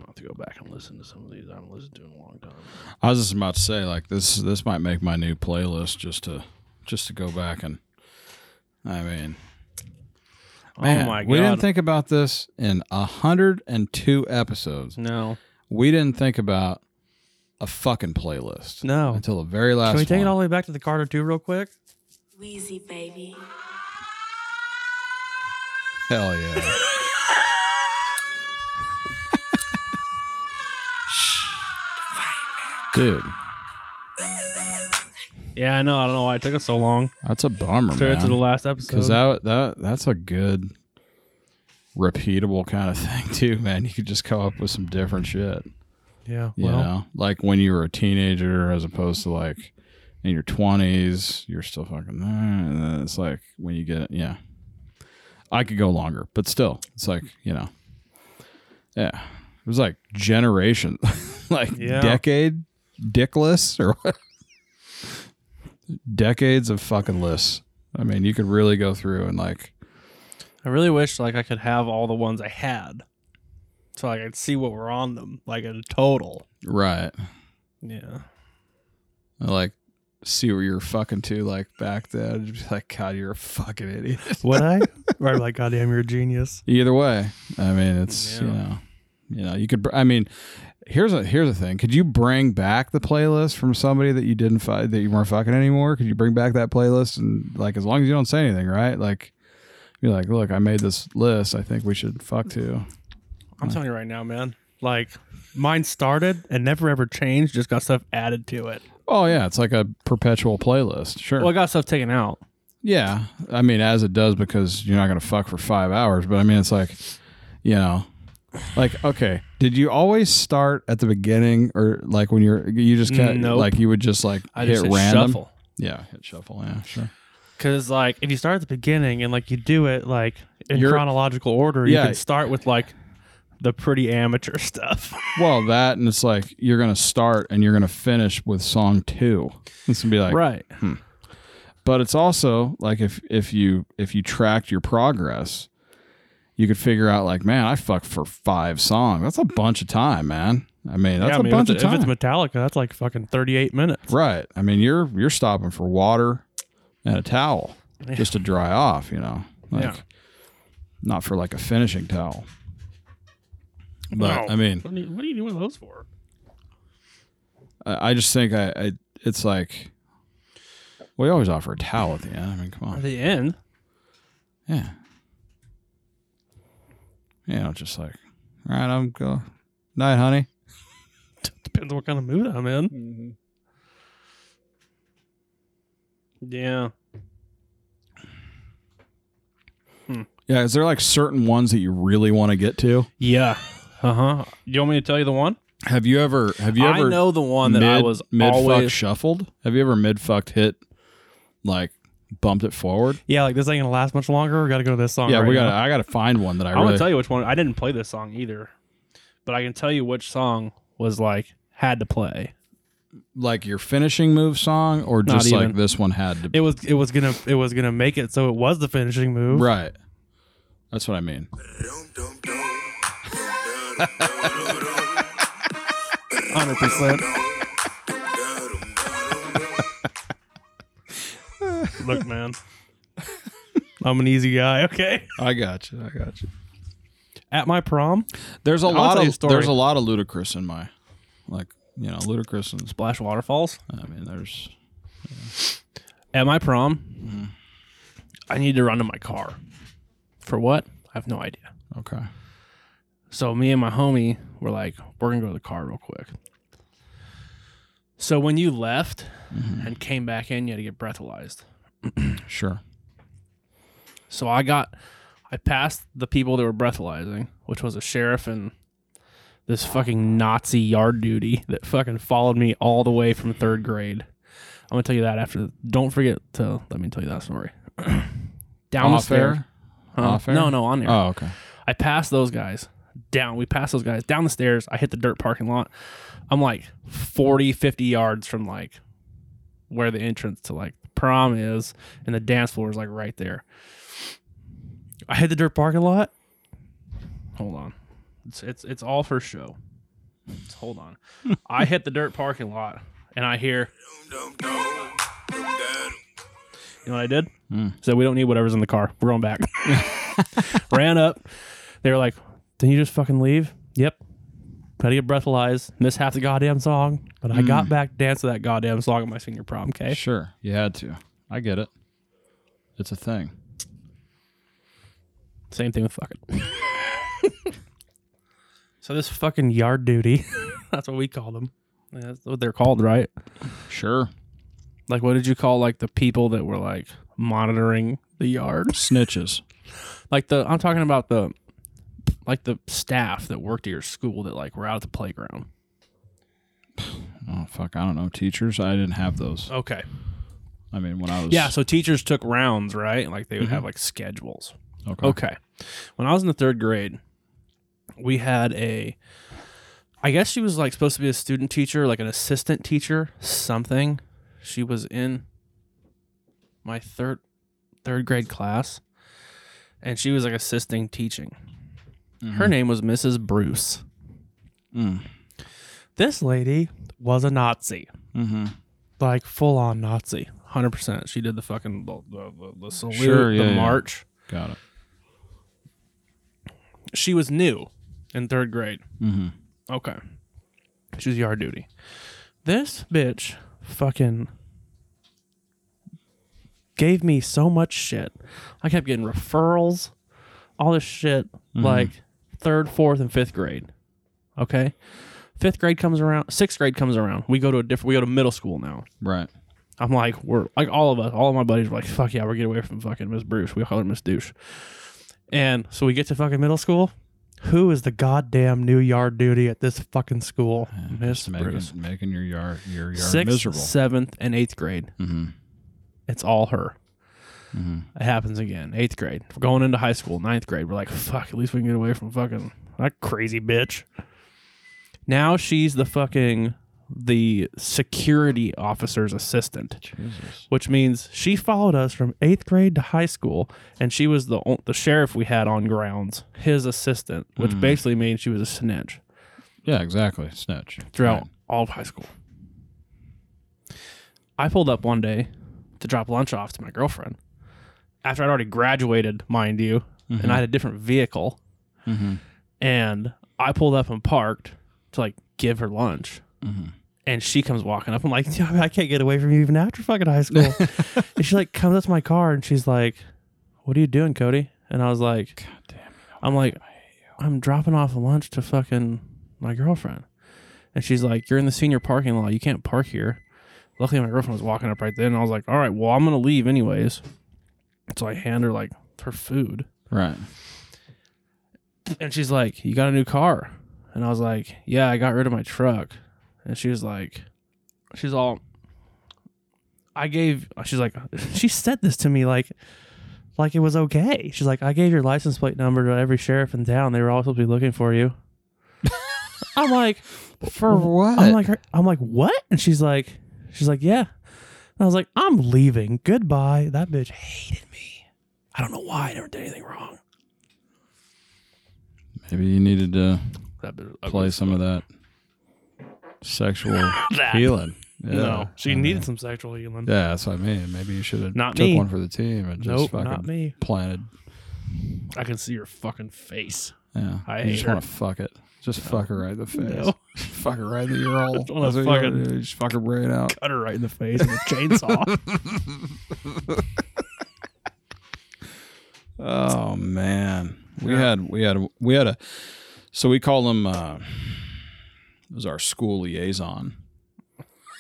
C: I'll have to go back and listen to some of these. I haven't listened to in a long time.
A: I was just about to say, like this this might make my new playlist just to just to go back and I mean man,
C: oh my god!
A: We didn't think about this in hundred and two episodes.
C: no,
A: We didn't think about a fucking playlist.
B: No.
A: Until the very last
B: Can we take
A: one.
B: it all the way back to the Carter 2 real quick?
G: Wheezy, baby.
A: Hell yeah. Dude,
C: yeah, I know. I don't know why it took us so long.
A: that's a bummer,
C: Compared to the
A: man.
C: last episode.
A: Because that that that's a good repeatable kind of thing too, man. You could just come up with some different shit.
B: Yeah.
A: You know? Like when you were a teenager as opposed to like in your twenties, you're still fucking there. And then it's like when you get yeah. I could go longer, but still, it's like, you know. Yeah. It was like generation like
B: Yeah.
A: decade dickless or what? Decades of fucking lists. I mean, you could really go through and like
C: I really wish like I could have all the ones I had, so like I'd see what were on them, like in total.
A: right.
C: Yeah.
A: Like see where you're fucking to like back then. Just be like, God, you're a fucking idiot.
B: Would I? right, like, goddamn, you're a genius.
A: Either way, I mean, it's you
C: Yeah.
A: know, you know, you could. br- I mean, here's a here's a thing. Could you bring back the playlist from somebody that you didn't fight that you weren't fucking anymore? Could you bring back that playlist and like as long as you don't say anything, right? Like you're like, look, I made this list. I think we should fuck to.
C: I'm telling you right now, man. Like mine started and never ever changed. Just got stuff added to it.
A: Oh yeah, it's like a perpetual playlist. Sure.
C: Well, I got stuff taken out.
A: Yeah, I mean, as it does because you're not gonna fuck for five hours. But I mean, it's like, you know, like okay, did you always start at the beginning or like when you're you just kind
C: Nope.
A: like you would just like
C: I
A: hit
C: just hit
A: random?
C: shuffle.
A: Yeah, hit shuffle. Yeah, sure.
B: Because, like, if you start at the beginning and, like, you do it, like, in
A: You're-
B: chronological order,
A: Yeah.
B: you can start with, like,
C: The pretty amateur stuff.
A: Well, that and it's like you're gonna start and you're gonna finish with song two. It's gonna be like
C: right.
A: but it's also like if if you if you tracked your progress you could figure out like man i fucked for five songs that's a bunch of time man i mean that's
B: yeah, I
A: a
B: mean, if
A: bunch of
B: it's-
A: time
B: If it's Metallica, that's like fucking 38 minutes.
A: Right. I mean, you're you're stopping for water and a towel just to dry off. You know, like
C: Yeah.
A: not for like a finishing towel. But I mean,
C: What are, you, what are you doing those for?
A: I, I just think I, I it's like we always offer a towel at the end. I mean, come
C: At
A: on,
C: the end.
A: yeah, you know, just like all right, I'm go night, honey.
B: Depends on what kind of mood I'm in.
C: Hmm. Yeah.
A: Yeah, is there like certain ones that you really want to get to?
C: Yeah. Uh huh. You want me to tell you the one?
A: Have you ever? Have Uh-huh. you ever?
C: I know the one that I was
A: mid fuck
C: always.
A: shuffled. Have you ever mid fucked hit like bumped it forward?
B: Yeah, like, this ain't going to last much longer. We got to go to this song.
A: yeah,
B: right
A: we got.
B: now.
A: to I got to find one that I
C: I want
A: really.
C: to tell you which one. I didn't play this song either, but I can tell you which song was like had to play.
A: like your finishing move song, or
C: Not
A: just like
C: even.
A: this one had to. be
B: It was it was gonna it was gonna make it so it was the finishing move.
A: Right. That's what I mean.
B: Hundred percent. Look, man, I'm an easy guy. Okay.
A: I got you. I got you.
B: At my prom,
A: There's a
B: I'll
A: lot
B: tell you a
A: of
B: story.
A: there's a lot of ludicrous in my, like you know ludicrous and
C: Splash waterfalls
A: I mean there's
C: at my prom.
A: Mm-hmm.
C: I need to run to my car. For what? I have no idea.
A: okay
C: So me and my homie were like, we're gonna go to the car real quick. So when you left
A: Mm-hmm.
C: and came back in, you had to get breathalyzed.
A: Sure.
C: So I got, I passed the people that were breathalyzing, which was a sheriff and this fucking Nazi yard duty that fucking followed me all the way from third grade. I'm gonna tell you that after. Don't forget to let me tell you that story. Down the
A: Off
C: stairs.
A: air?
C: Huh?
A: Off air?
C: No, no, on there.
A: Oh, okay.
C: I passed those guys down. We passed those guys down the stairs. I hit the dirt parking lot. I'm like 40, 50 yards from like where the entrance to like prom is, and the dance floor is like right there. I hit the dirt parking lot. Hold on. It's it's it's all for show. Just hold on. I hit the dirt parking lot and I hear you know what I did? So we don't need whatever's in the car. We're going back. Ran up. They were like, "Didn't you just fucking leave?" Yep. Had to get breathalyzed. Missed half the goddamn song, but I got back, danced to that goddamn song at my senior prom. Okay.
A: Sure. You had to. I get it. It's a thing.
C: Same thing with fucking. so this fucking yard duty. that's what we call them. Yeah, That's what they're called, right?
A: Sure.
C: Like, what did you call like the people that were like monitoring the yard?
A: Snitches.
C: like the I'm talking about the like the staff that worked at your school that like were out at the playground.
A: Oh fuck, I don't know. Teachers, I didn't have those.
C: Okay.
A: I mean, when I was
C: Yeah, so teachers took rounds, right? Like they would have like schedules.
A: okay.
C: Okay. When I was in the 3rd grade, we had a I guess she was like supposed to be a student teacher, like an assistant teacher, something. She was in my 3rd 3rd grade class and she was like assisting teaching.
A: Mm-hmm.
C: Her name was Mrs. Bruce.
B: This lady was a Nazi,
A: Mm-hmm.
B: like full on Nazi.
C: Hundred percent. She did the fucking the, the, the salute,
A: Sure, yeah,
C: the
A: yeah.
C: march.
A: Got it.
C: She was new in third grade.
A: Mm-hmm.
C: Okay, she was yard duty. This bitch fucking gave me so much shit. I kept getting referrals, all this shit. Like third, fourth, and fifth grade. Okay, fifth grade comes around. Sixth grade comes around. We go to a different. We go to middle school now.
A: Right.
C: I'm like, we're like all of us, all of my buddies were like, fuck yeah, we're getting away from fucking Miss Bruce. We call her Miss Douche. And so we get to fucking middle school.
B: Who is the goddamn new yard duty at this fucking school?
A: Miss making,
C: Bruce.
A: making your yard your yard
C: Sixth,
A: miserable.
C: seventh, and eighth grade.
A: Mhm.
C: It's all her. It happens again. Eighth grade. We're going into high school. Ninth grade. We're like, fuck, at least we can get away from fucking that crazy bitch. Now she's the fucking the security officer's assistant.
A: Jesus.
C: which means she followed us from eighth grade to high school, and she was the o- the sheriff we had on grounds, his assistant, which
A: Mm.
C: basically means she was a snitch
A: Yeah, exactly. Snitch.
C: throughout
A: Right.
C: all of high school. I pulled up one day to drop lunch off to my girlfriend after I'd already graduated, mind you, and I had a different vehicle. And I pulled up and parked to like give her lunch. And she comes walking up. I'm like,
B: Dude, I can't get away from you even after fucking high school. and she like comes up to my car and she's like,
C: what are you doing, Cody? And I was like, I'm like, I'm dropping off lunch to fucking my girlfriend. And she's like, You're in the senior parking lot. You can't park here. Luckily, my girlfriend was walking up right then. And I was like, All right, well, I'm going to leave anyways. So I hand her like her food.
A: Right.
C: And she's like, You got a new car? And I was like, Yeah, I got rid of my truck. And she was like, She's all, I gave, she's like,
B: she said this to me like, like it was okay. She's like, I gave your license plate number to every sheriff in town. They were all supposed to be looking for you. I'm like, for
C: Mm.
F: what?
B: I'm like, I'm like, what? And she's like, she's like, yeah. And I was like, I'm leaving. Goodbye. That bitch hated me. I don't know why. I never did anything wrong.
A: Maybe you needed to
C: that bit,
A: play some of that sexual healing. Yeah.
C: No, she needed some sexual healing.
A: Mm-hmm. Yeah, that's what I mean. Maybe you should have
C: Not
A: took
C: me.
A: one for the team and just
B: Nope,
A: fucking
B: not me.
A: planted.
C: I can see your fucking face.
A: Yeah.
C: I
A: you just
C: hate her.
A: want to fuck it. Just fuck her right in the face.
C: No.
A: fuck her right in the ear hole.
C: Just wanna
A: That's what you gotta
C: fucking-
A: do. Just fuck her brain out.
C: Cut her right in the face with a chainsaw.
A: Oh man, we had we had we had a So we call him. Uh, it was our school liaison.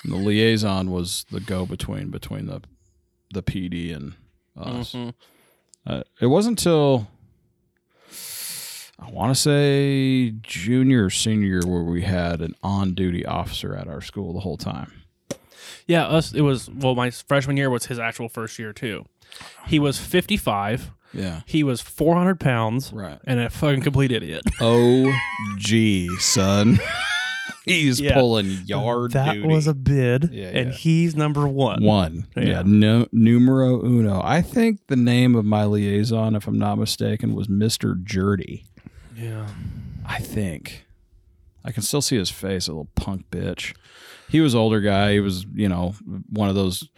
A: And the liaison was the go between between the the PD and us.
C: Mhm.
A: Uh, it wasn't until I want to say junior or senior year where we had an on duty officer at our school the whole time.
C: Yeah, us. It was well. My freshman year was his actual first year too. He was 55.
A: Yeah.
C: He was 400 pounds
A: Right.
C: and a fucking complete idiot.
A: Oh, gee, son. He's
C: Yeah.
A: pulling yard
B: that
A: duty.
B: was a bid,
A: Yeah,
B: and
A: yeah.
B: he's number one.
A: One. Yeah.
C: Yeah.
A: No, numero uno. I think the name of my liaison, if I'm not mistaken, was Mr. Jerdy.
C: yeah.
A: I think. I can still see his face, a little punk bitch. He was older guy. He was, you know, one of those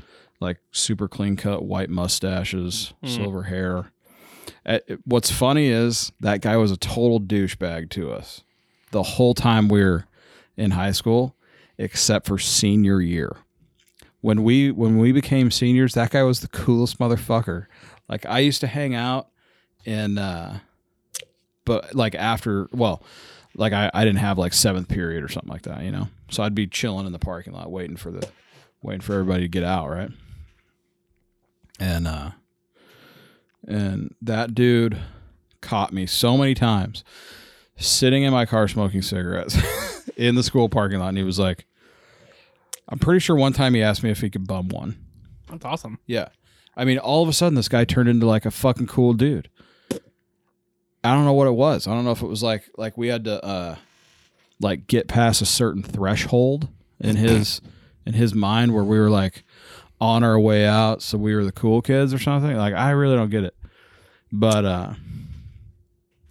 A: like super clean cut white mustaches, silver hair. Uh, what's funny is that guy was a total douchebag to us the whole time we were in high school, except for senior year. When we when we became seniors, that guy was the coolest motherfucker. Like I used to hang out in uh but like after well like I, I didn't have like seventh period or something like that you know so i'd be chilling in the parking lot waiting for the waiting for everybody to get out right and uh and that dude caught me so many times sitting in my car smoking cigarettes in the school parking lot and he was like i'm pretty sure one time he asked me if he could bum one
C: That's awesome.
A: yeah. I mean, all of a sudden, this guy turned into like a fucking cool dude. I don't know what it was. I don't know if it was like like we had to uh like get past a certain threshold in his in his mind where we were like on our way out, so we were the cool kids or something. Like I really don't get it. But uh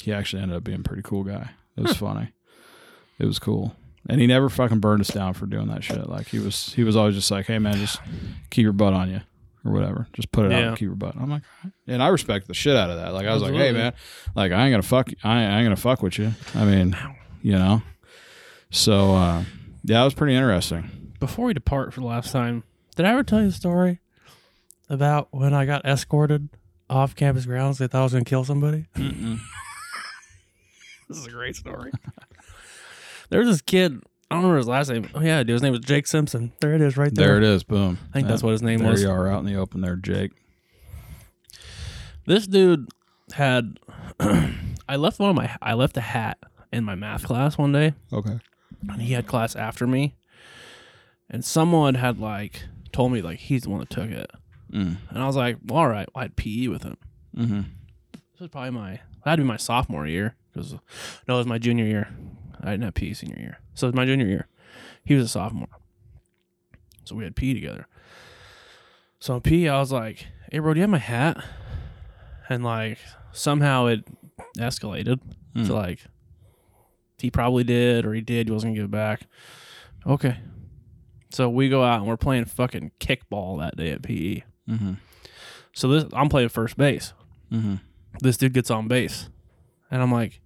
A: he actually ended up being a pretty cool guy. It was funny. It was cool. And he never fucking burned us down for doing that shit. Like he was he was always just like, Hey man, just keep your butt on you or whatever. Just put it out
C: Yeah.
A: and keep your butt. I'm like, "All right." and I respect the shit out of that. Like I was like, hey
C: Absolutely.
A: man, like I ain't gonna fuck, I, I ain't gonna fuck with you. I mean, you know. So uh, yeah, it was pretty interesting.
C: Before we depart for the last time,
B: Did I ever tell you a story about when I got escorted off campus grounds? They thought I was going to kill somebody.
C: this is a great story. there was this kid. I don't remember his last name. Oh yeah, dude, his name was Jake Simpson.
B: There it is, right there.
A: There it is. Boom.
C: I think that's what his name
A: There
C: was.
A: you are out in the open there, Jake.
C: This dude had. I left one of my. I left a hat in my math class one day.
A: Okay.
C: and he had class after me. And someone had like told me like he's the one that took it,
A: Mm.
C: and I was like, well, all right, well, I had PE with him.
A: Mm-hmm.
C: This was probably my that'd be my sophomore year because no, it was my junior year. I didn't have PE senior year, so it was my junior year. He was a sophomore, so we had PE together. So in PE, I was like, hey, bro, do you have my hat? And like somehow it escalated
A: Mm.
C: to like he probably did or he did. He wasn't gonna give it back. Okay. So we go out and we're playing fucking kickball that day at PE.
A: Mm-hmm.
C: So this I'm playing first base.
A: Mm-hmm.
C: This dude gets on base, and I'm like,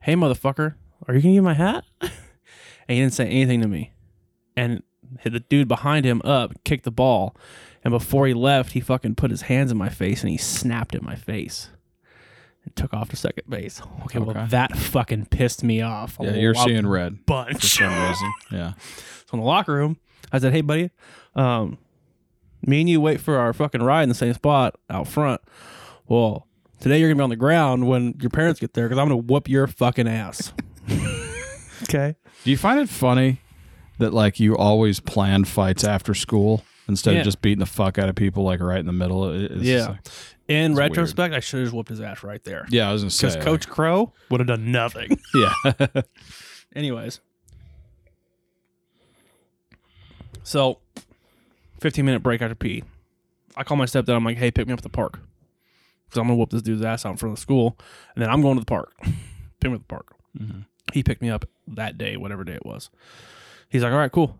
C: "Hey, motherfucker, are you gonna get my hat?" and he didn't say anything to me. And hit the dude behind him up kicked the ball, and before he left, he fucking put his hands in my face and he snapped at my face. And took off to second base.
A: Okay.
C: Okay, well that fucking pissed me off. a
A: Yeah, you're
C: lot-
A: seeing red for
C: Oh, bunch.
A: some reason. Yeah.
C: So in the locker room, I said, "Hey, buddy, um, me and you wait for our fucking ride in the same spot out front. Well, today you're gonna be on the ground when your parents get there because I'm gonna whoop your fucking ass."
B: Okay.
A: Do you find it funny that like you always plan fights after school instead
C: Yeah.
A: of just beating the fuck out of people like right in the middle? It- it's just
C: Yeah.
A: like-
C: In
A: It's weird.
C: retrospect, I should have just whooped his ass right there
A: yeah. I was gonna say
C: because Coach Crow would have done nothing.
A: like- yeah.
C: Anyways, so 15 minute break after P. I call my stepdad. I'm like, "Hey, pick me up at the park because I'm gonna whoop this dude's ass out in front of the school, and then I'm going to the park. pick me up at the park." He picked me up that day, whatever day it was. He's like, "All right, cool."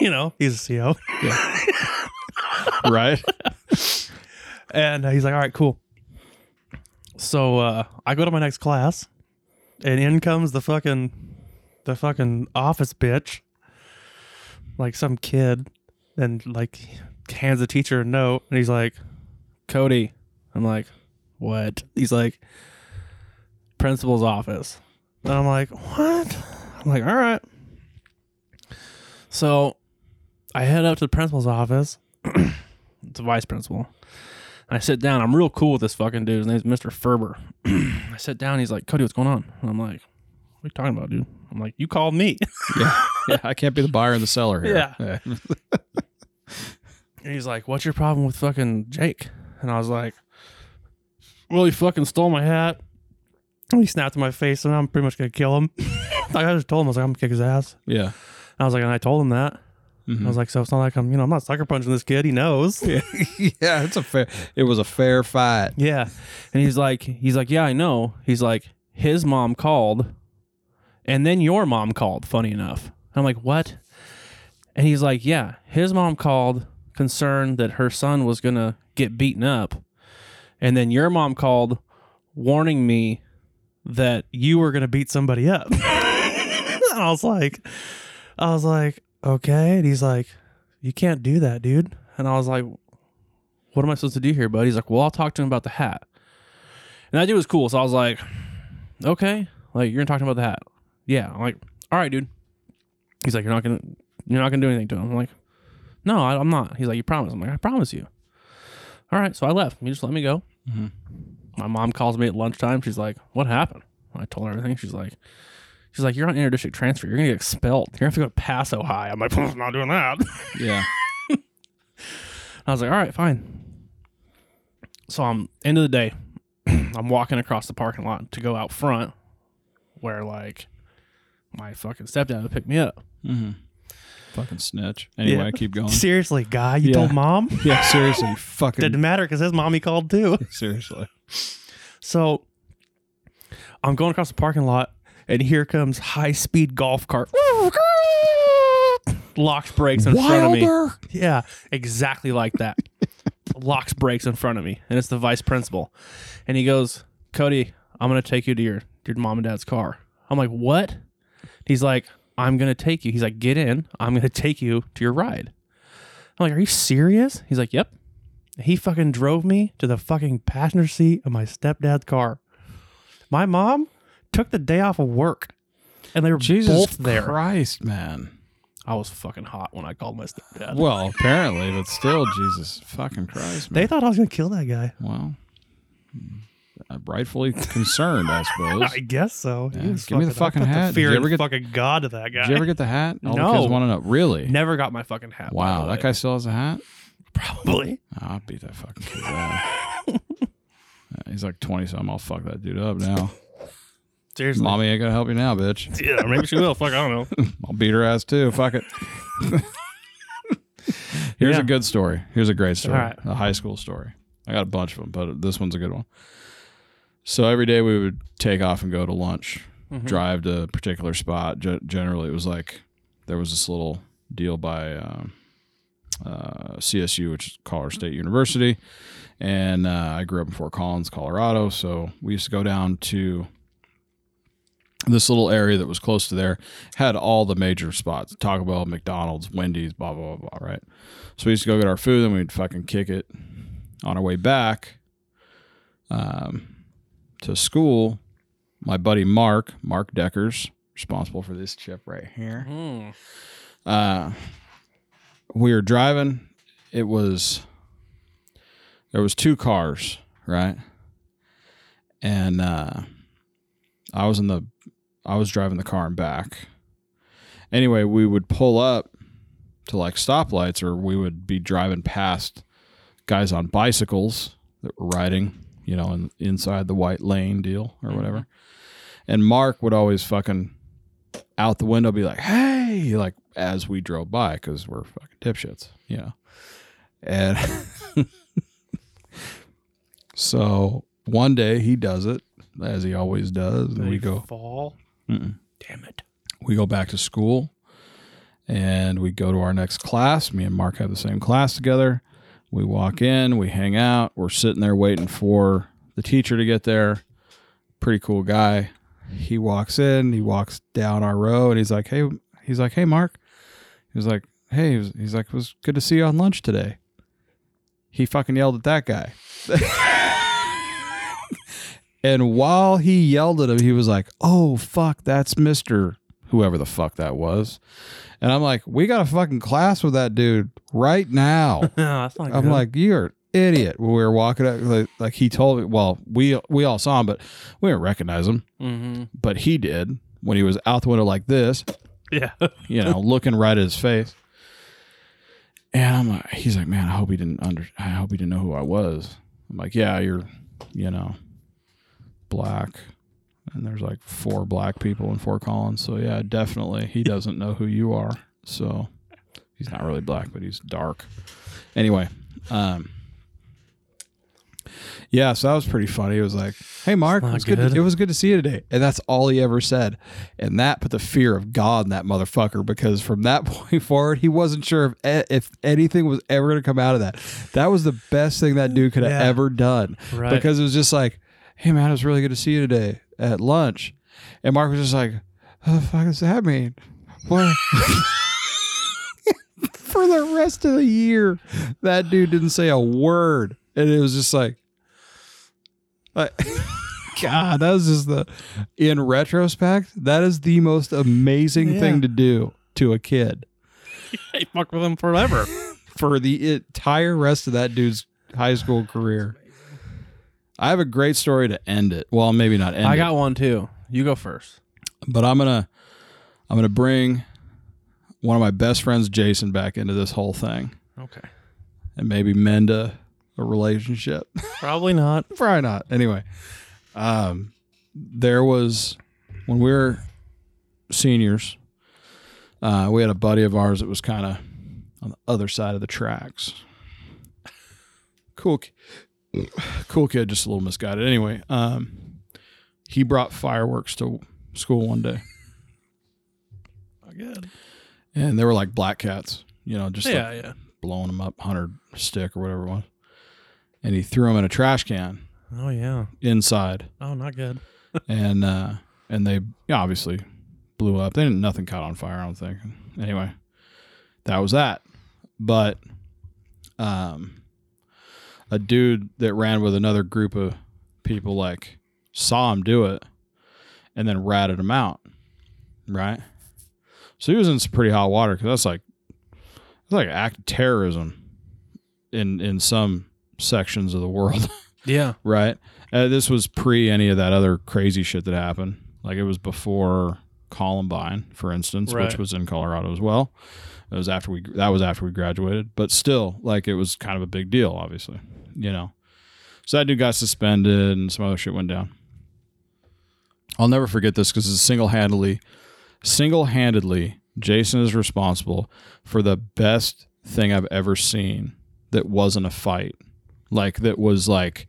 C: you know,
B: Oh, He's a CO.
A: right.
B: And uh, he's like, all right, cool. So uh, I go to my next class, and in comes the fucking, the fucking office bitch, like some kid, and like hands the teacher a note, and he's like,
C: Cody. I'm like, "What?" He's like, "Principal's office." And I'm like, what? I'm like, all right. So I head up to the principal's office. it's a vice principal. And I sit down. I'm real cool with this fucking dude. His name's Mr. Ferber. I sit down. He's like, Cody, what's going on? And I'm like, what are you talking about, dude? I'm like, you called me.
A: yeah, I can't be the buyer and the seller here.
C: Yeah. And he's like, What's your problem with fucking Jake? And I was like, Well, he fucking stole my hat. And he snapped in my face, and I'm pretty much gonna kill him. like I just told him, I was like, I'm gonna kick his ass.
A: yeah.
C: And I was like, and I told him that. I was like, so it's not like I'm, you know, I'm not sucker punching this kid. He knows. Yeah.
J: yeah, it's a fair. It was a fair fight.
C: yeah. And he's like, he's like, yeah, I know. He's like, his mom called, and then your mom called. Funny enough, And I'm like, what? And he's like, yeah, his mom called, concerned that her son was gonna get beaten up, and then your mom called, warning me that you were gonna beat somebody up. and I was like, I was like, okay. And he's like, you can't do that, dude. And I was like, what am I supposed to do here, bud? He's like, well, I'll talk to him about the hat. And that dude was cool. So I was like, okay, like you're gonna talk to him about the hat. Yeah. I'm like, all right, dude. He's like, you're not gonna, you're not gonna do anything to him. I'm like, no, I, I'm not. He's like, you promise? I'm like, I promise you. All right. So I left. He just let me go. My mom calls me at lunchtime. She's like, what happened? I told her everything. She's like, she's like, you're on interdistrict transfer. You're gonna get expelled. You're gonna have to go to Paso High. I'm like, I'm not doing that.
A: Yeah.
C: I was like, all right, fine. So I'm end of the day. I'm walking across the parking lot to go out front, where like my fucking stepdad would pick me up.
A: Fucking snitch. Anyway,
C: Yeah.
A: keep going.
C: Seriously, guy, you
A: Yeah.
C: told mom?
A: Yeah, seriously.
C: Didn't
A: Fucking
C: matter because his mommy called too.
A: seriously.
C: So I'm going across the parking lot, and here comes high speed golf cart. Locks brakes in front of me. Yeah, exactly like that. Locks brakes in front of me, and it's the vice principal. And he goes, Cody, I'm going to take you to your, your mom and dad's car. I'm like, what? He's like, I'm going to take you. He's like, get in. I'm going to take you to your ride. I'm like, are you serious? He's like, yep. He fucking drove me to the fucking passenger seat of my stepdad's car. My mom took the day off of work, and they were
A: Jesus
C: both there.
A: Christ, man.
C: I was fucking hot when I called my stepdad.
A: Well, apparently, but still, Jesus fucking Christ, man.
C: They thought I was gonna kill that guy.
A: well, hmm. I'm rightfully concerned, I suppose.
C: I guess so.
A: Yeah,
C: He was
A: give me the fucking
C: I put
A: hat.
C: The
A: Did
C: fear
A: you ever
C: and
A: get-
C: fucking god to that guy.
A: Did you ever get the hat? All the
C: No.
A: kids want to know. Really?
C: Never got my fucking hat. by
A: Wow,
C: the
A: that
C: way.
A: guy still has a hat?
C: probably.
A: Oh, I'll beat that fucking kid up. He's like 20 something. I'll fuck that dude up now.
C: Seriously.
A: Mommy ain't going to help you now, bitch.
C: Yeah, maybe she will. Fuck, I don't know.
A: I'll beat her ass too. Fuck it. Here's
C: Yeah.
A: a good story. Here's a great story.
C: All right.
A: A high school story. I got a bunch of them, but this one's a good one. So every day we would take off and go to lunch, drive to a particular spot. Ge- generally, it was like there was this little deal by um, uh, CSU, which is Colorado State University. And uh, I grew up in Fort Collins, Colorado. So we used to go down to this little area that was close to there had all the major spots Taco Bell, McDonald's, Wendy's, blah, blah, blah, blah, right? So we used to go get our food and we'd fucking kick it on our way back um, to school. My buddy Mark, Mark Deckers, responsible for this chip right here.
C: Hmm.
A: Uh, we were driving. It was, there was two cars, right? And uh, I was in the I was driving the car and back. Anyway, we would pull up to like stoplights, or we would be driving past guys on bicycles that were riding, you know, in, inside the white lane deal or whatever. And Mark would always fucking out the window be like, hey, like as we drove by because we're fucking dipshits, you know. And so one day he does it as he always does. And we
C: You
A: go,
C: Fall.
A: Mm-mm.
C: Damn it.
A: we go back to school and we go to our next class. Me and Mark have the same class together. We walk in, we hang out, we're sitting there waiting for the teacher to get there. Pretty cool guy. He walks in, he walks down our row and he's like, Hey, he's like, Hey, Mark. He was like, Hey, he was- he's like, It was good to see you on lunch today. He fucking yelled at that guy. And while he yelled at him, he was like, "Oh fuck, that's Mister whoever the fuck that was." And I'm like, "We got a fucking class with that dude right now."
B: No, that's not
A: I'm
B: good.
A: like, "You're an idiot." When we were walking up, like, like he told me. Well, we we all saw him, but we didn't recognize him.
C: Mm-hmm.
A: But he did when he was out the window like this,
B: yeah.
A: you know, looking right at his face. And I'm like, he's like, man, I hope he didn't under, I hope he didn't know who I was. I'm like, yeah, you're, you know, black. And there's like four black people in Fort Collins. So yeah, definitely he doesn't know who you are. So he's not really black, but he's dark. Anyway, um, yeah, so that was pretty funny. It was like, "Hey, Mark, it
B: not
A: was good.
B: good.
A: to- it was good to see you today," and that's all he ever said. And that put the fear of God in that motherfucker because from that point forward, he wasn't sure if if anything was ever going to come out of that. That was the best thing that dude could have
B: Yeah.
A: ever done
B: Right.
A: because it was just like, "Hey, man, it was really good to see you today at lunch," and Mark was just like, "What the fuck does that mean?" What? for the rest of the year, that dude didn't say a word, and it was just like, like, God, that was just the. In retrospect, that is the most amazing
B: Yeah.
A: thing to do to a kid
C: Hey, fuck with him forever.
A: for the entire rest of that dude's high school career. I have a great story to end it. Well, maybe not end
C: I
A: it.
C: got one too. You go first.
A: but I'm gonna I'm gonna bring one of my best friends, Jason, back into this whole thing,
C: Okay.
A: and maybe mend a, a relationship.
B: Probably not.
A: Probably not. Anyway, um, there was when we were seniors, uh, we had a buddy of ours that was kind of on the other side of the tracks. Cool, ki- cool kid, just a little misguided. Anyway, um, he brought fireworks to school one day.
C: Not good.
A: and they were like black cats, you know, just
C: Yeah,
A: like
C: yeah.
A: blowing them up, hundred stick or whatever it was. And he threw them in a trash can
B: Oh yeah.
A: inside,
B: Oh, not good.
A: and uh, and they yeah, obviously blew up. They didn't nothing caught on fire. I don't think. Anyway, that was that. But um, a dude that ran with another group of people like saw him do it, and then ratted him out. Right. So he was in some pretty hot water because that's like that's like an act of terrorism in in some sections of the world.
C: Yeah.
A: Right. Uh, this was pre any of that other crazy shit that happened. Like it was before Columbine, for instance, which
C: Right.
A: was in Colorado as well. It was after we that was after we graduated, but still, like it was kind of a big deal, obviously, you know. So that dude got suspended, and some other shit went down. I'll never forget this because it's single handedly, single handedly, Jason is responsible for the best thing I've ever seen that wasn't a fight, like that was like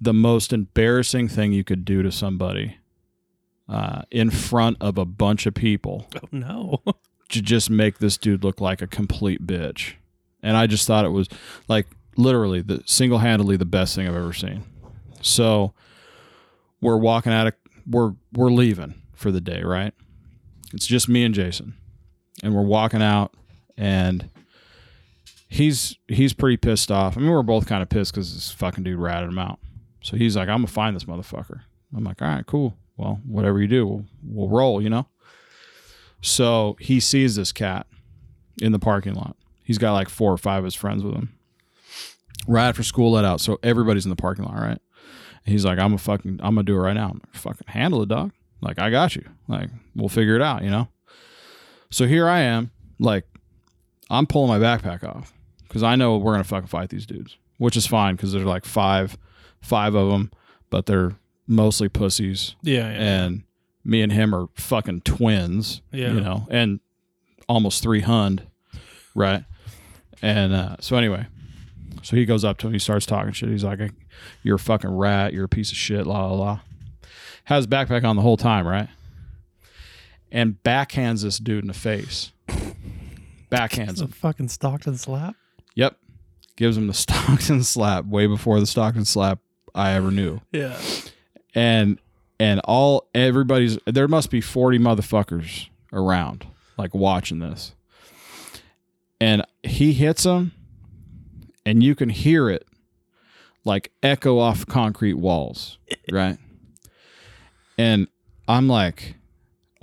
A: the most embarrassing thing you could do to somebody uh, in front of a bunch of people
B: Oh no.
A: to just make this dude look like a complete bitch. And I just thought it was like literally the single handedly the best thing I've ever seen. So we're walking out of we're we're leaving for the day, right? It's just me and Jason. And we're walking out and he's he's pretty pissed off. I mean, we're both kind of pissed because this fucking dude ratted him out. So he's like, I'm gonna find this motherfucker. I'm like, all right, cool. Well, whatever you do, we'll, we'll roll, you know? So he sees this cat in the parking lot. He's got like four or five of his friends with him. Right after school let out. So everybody's in the parking lot, right? And he's like, I'm a fucking I'm gonna do it right now. I'm like, fucking handle it, dog. Like, I got you. Like, we'll figure it out, you know? So here I am, like, I'm pulling my backpack off because I know we're gonna fucking fight these dudes, which is fine because there's like five, five of them, but they're mostly pussies
C: Yeah. Yeah.
A: and me and him are fucking twins.
C: Yeah.
A: You know, and almost three hundred, right? And uh, so anyway, so he goes up to him, he starts talking shit. He's like, "You're a fucking rat. You're a piece of shit." La la la. Has his backpack on the whole time, right? And backhands this dude in the face. Backhands
B: It's a
A: him.
B: fucking Stockton slap.
A: Yep. Gives him the Stockton slap way before the Stockton slap I ever knew
C: yeah.
A: and and all everybody's there must be 40 motherfuckers around like watching this and he hits him and you can hear it like echo off concrete walls right And I'm like,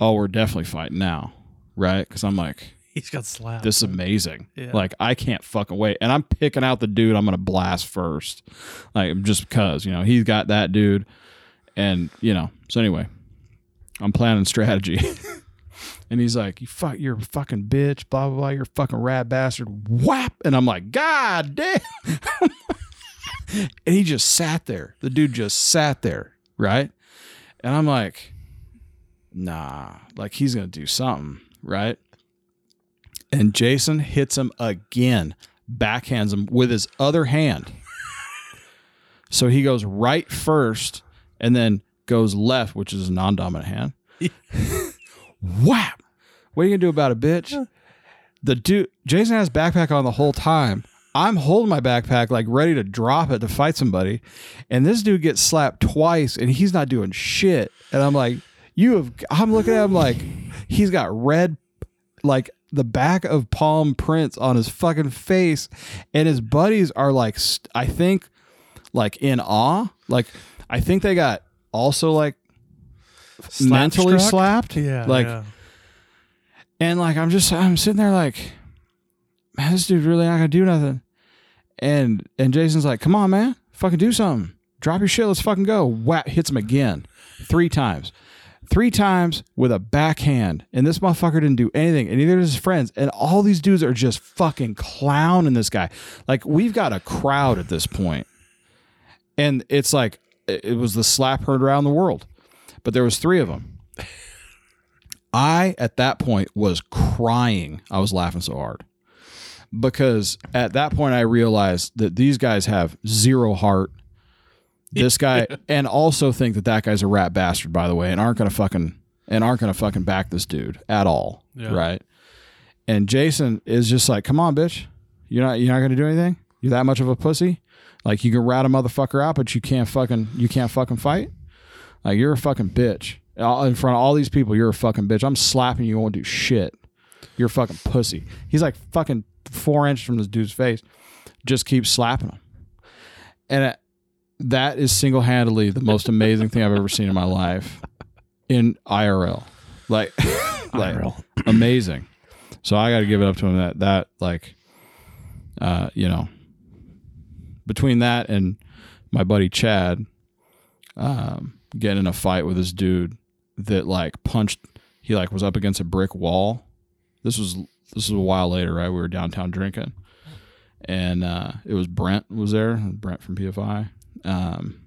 A: oh, we're definitely fighting now, right? Because I'm like,
B: He's got slapped.
A: this is amazing.
B: Yeah.
A: Like I can't fucking wait. And I'm picking out the dude I'm gonna blast first. Like just because, you know, he's got that dude. And, you know, so anyway, I'm planning strategy. and he's like, You fuck you're a fucking bitch, blah blah blah, you're a fucking rat bastard. Whap. And I'm like, God damn. and he just sat there. The dude just sat there, right? And I'm like, nah, like he's gonna do something, right? and Jason hits him again, backhands him with his other hand. so he goes right first and then goes left, which is a non dominant hand. Whap! What are you gonna do about it, bitch? The dude Jason has his backpack on the whole time. I'm holding my backpack like ready to drop it to fight somebody. And this dude gets slapped twice and he's not doing shit. And I'm like, you have I'm looking at him like he's got red like the back of palm prints on his fucking face and his buddies are like st- i think like in awe like i think they got also like mentally
B: Slapstruck?
A: slapped
B: Yeah.
A: like
B: yeah.
A: and like I'm just I'm sitting there like, man, this dude really not gonna do nothing. And and Jason's like, come on, man, fucking do something. Drop your shit. Let's fucking go. Whap hits him again, three times, three times with a backhand. And this motherfucker didn't do anything. And neither did his friends. And all these dudes are just fucking clowning this guy. Like we've got a crowd at this point, and it's like it it was the slap heard around the world, but there was three of them. I at that point was crying. I was laughing so hard because at that point I realized that these guys have zero heart. This guy and also think that that guy's a rat bastard by the way and aren't going to fucking and aren't going to fucking back this dude at all, right? And Jason is just like, "Come on, bitch. You're not you're not going to do anything? You're that much of a pussy? Like you can rat a motherfucker out but you can't fucking you can't fucking fight?" Like you're a fucking bitch. All- In front of all these people, you're a fucking bitch. I'm slapping you. You won't do shit. You're a fucking pussy. He's like fucking four inches from this dude's face. Just keep slapping him. And it, that is single handedly the most amazing thing I've ever seen in my life in IRL. Like, like amazing. So I got to give it up to him that, that, like, uh, you know, between that and my buddy Chad, um, getting in a fight with this dude that like punched he like was up against a brick wall this was this was a while later right we were downtown drinking and uh it was brent was there brent from pfi um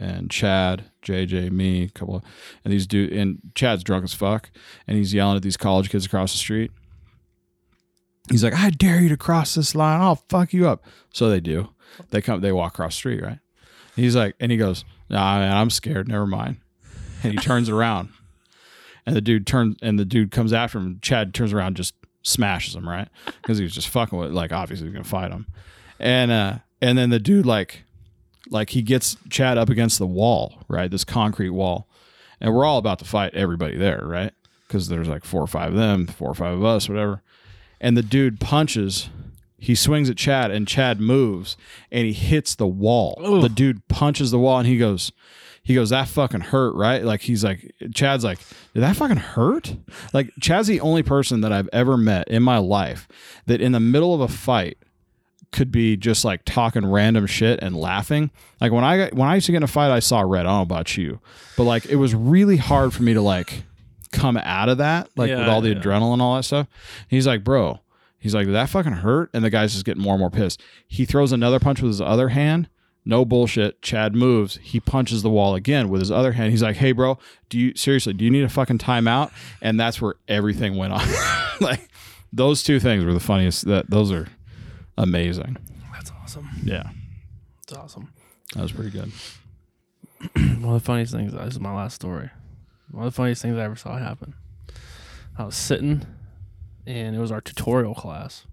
A: and chad jj me a couple of and these dude and chad's drunk as fuck and he's yelling at these college kids across the street he's like i dare you to cross this line i'll fuck you up so they do they come they walk across the street right He's like, and he goes, "Nah, man, I'm scared. Never mind." And he turns around, and the dude turns, and the dude comes after him. Chad turns around, and just smashes him, right? Because he was just fucking with, like, obviously he's gonna fight him, and uh, and then the dude like, like he gets Chad up against the wall, right? This concrete wall, and we're all about to fight everybody there, right? Because there's like four or five of them, four or five of us, whatever. And the dude punches he swings at Chad and Chad moves and he hits the wall. The dude punches the wall and he goes, he goes, that fucking hurt, right? Like he's like, Chad's like, did that fucking hurt? Like Chad's the only person that I've ever met in my life that in the middle of a fight could be just like talking random shit and laughing. Like when I got, when I used to get in a fight, I saw red. I don't know about you, but like it was really hard for me to like come out of that, like with
C: Yeah,
A: all the
C: yeah.
A: adrenaline and all that stuff. And he's like, bro, he's like, "Did that fucking hurt? And the guy's just getting more and more pissed. He throws another punch with his other hand. No bullshit. Chad moves. He punches the wall again with his other hand. He's like, "Hey, bro, do you seriously? Do you need a fucking timeout?" And that's where everything went on. like those two things were the funniest. That those are amazing.
C: That's awesome.
A: Yeah,
C: That's awesome.
A: that was pretty good.
C: One of the funniest things. This is my last story. One of the funniest things I ever saw happen. I was sitting, and it was our tutorial class.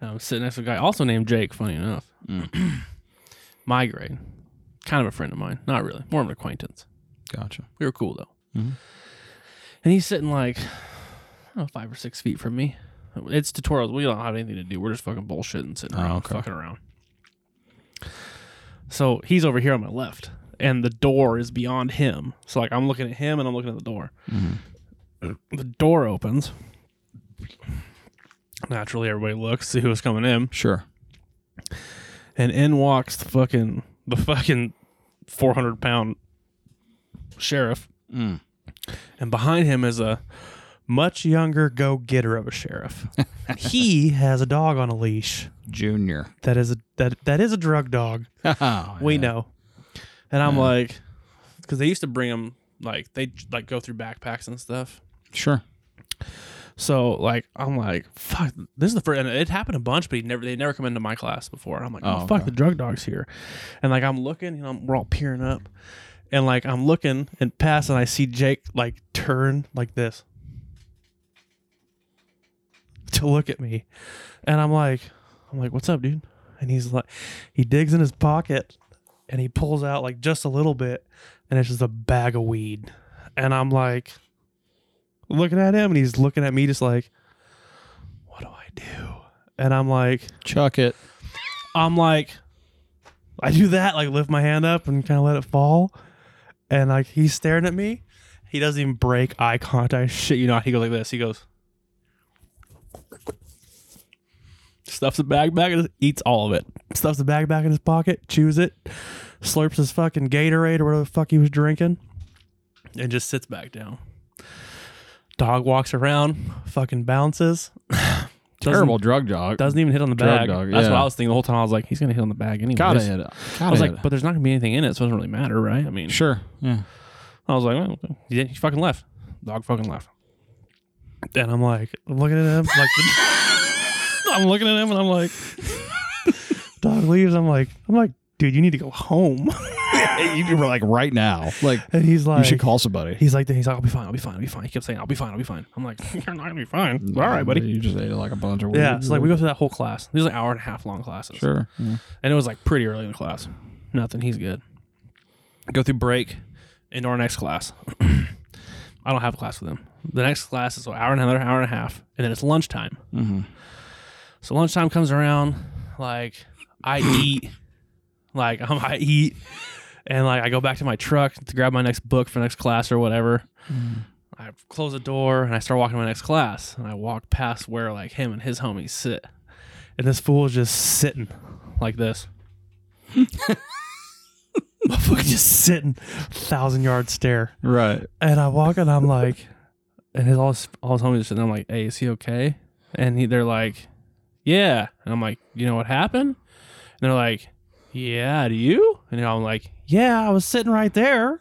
C: And I was sitting next to a guy also named Jake. Funny enough, Mm. my grade, kind of a friend of mine. Not really, more of an acquaintance.
A: Gotcha.
C: We were cool though. And he's sitting like, I don't know, five or six feet from me. It's tutorials. We don't have anything to do. We're just fucking bullshitting, sitting
A: Oh,
C: around,
A: okay.
C: fucking around. So he's over here on my left. and the door is beyond him. So like I'm looking at him and I'm looking at the door. The door opens. Naturally, everybody looks, see who's coming in,
A: Sure.
C: and in walks the fucking the fucking 400 pound sheriff,
A: Mm.
C: and behind him is a much younger go getter of a sheriff.
B: he has a dog on a leash.
A: Junior.
B: That is a that that is a drug dog.
A: Oh,
B: We know.
C: And I'm like, because they used to bring them like they like go through backpacks and stuff.
A: Sure.
C: So like I'm like fuck this is the first and it happened a bunch but he never they never come into my class before I'm like oh,
A: Oh,
C: fuck
A: okay.
C: the drug dog's here and like I'm looking you know we're all peering up and like I'm looking and pass and I see Jake like turn like this
B: to look at me. And I'm like, I'm like, what's up, dude? And he's like, he digs in his pocket and he pulls out like just a little bit and it's just a bag of weed. And I'm like, looking at him and he's looking at me just like, what do I do? And I'm like,
A: Chuck it.
B: I'm like, I do that, like lift my hand up and kind of let it fall. And like, he's staring at me. He doesn't even break eye contact. Shit, you know, he goes like this. He goes,
C: stuffs the bag back and just eats all of it
B: stuffs the bag back in his pocket, chews it, slurps his fucking Gatorade or whatever the fuck he was drinking,
C: and just sits back down
B: dog walks around, fucking bounces. Doesn't-
A: Terrible drug dog.
B: Doesn't even hit on the
A: Drug
B: bag.
A: dog,
C: that's
A: yeah.
C: what I was thinking the whole time I was like he's gonna hit on the bag anyway
A: Gotta hit it.
C: I
A: Gotta
C: was
A: hit
C: like
A: it.
C: but there's not gonna be anything in it so it doesn't really matter right I mean
A: sure. Yeah.
C: I was like well, okay. he, didn't- he fucking left dog fucking left
B: And I'm like, looking at him, like the
C: I'm looking at him and I'm like
B: dog leaves. I'm like, I'm like, dude, you need to go home.
A: you were like right now. Like
B: And he's like,
A: you should call somebody.
B: He's like, he's like, I'll be fine.
C: I'll be fine. I'll be fine. He kept saying, I'll be fine. I'll be fine. I'm like, you're not going to be fine. All right, buddy.
A: You just ate like a bunch of weed.
C: Yeah. So, like, we go through that whole class. These are like hour and a half long classes.
A: Sure. Yeah.
C: And it was like pretty early in the class. Nothing. He's good. Go through break into our next class. I don't have a class with him. The next class is an hour and another hour and a half. And then it's lunchtime. So lunchtime comes around. Like, I eat. Like, I'm, I eat. And like, I go back to my truck to grab my next book for next class or whatever. I close the door and I start walking to my next class. And I walk past where like him and his homies sit. And this fool is just sitting like this.
B: Motherfucker just sitting, thousand yard stare.
A: Right.
B: And I walk and I'm like,
C: And his all his, all his homies are sitting there. I'm like, hey, is he okay? And he, they're like, yeah. And I'm like, you know what happened? And they're like, yeah, do you? And I'm like,
B: yeah, I was sitting right there. And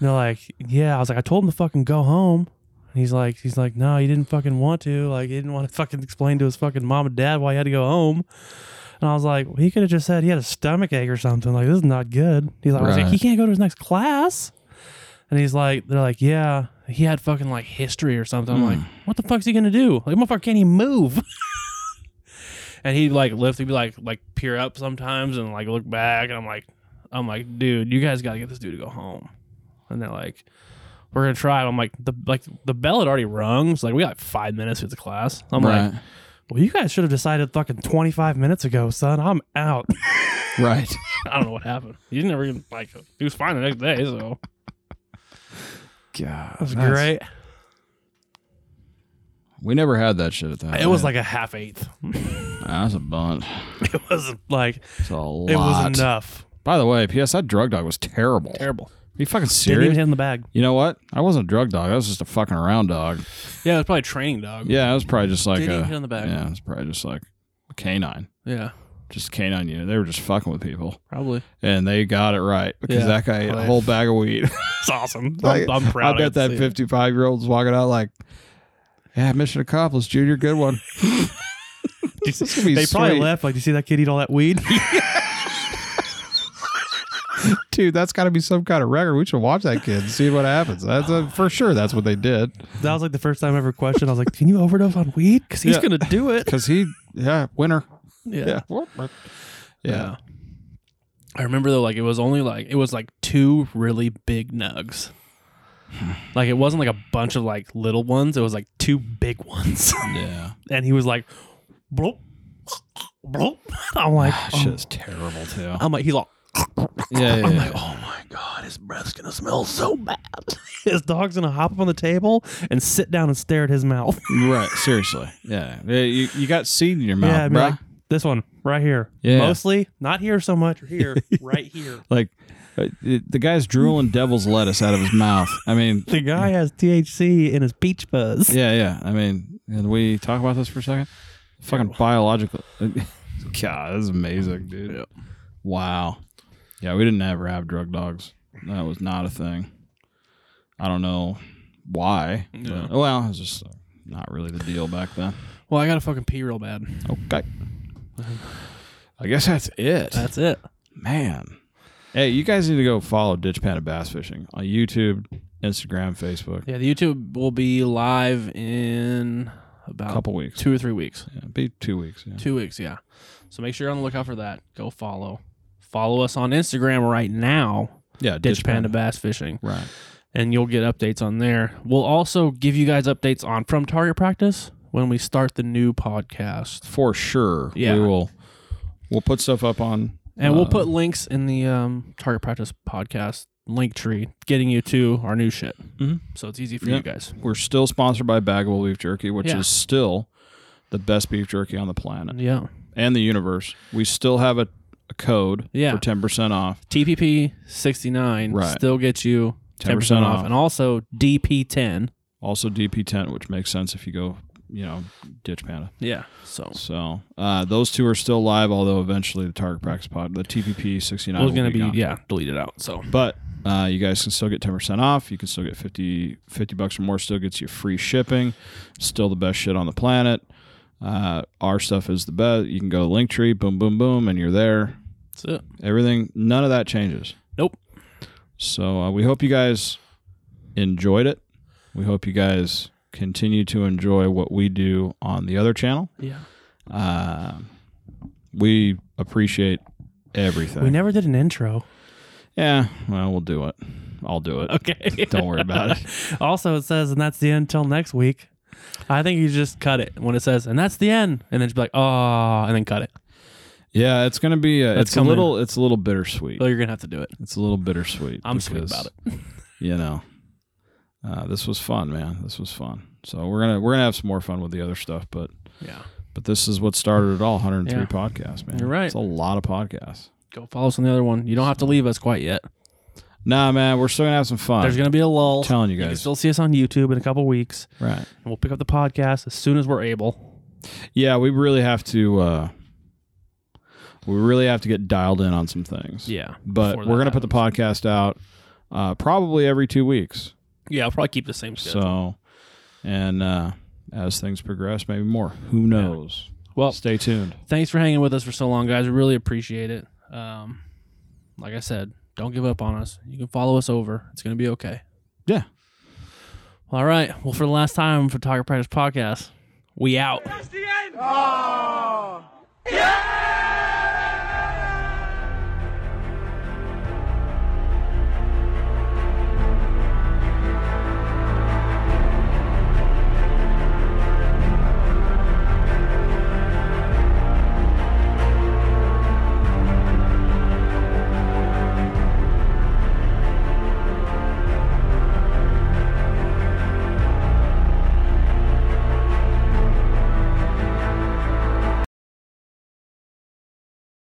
B: they're like, yeah. I was like, I told him to fucking go home. And he's like, he's like, no, he didn't fucking want to. Like, he didn't want to fucking explain to his fucking mom and dad why he had to go home. And I was like, well, he could have just said he had a stomach ache or something. Like, this is not good. He's like, I was like,
A: Right.
B: he can't go to his next class. And he's like, they're like, yeah,
C: he had fucking like history or something. I'm like, what the fuck's he gonna do? Like, motherfucker can't even move. and he'd like lift, he'd be like, like peer up sometimes and like look back. And I'm like, I'm like, dude, you guys gotta get this dude to go home. And they're like, we're gonna try. it. I'm like, the like the bell had already rung. So like, we got five minutes with the class. I'm like,
A: right.
B: well, you guys should have decided fucking 25 minutes ago, son. I'm out.
A: right.
C: I don't know what happened. He never even like he was fine the next day. So
A: God.
B: It was great.
A: We never had that shit at that.
B: It was like a half eighth.
A: that's a bunch.
B: It wasn't like,
A: It's a lot.
B: it was enough.
A: By the way, PS, that drug dog was terrible.
C: terrible.
A: Are you fucking
B: Didn't even
A: serious?
B: hit in the bag.
A: You know what? I wasn't a drug dog. I was just a fucking around dog.
C: Yeah, it was probably training dog.
A: Yeah, I was probably just like
C: Didn't
A: a
C: even hit on the back.
A: Yeah, it was probably just like a canine.
C: yeah,
A: Just canine unit. They were just fucking with people.
C: probably.
A: And they got it right because
C: Yeah.
A: that guy ate a
C: Right.
A: whole bag of weed.
C: It's awesome.
A: Like,
C: I'm, I'm
A: I
C: proud.
A: bet
C: got to
A: that
C: see it.
A: 55 year old's walking out like, yeah, mission accomplished, Junior. Good one. This is gonna be
B: They probably
A: sweet.
B: left. Like, you see that kid eat all that weed?
F: Dude, that's got to be some kind of record. We should watch that kid and see what happens. That's a, for sure. That's what they did.
B: that was like the first time I ever questioned. I was like, "Can you overdose on weed?" Because he's
A: Yeah.
B: gonna do it.
F: Because he, yeah, winner.
C: Yeah.
F: Yeah. Yeah.
C: Yeah. I remember though, like it was only like it was like two really big nugs. like it wasn't like a bunch of like little ones. It was like two big ones,
A: Yeah.
B: And he was like, "Bloop, bloop." I'm like,
A: Ah, That shit's terrible, too.
B: I'm Um, like, he's like,
A: Yeah, yeah, yeah.
C: oh my god, his breath's gonna smell so bad. his dog's gonna hop up on the table and sit down and stare at his mouth.
A: right. Seriously. Yeah. Yeah, You, you got seed in your mouth,
B: yeah, I'd be
A: bruh.
B: like, this one right here.
A: Yeah.
B: Mostly not here so much. Here, right here.
A: Like, uh, it- the guy's drooling devil's lettuce out of his mouth. I mean,
B: The guy has THC in his peach fuzz.
A: yeah, yeah. I mean, and we talk about this for a second. Fucking biological. God, that's amazing, dude. Wow. Yeah, we didn't ever have drug dogs. That was not a thing. I don't know why. but- well, it's just not really the deal back then.
C: Well, I gotta fucking pee real bad.
A: Okay. I guess that's it.
C: That's it.
A: Man. Hey, you guys need to go follow Ditch Panda Bass Fishing on YouTube, Instagram, Facebook.
C: Yeah, the YouTube will be live in about
A: A couple weeks.
C: two or three weeks.
A: Yeah, be two weeks. Yeah.
C: Two weeks, yeah. So make sure you're on the lookout for that. Go follow. Follow us on Instagram right now,
A: yeah
C: Ditch, Panda Bass Fishing,
A: Right.
C: and you'll get updates on there. We'll also give you guys updates on From Target Practice when we start the new podcast.
A: For sure.
C: Yeah.
A: We will we'll put stuff up on
C: And
A: uh,
C: we'll put links in the um, Target Practice podcast link tree, getting you to our new shit.
A: Mhm.
C: So it's easy for
A: Yeah.
C: you guys.
A: we're still sponsored by Bagable Beef Jerky, which
C: Yeah.
A: is still the best beef jerky on the planet
C: Yeah.
A: and the universe. We still have a, a code
C: Yeah.
A: for ten percent off.
C: TPP 69
A: Right.
C: still gets you 10%,
A: 10%
C: off.
A: off.
C: And also DP 10.
A: Also DP ten, which makes sense if you go, you know, Ditch Panda.
C: Yeah. So
A: So uh, those two are still live, although eventually the target practice pod, the TPP sixty nine,
C: it was going to be,
A: gone.
C: yeah, deleted out. So
A: But uh, you guys can still get ten percent off. You can still get 50, 50 bucks or more. Still gets you free shipping. Still the best shit on the planet. Uh, our stuff is the best. You can go to Linktree, boom, boom, boom, and you're there.
C: that's it.
A: Everything, none of that changes.
C: Nope.
A: So uh, we hope you guys enjoyed it. We hope you guys continue to enjoy what we do on the other channel.
C: Yeah.
A: Uh, we appreciate everything.
B: We never did an intro.
A: yeah, well, we'll do it. I'll do it.
B: Okay.
A: Don't worry about it.
B: also, it says, and that's the end till next week. I think you just cut it when it says, and that's the end, and then just be like, oh, and then cut it.
A: Yeah, it's gonna be. A,
B: That's
A: it's a
B: coming.
A: little. It's a little bittersweet.
C: So you're going to have to do it.
A: It's a little bittersweet.
C: I'm sweet
A: because,
C: about it.
A: You know, uh, this was fun, man. This was fun. So we're gonna we're gonna have some more fun with the other stuff, but
C: Yeah.
A: but this is what started it all. 103
C: Yeah.
A: podcasts, man.
C: You're right.
A: It's a lot of podcasts.
C: Go follow us on the other one. You don't have to leave us quite yet.
A: Nah, man, we're still gonna have some fun.
C: There's going to be a lull.
A: I'm telling you
C: You can
A: guys,
C: still see us on YouTube in a couple weeks,
A: right?
B: And
C: and we'll pick up the podcast as soon as we're able.
A: Yeah, we really have to. uh We really have to get dialed in on some things.
C: Yeah.
A: but we're
C: before that
A: gonna put the
C: happens.
A: podcast out uh, probably every two weeks.
C: Yeah, I'll probably keep the same schedule.
A: So, and uh, as things progress, maybe more. Who knows?
C: Well,
A: stay tuned.
C: thanks for hanging with us for so long, guys. We really appreciate it. Um, like I said, don't give up on us. You can follow us over. It's going to be okay.
A: Yeah.
C: All right. Well, for the last time, for Target Practice Podcast, we out.
H: Oh,